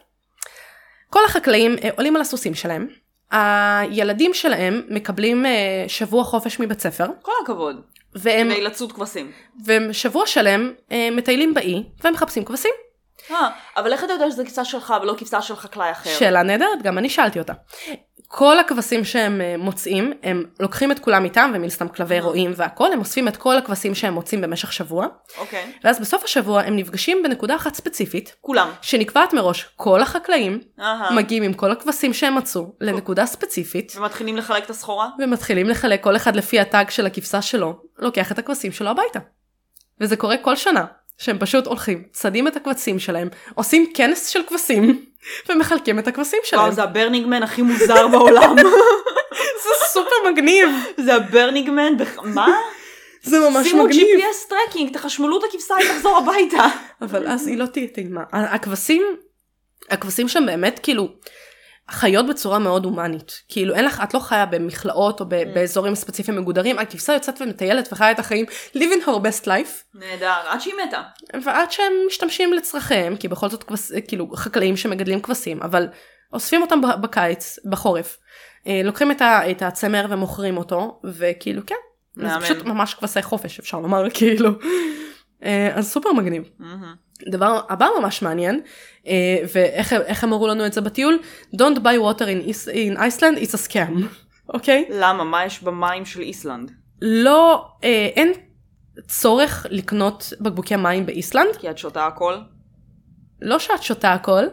A: כל החקלאים אה, עולים על הסוסים שלהם, הילדים שלהם מקבלים אה, שבוע חופש מבית ספר,
B: כל הכבוד.
A: והם,
B: כדי לצוד כבשים.
A: והם שבוע שלם אה, מטיילים באי ומחפשים כבשים.
B: אה, אבל איך אתה יודע שזו כבשה שלך ולא כבשה של חקלאי אחר?
A: שאלה נהדרת, גם אני שאלתי אותה. כל הכבשים שהם אה, מוצאים, הם לוקחים את כולם איתם, ומן סתם כלבי רועים והכל, הם אוספים את כל הכבשים שהם מוצאים במשך שבוע,
B: אוקיי.
A: ואז בסוף השבוע הם נפגשים בנקודה אחת ספציפית,
B: כולם.
A: שנקבעת מראש, כל החקלאים
B: אהה.
A: מגיעים עם כל הכבשים שהם מצאו לנקודה ספציפית,
B: ומתחילים לחלק את הסחורה?
A: ומתחילים לחלק כל אחד לפי הטאג של הכבשה שלו, לוקח את הכבשים שלו הביתה. וזה קורה כל שנה, שהם פשוט הולכים, צדים את הכבשים שלהם, עושים כנס של כבשים, ומחלקים את הכבשים שלהם.
B: וואו, זה הברנינגמן הכי מוזר בעולם.
A: זה סופר מגניב,
B: זה הברנינגמן, מה?
A: זה ממש
B: שימו
A: מגניב.
B: GPS טרקינג, תחשמלו את הכבשה, היא תחזור הביתה.
A: אבל אז היא לא תהיה טעימה. ה- הכבשים, הכבשים שם באמת כאילו חיות בצורה מאוד הומנית. כאילו אין לך, את לא חיה במכלאות או ב- באזורים ספציפיים מגודרים, הכבשה יוצאת ומטיילת וחיה את החיים living her best life,
B: נהדר, עד שהיא מתה.
A: ועד שהם משתמשים לצרכיהם, כי בכל זאת כבש, כאילו חקלאים שמגדלים כבשים, אבל אוספים אותם ב- בקיץ, בחורף. אה, לוקחים את, ה, את הצמר ומוכרים אותו, וכאילו כן, זה
B: מהמם.
A: פשוט ממש כבשי חופש אפשר לומר, כאילו. אה, אז סופר מגניב.
B: מהמם.
A: דבר הבא ממש מעניין, אה, ואיך איך הם אמרו לנו את זה בטיול, Don't buy water in, Is- in Iceland, it's a scam, אוקיי?
B: למה? מה יש במים של איסלנד?
A: לא, אה, אין צורך לקנות בקבוקי מים באיסלנד,
B: כי את שותה הכל?
A: לא שאת שותה הכל,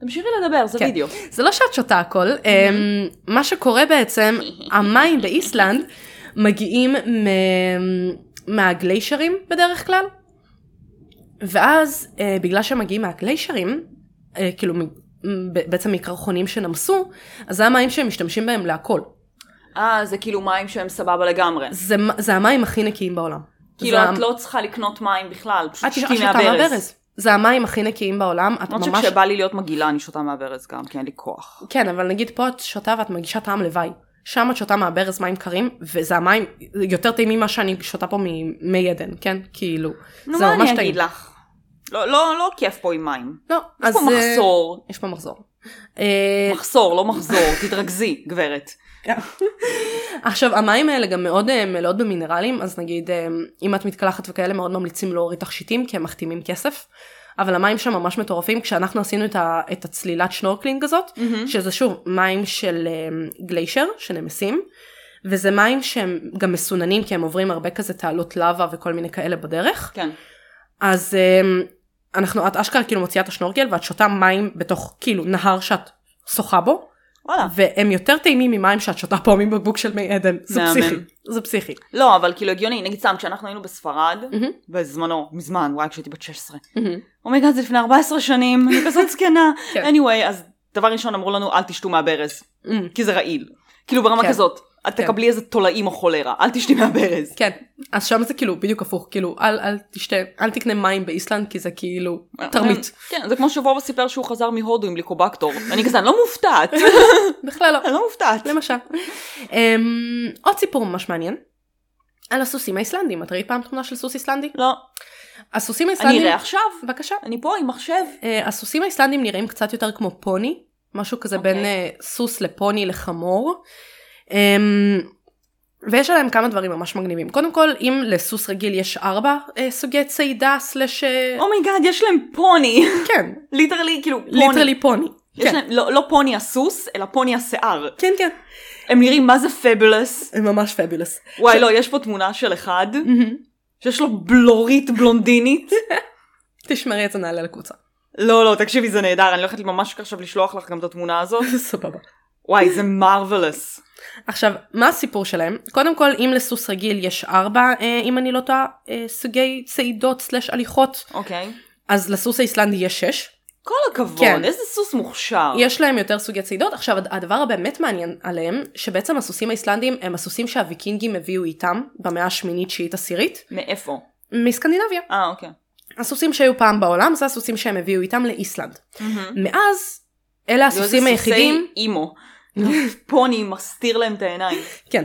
B: תמשיכי לדבר, זה
A: כן.
B: וידאו.
A: זה לא שאת שותה הכל, אה,
B: Mm-hmm.
A: מה שקורה בעצם, המים באיסלנד מגיעים מ- מהגליישרים בדרך כלל, ואז אה, בגלל שהם מגיעים מהגליישרים, אה, כאילו מ- מ- ב- בעצם מקרחונים שנמסו, אז זה המים שהם משתמשים בהם להכל.
B: אה, זה כאילו מים שהם סבבה לגמרי.
A: זה, מ- זה המים הכי נקיים בעולם.
B: כאילו
A: זה
B: את
A: ה-
B: לא צריכה לקנות מים בכלל, פשוט
A: את
B: תשתי
A: שותה
B: מהברז.
A: אה, מהברז. זה המים הכי נקיים בעולם, את
B: למרות
A: ממש...
B: שכשבא לי להיות מגעילה אני שותה מהברז גם, כי אין לי כוח.
A: כן, אבל נגיד פה את שותה ואת מגישה טעם לוואי. שם את שותה מהברז מים קרים, וזה המים יותר טעימים ממה שאני שותה פה ממי עדן, כן? כאילו,
B: נו,
A: זה
B: מה
A: ממש
B: אני
A: טעים.
B: אגיד לך? לא- לא לא כיף פה עם מים.
A: לא,
B: יש
A: אז...
B: פה
A: אה,
B: מחסור.
A: יש פה מחזור. אה,
B: מחסור, לא מחזור, תתרכזי, גברת.
A: עכשיו, המים האלה גם מאוד אה, מלאות במינרלים, אז נגיד, אה, אם את מתקלחת וכאלה, מאוד ממליצים להוריד תכשיטים, כי הם מחתימים כסף. אבל המים שם ממש מטורפים, כשאנחנו עשינו את, ה, את הצלילת שנורקלינג הזאת,
B: מהמם.
A: שזה שוב מים של אה, גליישר, שנמסים, וזה מים שהם גם מסוננים, כי הם עוברים הרבה כזה תעלות לאווה וכל מיני כאלה בדרך.
B: כן.
A: אז אה, אנחנו, את אשכרה כאילו מוציאה את השנורקל, ואת שותה מים בתוך כאילו נהר שאת שוחה בו,
B: וואלה.
A: והם יותר טעימים ממים שאת שותה פה מבקבוק של מי עדן. זה
B: מהמם.
A: פסיכי. זה פסיכי.
B: לא, אבל כאילו הגיוני, נגיד סתם, כשאנחנו היינו בספרד,
A: מהמם.
B: בזמנו, מזמן, וואי, כשהייתי בת 16. אומייגאד, זה לפני 14 שנים, אני כזאת זקנה.
A: כן.
B: anyway, אז דבר ראשון אמרו לנו, אל תשתו מהברז,
A: מהמם.
B: כי זה רעיל. כאילו ברמה
A: כן.
B: כזאת, את
A: כן.
B: תקבלי איזה תולעים או חולרה, אל תשתי מהברז.
A: כן, אז שם זה כאילו בדיוק הפוך, כאילו אל, אל תשתה, אל תקנה מים באיסלנד כי זה כאילו תרמית.
B: כן, זה כמו שבובה סיפר שהוא חזר מהודו עם ליקובקטור. אני כזה, אני לא מופתעת.
A: בכלל לא,
B: אני לא מופתעת.
A: למשל. אמ, עוד סיפור ממש מעניין, על הסוסים האיסלנדים, את ראית פעם תמונה של סוס איסלנדי?
B: לא,
A: הסוסים
B: אני
A: האיסלנדים,
B: אראה עכשיו.
A: בבקשה.
B: אני פה עם מחשב.
A: אה, הסוסים האיסלנדים נראים קצת יותר כמו פוני, משהו כזה בין אה,
B: אוקיי.
A: סוס לפוני לחמור. אמ, ויש עליהם כמה דברים ממש מגניבים. קודם כל, אם לסוס רגיל יש ארבע אה, סוגי צידה, סלאש... אה,
B: אומייגאד, יש להם פוני.
A: כן,
B: ליטרלי, כאילו, פוני.
A: ליטרלי פוני.
B: יש להם, לא לא פוני הסוס, אלא פוני השיער.
A: כן, כן.
B: הם נראים מה זה פבלס.
A: הם ממש פבילוס.
B: וואי, לא, יש פה תמונה של אחד, שיש לו בלורית בלונדינית.
A: תשמרי את זה נעלה לקבוצה.
B: לא, לא, תקשיבי, זה נהדר, אני הולכת ממש עכשיו לשלוח לך גם את התמונה הזאת.
A: סבבה.
B: וואי, זה מרוולס.
A: עכשיו, מה הסיפור שלהם? קודם כל, אם לסוס רגיל יש ארבע, אה, אם אני לא טועה, אה, סוגי צעידות סלש הליכות,
B: אוקיי.
A: אז לסוס האיסלנדי יש שש.
B: כל הכבוד,
A: כן.
B: איזה סוס מוכשר.
A: יש להם יותר סוגי צידות. עכשיו, הד- הדבר הבאמת מעניין עליהם, שבעצם הסוסים האיסלנדים הם הסוסים שהוויקינגים הביאו איתם במאה השמינית, תשיעית, עשירית,
B: מאיפה?
A: מסקנדינביה.
B: אה, אוקיי.
A: הסוסים שהיו פעם בעולם זה הסוסים שהם הביאו איתם לאיסלנד. מאז, אלה הסוסים היחידים,
B: סוסי אימו. פוני מסתיר להם את העיניים.
A: כן,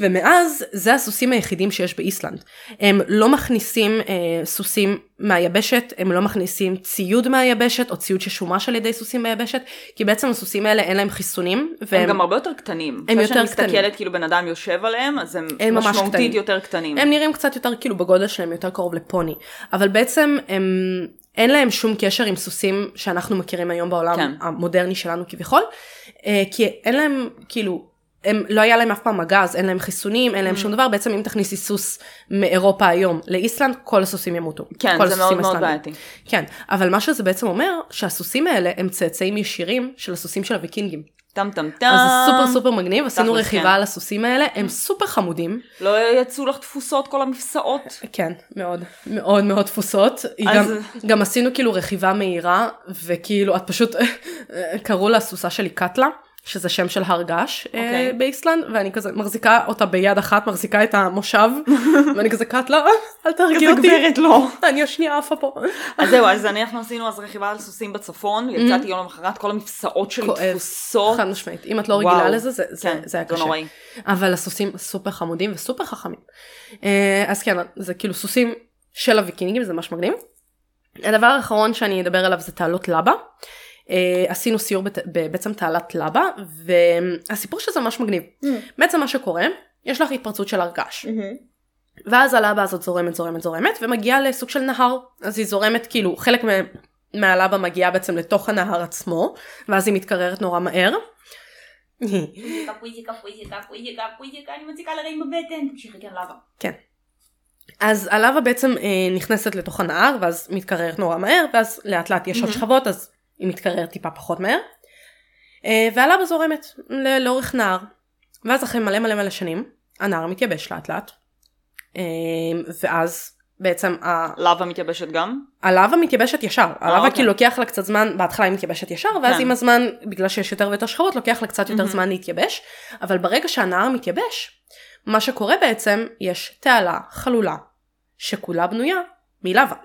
A: ומאז זה הסוסים היחידים שיש באיסלנד. הם לא מכניסים אה, סוסים מהיבשת, הם לא מכניסים ציוד מהיבשת או ציוד ששומש על ידי סוסים ביבשת, כי בעצם הסוסים האלה אין להם חיסונים,
B: הם גם הרבה יותר קטנים. הם
A: יותר
B: כשאני
A: קטנים.
B: מסתכלת כאילו בן אדם יושב עליהם, אז הם,
A: הם ממש
B: משמעותית
A: קטנים.
B: יותר קטנים.
A: הם נראים קצת יותר כאילו בגודל שלהם יותר קרוב לפוני אבל בעצם הם אין להם שום קשר עם סוסים שאנחנו מכירים היום בעולם
B: כן.
A: כן. המודרני שלנו כביכול אה, כי אין להם כאילו. הם, לא היה להם אף פעם מגע, אז אין להם חיסונים, אין להם
B: Mm.
A: שום דבר, בעצם אם תכניסי סוס מאירופה היום לאיסלנד, כל הסוסים ימותו.
B: כן,
A: כל
B: זה
A: הסוסים
B: מאוד מאוד
A: האיסלנדים.
B: בעייתי.
A: כן, אבל מה שזה בעצם אומר, שהסוסים האלה הם צאצאים ישירים של הסוסים של הוויקינגים.
B: טם טם טם.
A: אז אה, זה סופר סופר מגניב, עשינו
B: אה, תכלס, כן. Mm.
A: רכיבה על הסוסים האלה, הם סופר חמודים.
B: לא יצאו לך תפוסות כל המפסעות.
A: כן, מאוד, מאוד מאוד תפוסות. היא
B: אז-
A: גם, גם עשינו כאילו רכיבה מהירה, וכאילו את פשוט, קראו לה הסוסה שלי קטלה, שזה שם של הר געש
B: אוקיי.
A: okay. באיסלנד, ואני כזה מחזיקה אותה ביד אחת, מחזיקה את המושב, ואני כזה קטלה, אה, אל תרגי
B: כזה
A: אותי,
B: גברת לא.
A: אני השנייה עפה פה.
B: אז זהו, אז אני- אנחנו עשינו אז רכיבה על סוסים בצפון, יצאתי יום למחרת, כל המפסעות שלי
A: Mm-hmm. כואב.
B: תפוסות.
A: חד משמעית, אם את לא רגילה
B: וואו.
A: לזה, זה, זה,
B: כן,
A: זה היה
B: זה
A: קשה.
B: נוראי.
A: אבל הסוסים סופר חמודים וסופר חכמים. אה, אז כן, זה כאילו סוסים של הוויקינגים, זה ממש מגניב. הדבר האחרון שאני אדבר עליו זה תעלות לבה. אה, עשינו סיור בת, ב- בעצם תעלת לבה, והסיפור של זה ממש מגניב. בעצם מה שקורה, יש לך התפרצות של הרגש, ואז הלבה הזאת זורמת, זורמת, זורמת, ומגיעה לסוג של נהר. אז היא זורמת, כאילו, חלק מה- מהלבה מגיעה בעצם לתוך הנהר עצמו, ואז היא מתקררת נורא מהר.
C: פויזיקה, פויזיקה, פויזיקה, פויזיקה, פויזיקה, אני מציקה לרעים בבטן. תמשיכי כן לבה.
A: אז הלבה בעצם אה, נכנסת לתוך הנהר ואז מתקררת נורא מהר ואז לאט לאט יש עוד שכבות אז היא מתקררת טיפה פחות מהר. אה, והלבה זורמת ל- לאורך נהר. ואז אחרי מלא מלא מלא שנים הנהר מתייבש לאט לאט. אה, ואז בעצם ה-
B: לבה מתייבשת גם?
A: הלבה מתייבשת ישר. הלבה
B: אוקיי.
A: כאילו לוקח לה קצת זמן בהתחלה היא מתייבשת ישר ואז
B: כן.
A: עם הזמן בגלל שיש יותר ויותר שכבות לוקח לה קצת יותר
B: מהמם.
A: זמן להתייבש. אבל ברגע שהנהר מתייבש מה שקורה בעצם, יש תעלה חלולה, שכולה בנויה מלאבה.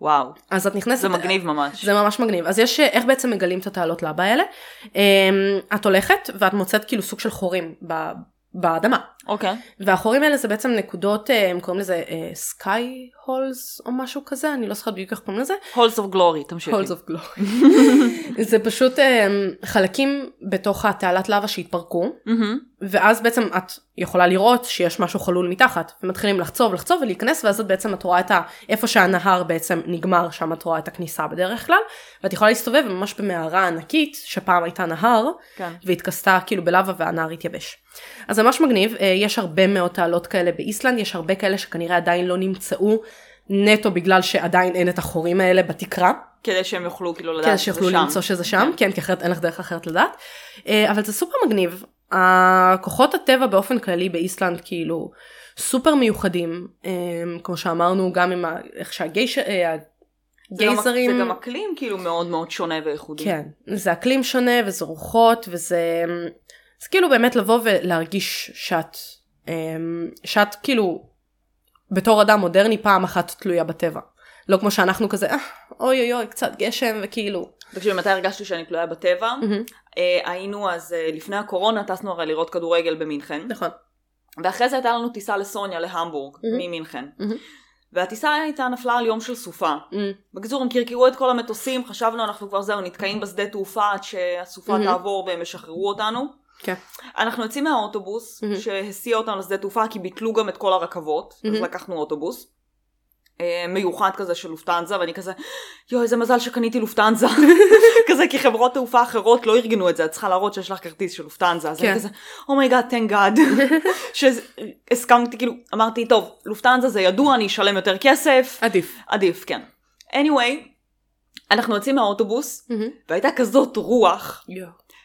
B: וואו,
A: אז את נכנסת...
B: זה מגניב ממש.
A: זה ממש מגניב. אז יש, אה, איך בעצם מגלים את התעלות לאבה האלה? אמ, את הולכת ואת מוצאת כאילו סוג של חורים ב, באדמה.
B: אוקיי.
A: והחורים האלה זה בעצם נקודות, אה, הם קוראים לזה סקיי הולס או משהו כזה, אני לא זוכרת בדיוק איך קוראים לזה.
B: הולס אוף גלורי, תמשיכי.
A: הולס אוף גלורי. זה פשוט אמ, חלקים בתוך התעלת לאבה שהתפרקו,
B: מהמם.
A: ואז בעצם את יכולה לראות שיש משהו חלול מתחת ומתחילים לחצוב לחצוב ולהיכנס ואז את בעצם את רואה את ה... איפה שהנהר בעצם נגמר שם את רואה את הכניסה בדרך כלל ואת יכולה להסתובב ממש במערה ענקית שפעם הייתה נהר
B: כן.
A: והתכסתה כאילו בלאבה והנהר התייבש. אז זה ממש מגניב אה, יש הרבה מאוד תעלות כאלה באיסלנד יש הרבה כאלה שכנראה עדיין לא נמצאו נטו בגלל שעדיין אין את החורים האלה בתקרה.
B: כדי שהם יוכלו כאילו לדעת
A: כדי
B: שזה
A: כן,
B: שם.
A: שיוכלו למצוא שזה שם, כן, כי אחרת אין לך דרך אחרת לדעת. אה, אבל זה סופר מגניב. הכוחות הטבע באופן כללי באיסלנד כאילו סופר מיוחדים, אה, כמו שאמרנו, גם עם ה- איך אה, שהגייזרים,
B: זה גם- זה גם אקלים כאילו מאוד מאוד שונה וייחודי.
A: כן, זה אקלים שונה וזה רוחות וזה, זה כאילו באמת לבוא ולהרגיש שאת, אה, שאת כאילו בתור אדם מודרני פעם אחת תלויה בטבע. לא כמו שאנחנו כזה, אה, אוי אוי אוי, קצת גשם וכאילו.
B: תקשיבי, מתי הרגשתי שאני תלויה בטבע?
A: מהמם.
B: אה, היינו אז, אה, לפני הקורונה טסנו הרי לראות כדורגל במינכן.
A: נכון.
B: ואחרי זה הייתה לנו טיסה לסוניה להמבורג,
A: מהמם.
B: ממינכן.
A: מהמם.
B: והטיסה הייתה נפלה על יום של סופה.
A: Mm.
B: בקיצור, הם קרקרו את כל המטוסים, חשבנו אנחנו כבר זהו, נתקעים בשדה תעופה עד שהסופה
A: מהמם.
B: תעבור והם ישחררו אותנו.
A: כן.
B: אנחנו יוצאים מהאוטובוס
A: מהמם.
B: שהסיע אותנו לשדה תעופה כי ביטלו גם את כל הרכבות, אז
A: מהמם.
B: לקחנו אוטובוס. אה, מיוחד כזה של לופטנזה, ואני כזה, יואי, איזה מזל שקניתי לופטנזה. כזה, כי חברות תעופה אחרות לא ארגנו את זה, את צריכה להראות שיש לך כרטיס של לופטנזה. אז אני
A: כן.
B: כזה, אומייגאד, thank God. שהסכמתי, כאילו, אמרתי, טוב, לופטנזה זה ידוע, אני אשלם יותר כסף,
A: עדיף.
B: עדיף, כן. anyway, אנחנו יוצאים מהאוטובוס, והייתה כזאת רוח,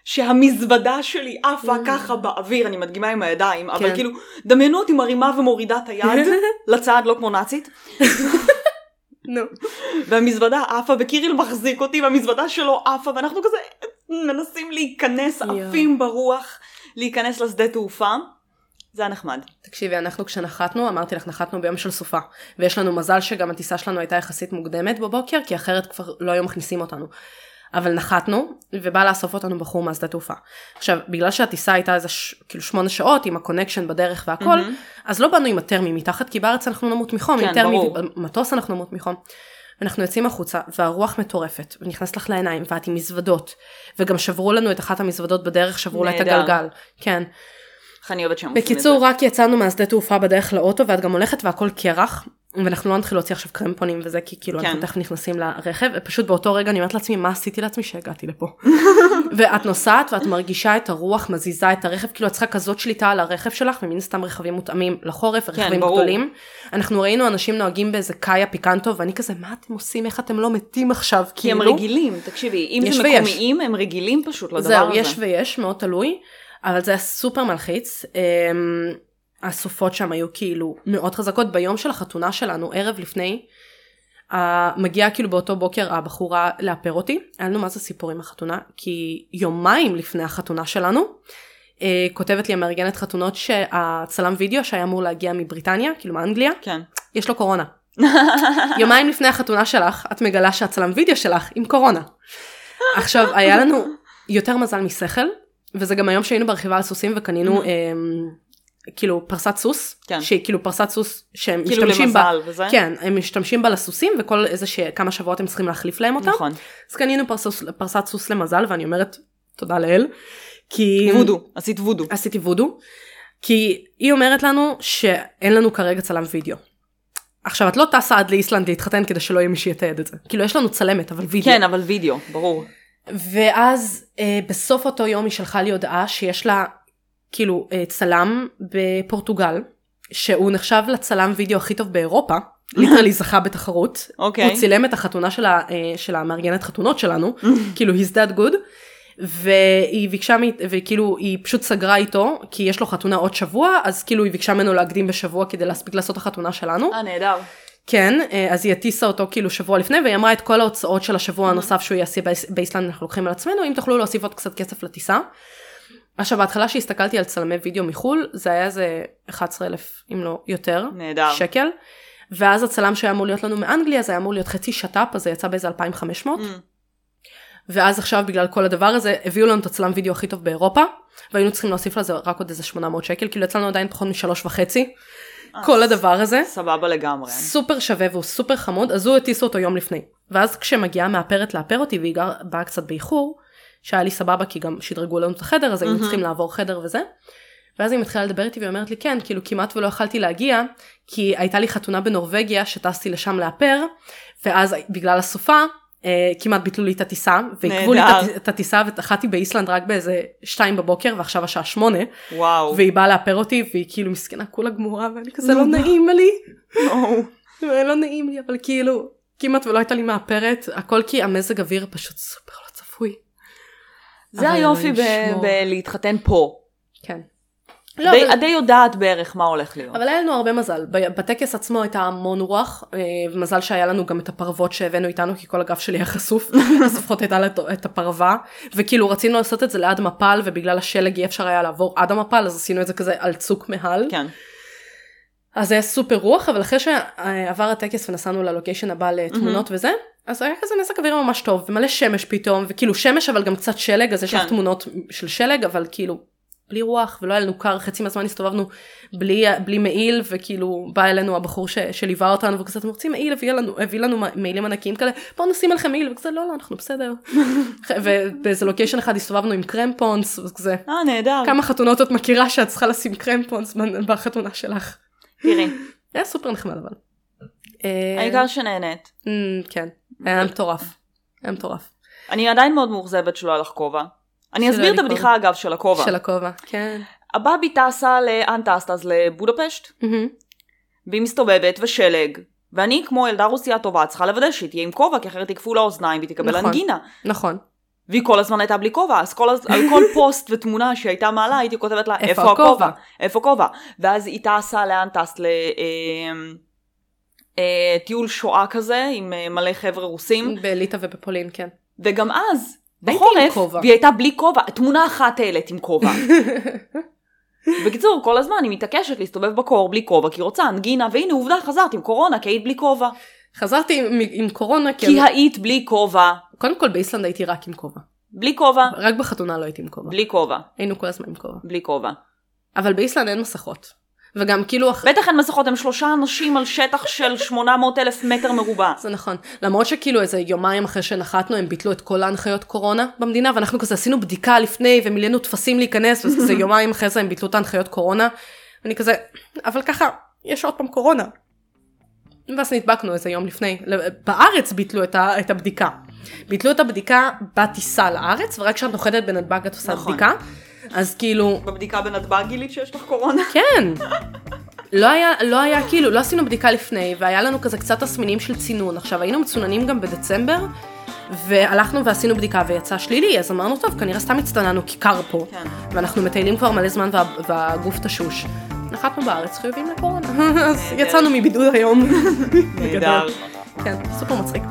B: שהמזוודה שלי עפה ככה באוויר, אני מדגימה עם הידיים, אבל
A: Mm. כן.
B: כאילו, דמיינו אותי מרימה ומורידה את היד, לצד, לא כמו נאצית.
A: נו.
B: והמזוודה עפה, וקיריל מחזיק אותי, והמזוודה שלו עפה, ואנחנו כזה מנסים להיכנס,
A: יואו.
B: עפים ברוח, להיכנס לשדה תעופה. זה היה נחמד.
A: תקשיבי, אנחנו כשנחתנו, אמרתי לך, נחתנו ביום של סופה. ויש לנו מזל שגם הטיסה שלנו הייתה יחסית מוקדמת בבוקר, כי אחרת כבר לא היו מכניסים אותנו. אבל נחתנו, ובא לאסוף אותנו בחור מהשדה תעופה. עכשיו, בגלל שהטיסה הייתה איזה ש... כאילו שמונה שעות, עם הקונקשן בדרך והכל,
B: מהמם.
A: אז לא באנו עם הטרמי מתחת, כי בארץ אנחנו נמות מחום,
B: כן,
A: עם טרמי,
B: ברור.
A: במטוס אנחנו נמות מחום. אנחנו יוצאים החוצה, והרוח מטורפת, ונכנסת לך לעיניים, ואת עם מזוודות, וגם שברו לנו את אחת המזוודות בדרך, שברו לה את
B: נהדר.
A: הגלגל. כן.
B: איך אני אוהבת שהם עושים את זה.
A: בקיצור, רק יצאנו מהשדה תעופה בדרך לאוטו, ואת גם הולכת והכל קרח, ואנחנו לא נתחיל להוציא עכשיו קרמפונים וזה, כי כאילו
B: כן.
A: אנחנו תכף נכנסים לרכב, ופשוט באותו רגע אני אומרת לעצמי, מה עשיתי לעצמי שהגעתי לפה? ואת נוסעת ואת מרגישה את הרוח מזיזה את הרכב, כאילו את צריכה כזאת שליטה על הרכב שלך, ומן סתם רכבים מותאמים לחורף, רכבים
B: כן, ברור.
A: גדולים. אנחנו ראינו אנשים נוהגים באיזה קאיה פיקנטו, ואני כזה, מה אתם עושים? איך אתם לא מתים עכשיו?
B: כי הם
A: כאילו?"
B: רגילים, תקשיבי, אם
A: יש
B: זה
A: ויש.
B: מקומיים, הם רגילים פשוט לדבר הזה.
A: זהו, יש ויש, מאוד תלוי, אבל זה היה סופר מלחיץ. אמ, הסופות שם היו כאילו מאוד חזקות. ביום של החתונה שלנו, ערב לפני, ה- מגיע כאילו באותו בוקר הבחורה לאפר אותי. היה לנו מה זה סיפור עם החתונה, כי יומיים לפני החתונה שלנו, אה, כותבת לי המארגנת חתונות שהצלם וידאו שהיה אמור להגיע מבריטניה, כאילו מאנגליה,
B: כן.
A: יש לו קורונה. יומיים לפני החתונה שלך, את מגלה שהצלם וידאו שלך עם קורונה. עכשיו, היה לנו יותר מזל משכל, וזה גם היום שהיינו ברכיבה על סוסים וקנינו אמ, כאילו פרסת סוס,
B: Mm-hmm. כן.
A: שהיא כאילו פרסת סוס שהם
B: כאילו
A: משתמשים בה,
B: למזל וזה.
A: כן, הם משתמשים בה לסוסים וכל איזה ש- כמה שבועות הם צריכים להחליף להם אותה.
B: נכון.
A: אז קנינו פרסוס- פרסת סוס למזל, ואני אומרת תודה לאל, כי...
B: וודו, עשית וודו.
A: עשיתי וודו, כי היא אומרת לנו שאין לנו כרגע צלם וידאו. עכשיו את לא טסה עד לאיסלנד להתחתן כדי שלא יהיה מי שיתעד את זה. כאילו יש לנו צלמת אבל וידאו.
B: כן, אבל וידאו, ברור.
A: ואז אה, בסוף אותו יום היא שלחה לי הודעה שיש לה כאילו אה, צלם בפורטוגל, שהוא נחשב לצלם וידאו הכי טוב באירופה, ליטרלי זכה בתחרות.
B: אוקיי.
A: הוא צילם את החתונה של, ה, אה, של המארגנת חתונות שלנו, כאילו he's that good. והיא ביקשה, מ- וכאילו היא פשוט סגרה איתו, כי יש לו חתונה עוד שבוע, אז כאילו היא ביקשה ממנו להקדים בשבוע כדי להספיק לעשות את החתונה שלנו.
B: אה, נהדר.
A: כן, אה, אז היא הטיסה אותו כאילו שבוע לפני, והיא אמרה את כל ההוצאות של
B: Mm-hmm.
A: השבוע הנוסף שהוא יעשה באיס- באיסלנד אנחנו לוקחים על עצמנו, אם תוכלו להוסיף עוד קצת כסף לטיסה. עכשיו בהתחלה שהסתכלתי על צלמי וידאו מחול, זה היה איזה 11,000 אם לא יותר,
B: נהדר.
A: שקל. ואז הצלם שהיה אמור להיות לנו מאנגליה זה היה אמור להיות חצי שת"פ אז זה יצא באיזה 2,500
B: Mm.
A: ואז עכשיו בגלל כל הדבר הזה הביאו לנו את הצלם וידאו הכי טוב באירופה והיינו צריכים להוסיף לזה רק עוד איזה 800 שקל כאילו יצא לנו עדיין פחות משלוש וחצי
B: אה.
A: אה, כל הדבר הזה.
B: סבבה לגמרי.
A: סופר שווה והוא סופר חמוד, אז הוא הטיס אותו יום לפני. ואז כשמגיעה מאפרת לאפר אותי והיא גר- באה קצת באיחור, שהיה לי סבבה כי גם שדרגו לנו את החדר, אז היינו
B: מהמם.
A: צריכים לעבור חדר וזה. ואז היא מתחילה לדבר איתי והיא אומרת לי כן, כאילו כמעט ולא יכלתי להגיע, כי הייתה לי חתונה בנורבגיה שטסתי לשם לאפר, ואז בגלל הסופה אה, כמעט ביטלו לי את הטיסה, ועיכבו לי את
B: נהדר.
A: הטיס- את הטיסה ונחתי באיסלנד רק באיזה שתיים בבוקר ועכשיו השעה שמונה,
B: וואו.
A: והיא באה לאפר אותי והיא כאילו מסכנה כולה גמורה ואני כזה לא נעים לי.
B: וואו.
A: לא נעים לי, אבל כאילו, כמעט ולא הייתה לי מאפרת, הכל כי המזג אוויר פשוט סופר לא צפוי.
B: זה
A: אבל
B: היופי
A: אלוהים
B: ב-
A: ישמור.
B: בלהתחתן פה.
A: כן. לא,
B: די-
A: אבל,
B: את די יודעת בערך מה הולך להיות.
A: אבל היה לנו הרבה מזל. ב- בטקס עצמו הייתה המון רוח, אה, מזל שהיה לנו גם את הפרוות שהבאנו איתנו, כי כל הגב שלי היה חשוף, אז לפחות הייתה לה את- את הפרווה, וכאילו רצינו לעשות את זה ליד מפל, ובגלל השלג אי אפשר היה לעבור עד המפל, אז עשינו את זה כזה על צוק מעל.
B: כן.
A: אז היה סופר רוח, אבל אחרי שעבר הטקס ונסענו ללוקיישן הבא
B: Mhm.
A: לתמונות וזה, אז היה כזה מזג אוויר ממש טוב, ומלא שמש פתאום, וכאילו שמש אבל גם קצת שלג, אז יש לך
B: כן.
A: תמונות של שלג, אבל כאילו בלי רוח, ולא היה לנו קר, חצי מהזמן הסתובבנו בלי, בלי מעיל, וכאילו בא אלינו הבחור ש, שליווה אותנו, וכזה אתם רוצים מעיל, הביא לנו, הביא לנו מעילים ענקיים כאלה, בואו נשים עליכם מעיל, וכזה לא, לא, אנחנו בסדר. ובאיזה לוקיישן אחד הסתובבנו עם קרמפונס, וכזה,
B: אה, נהדר.
A: כמה חתונות את מכירה שאת צריכה לשים קרמפונס בחתונה שלך.
B: תראי,
A: היה סופר נחמד אבל. אה,
B: העיקר שנהנית.
A: אמ, כן, היה מטורף. היה מטורף.
B: אני עדיין מאוד מאוכזבת שלא היה לך כובע. אני
A: שלא
B: אסביר
A: היה
B: את
A: לי
B: הבדיחה אגב של הכובע.
A: של הכובע. כן.
B: הבאבי טסה לאנטסט אז לבודפשט,
A: מהמם.
B: והיא מסתובבת ושלג. ואני כמו ילדה רוסייה טובה צריכה לוודא שהיא תהיה עם כובע כי אחרת יקפו לה אוזניים והיא תקבל
A: נכון.
B: אנגינה.
A: נכון.
B: והיא כל הזמן הייתה בלי כובע, אז כל, הז- על כל פוסט ותמונה שהיא הייתה מעלה, הייתי כותבת לה,
A: איפה
B: איפה הכובע?
A: הכובע?"
B: איפה הכובע? ואז היא טסה, לאן טסת? ל... אה, אה, טיול שואה כזה עם אה, מלא חבר'ה רוסים,
A: בליטא ובפולין, כן.
B: וגם אז,
A: עם
B: בחורף,
A: כובע.
B: והיא הייתה בלי כובע, תמונה אחת העלית עם כובע. בקיצור, כל הזמן היא מתעקשת להסתובב בקור בלי כובע, כי היא רוצה אנגינה, והנה עובדה, חזרת עם קורונה, כי היית בלי כובע.
A: חזרתי עם, עם קורונה, כי...
B: כי היית בלי כובע.
A: קודם כל באיסלנד הייתי רק עם כובע.
B: בלי כובע.
A: רק בחתונה לא הייתי עם כובע.
B: בלי כובע.
A: היינו כל הזמן עם כובע.
B: בלי כובע.
A: אבל באיסלנד אין מסכות. וגם כאילו... אח-
B: בטח אין מסכות, הם שלושה אנשים על שטח של 800 אלף מטר מרובע.
A: זה נכון. למרות שכאילו איזה יומיים אחרי שנחתנו הם ביטלו את כל ההנחיות קורונה במדינה ואנחנו כזה עשינו בדיקה לפני ומילאנו טפסים להיכנס וזה כזה יומיים אחרי זה הם ביטלו את ההנחיות קורונה. אני כזה אבל ככה יש עוד פעם קורונה. ואז נדבקנו איזה יום לפני. ל- בארץ ביטלו את, ה, את הבדיקה. ביטלו את הבדיקה בטיסה לארץ ורק כשאת נוחתת בנתב"ג את עושה
B: נכון.
A: בדיקה. אז כאילו
B: בבדיקה בנתב"ג גילית שיש לך קורונה?
A: כן. לא היה, לא היה, כאילו, לא עשינו בדיקה לפני, והיה לנו כזה קצת תסמינים של צינון. עכשיו, היינו מצוננים גם בדצמבר, והלכנו ועשינו בדיקה ויצא שלילי, אז אמרנו, טוב, כנראה סתם הצטננו, כי קר פה.
B: כן.
A: ואנחנו מטיילים כבר מלא זמן וה, והגוף תשוש. נחתנו בארץ חיובים לקורונה, אז יצאנו מבידוד היום.
B: נהדר.
A: כן, סופר מצחיק.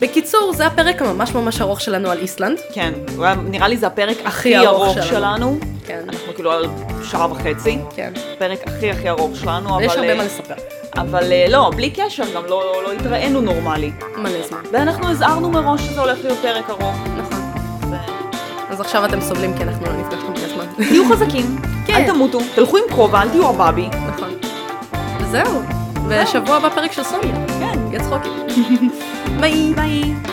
A: בקיצור, זה הפרק הממש ממש ארוך שלנו על איסלנד.
B: כן. הוא היה- נראה לי זה הפרק הכי
A: ארוך
B: ארוך
A: שלנו.
B: שלנו.
A: כן,
B: אנחנו כאילו על שעה וחצי.
A: כן.
B: הפרק הכי הכי ארוך שלנו, אבל...
A: יש הרבה
B: אה,
A: מה לספר.
B: אבל אה, לא, בלי קשר, גם לא לא התראינו נורמלי.
A: מלא זמן.
B: ואנחנו הזהרנו מראש שזה הולך להיות פרק ארוך.
A: נכון.
B: ו-
A: אז עכשיו אתם סובלים כי אנחנו לא נפגשנו מלא זמן.
B: תהיו חזקים,
A: כן.
B: אל תמותו, תלכו עם כובע, אל תהיו עבבי.
A: נכון. וזהו. ושבוע הבא פרק של סוניה.
B: כן.
A: יהיה צחוקים. ביי. ביי.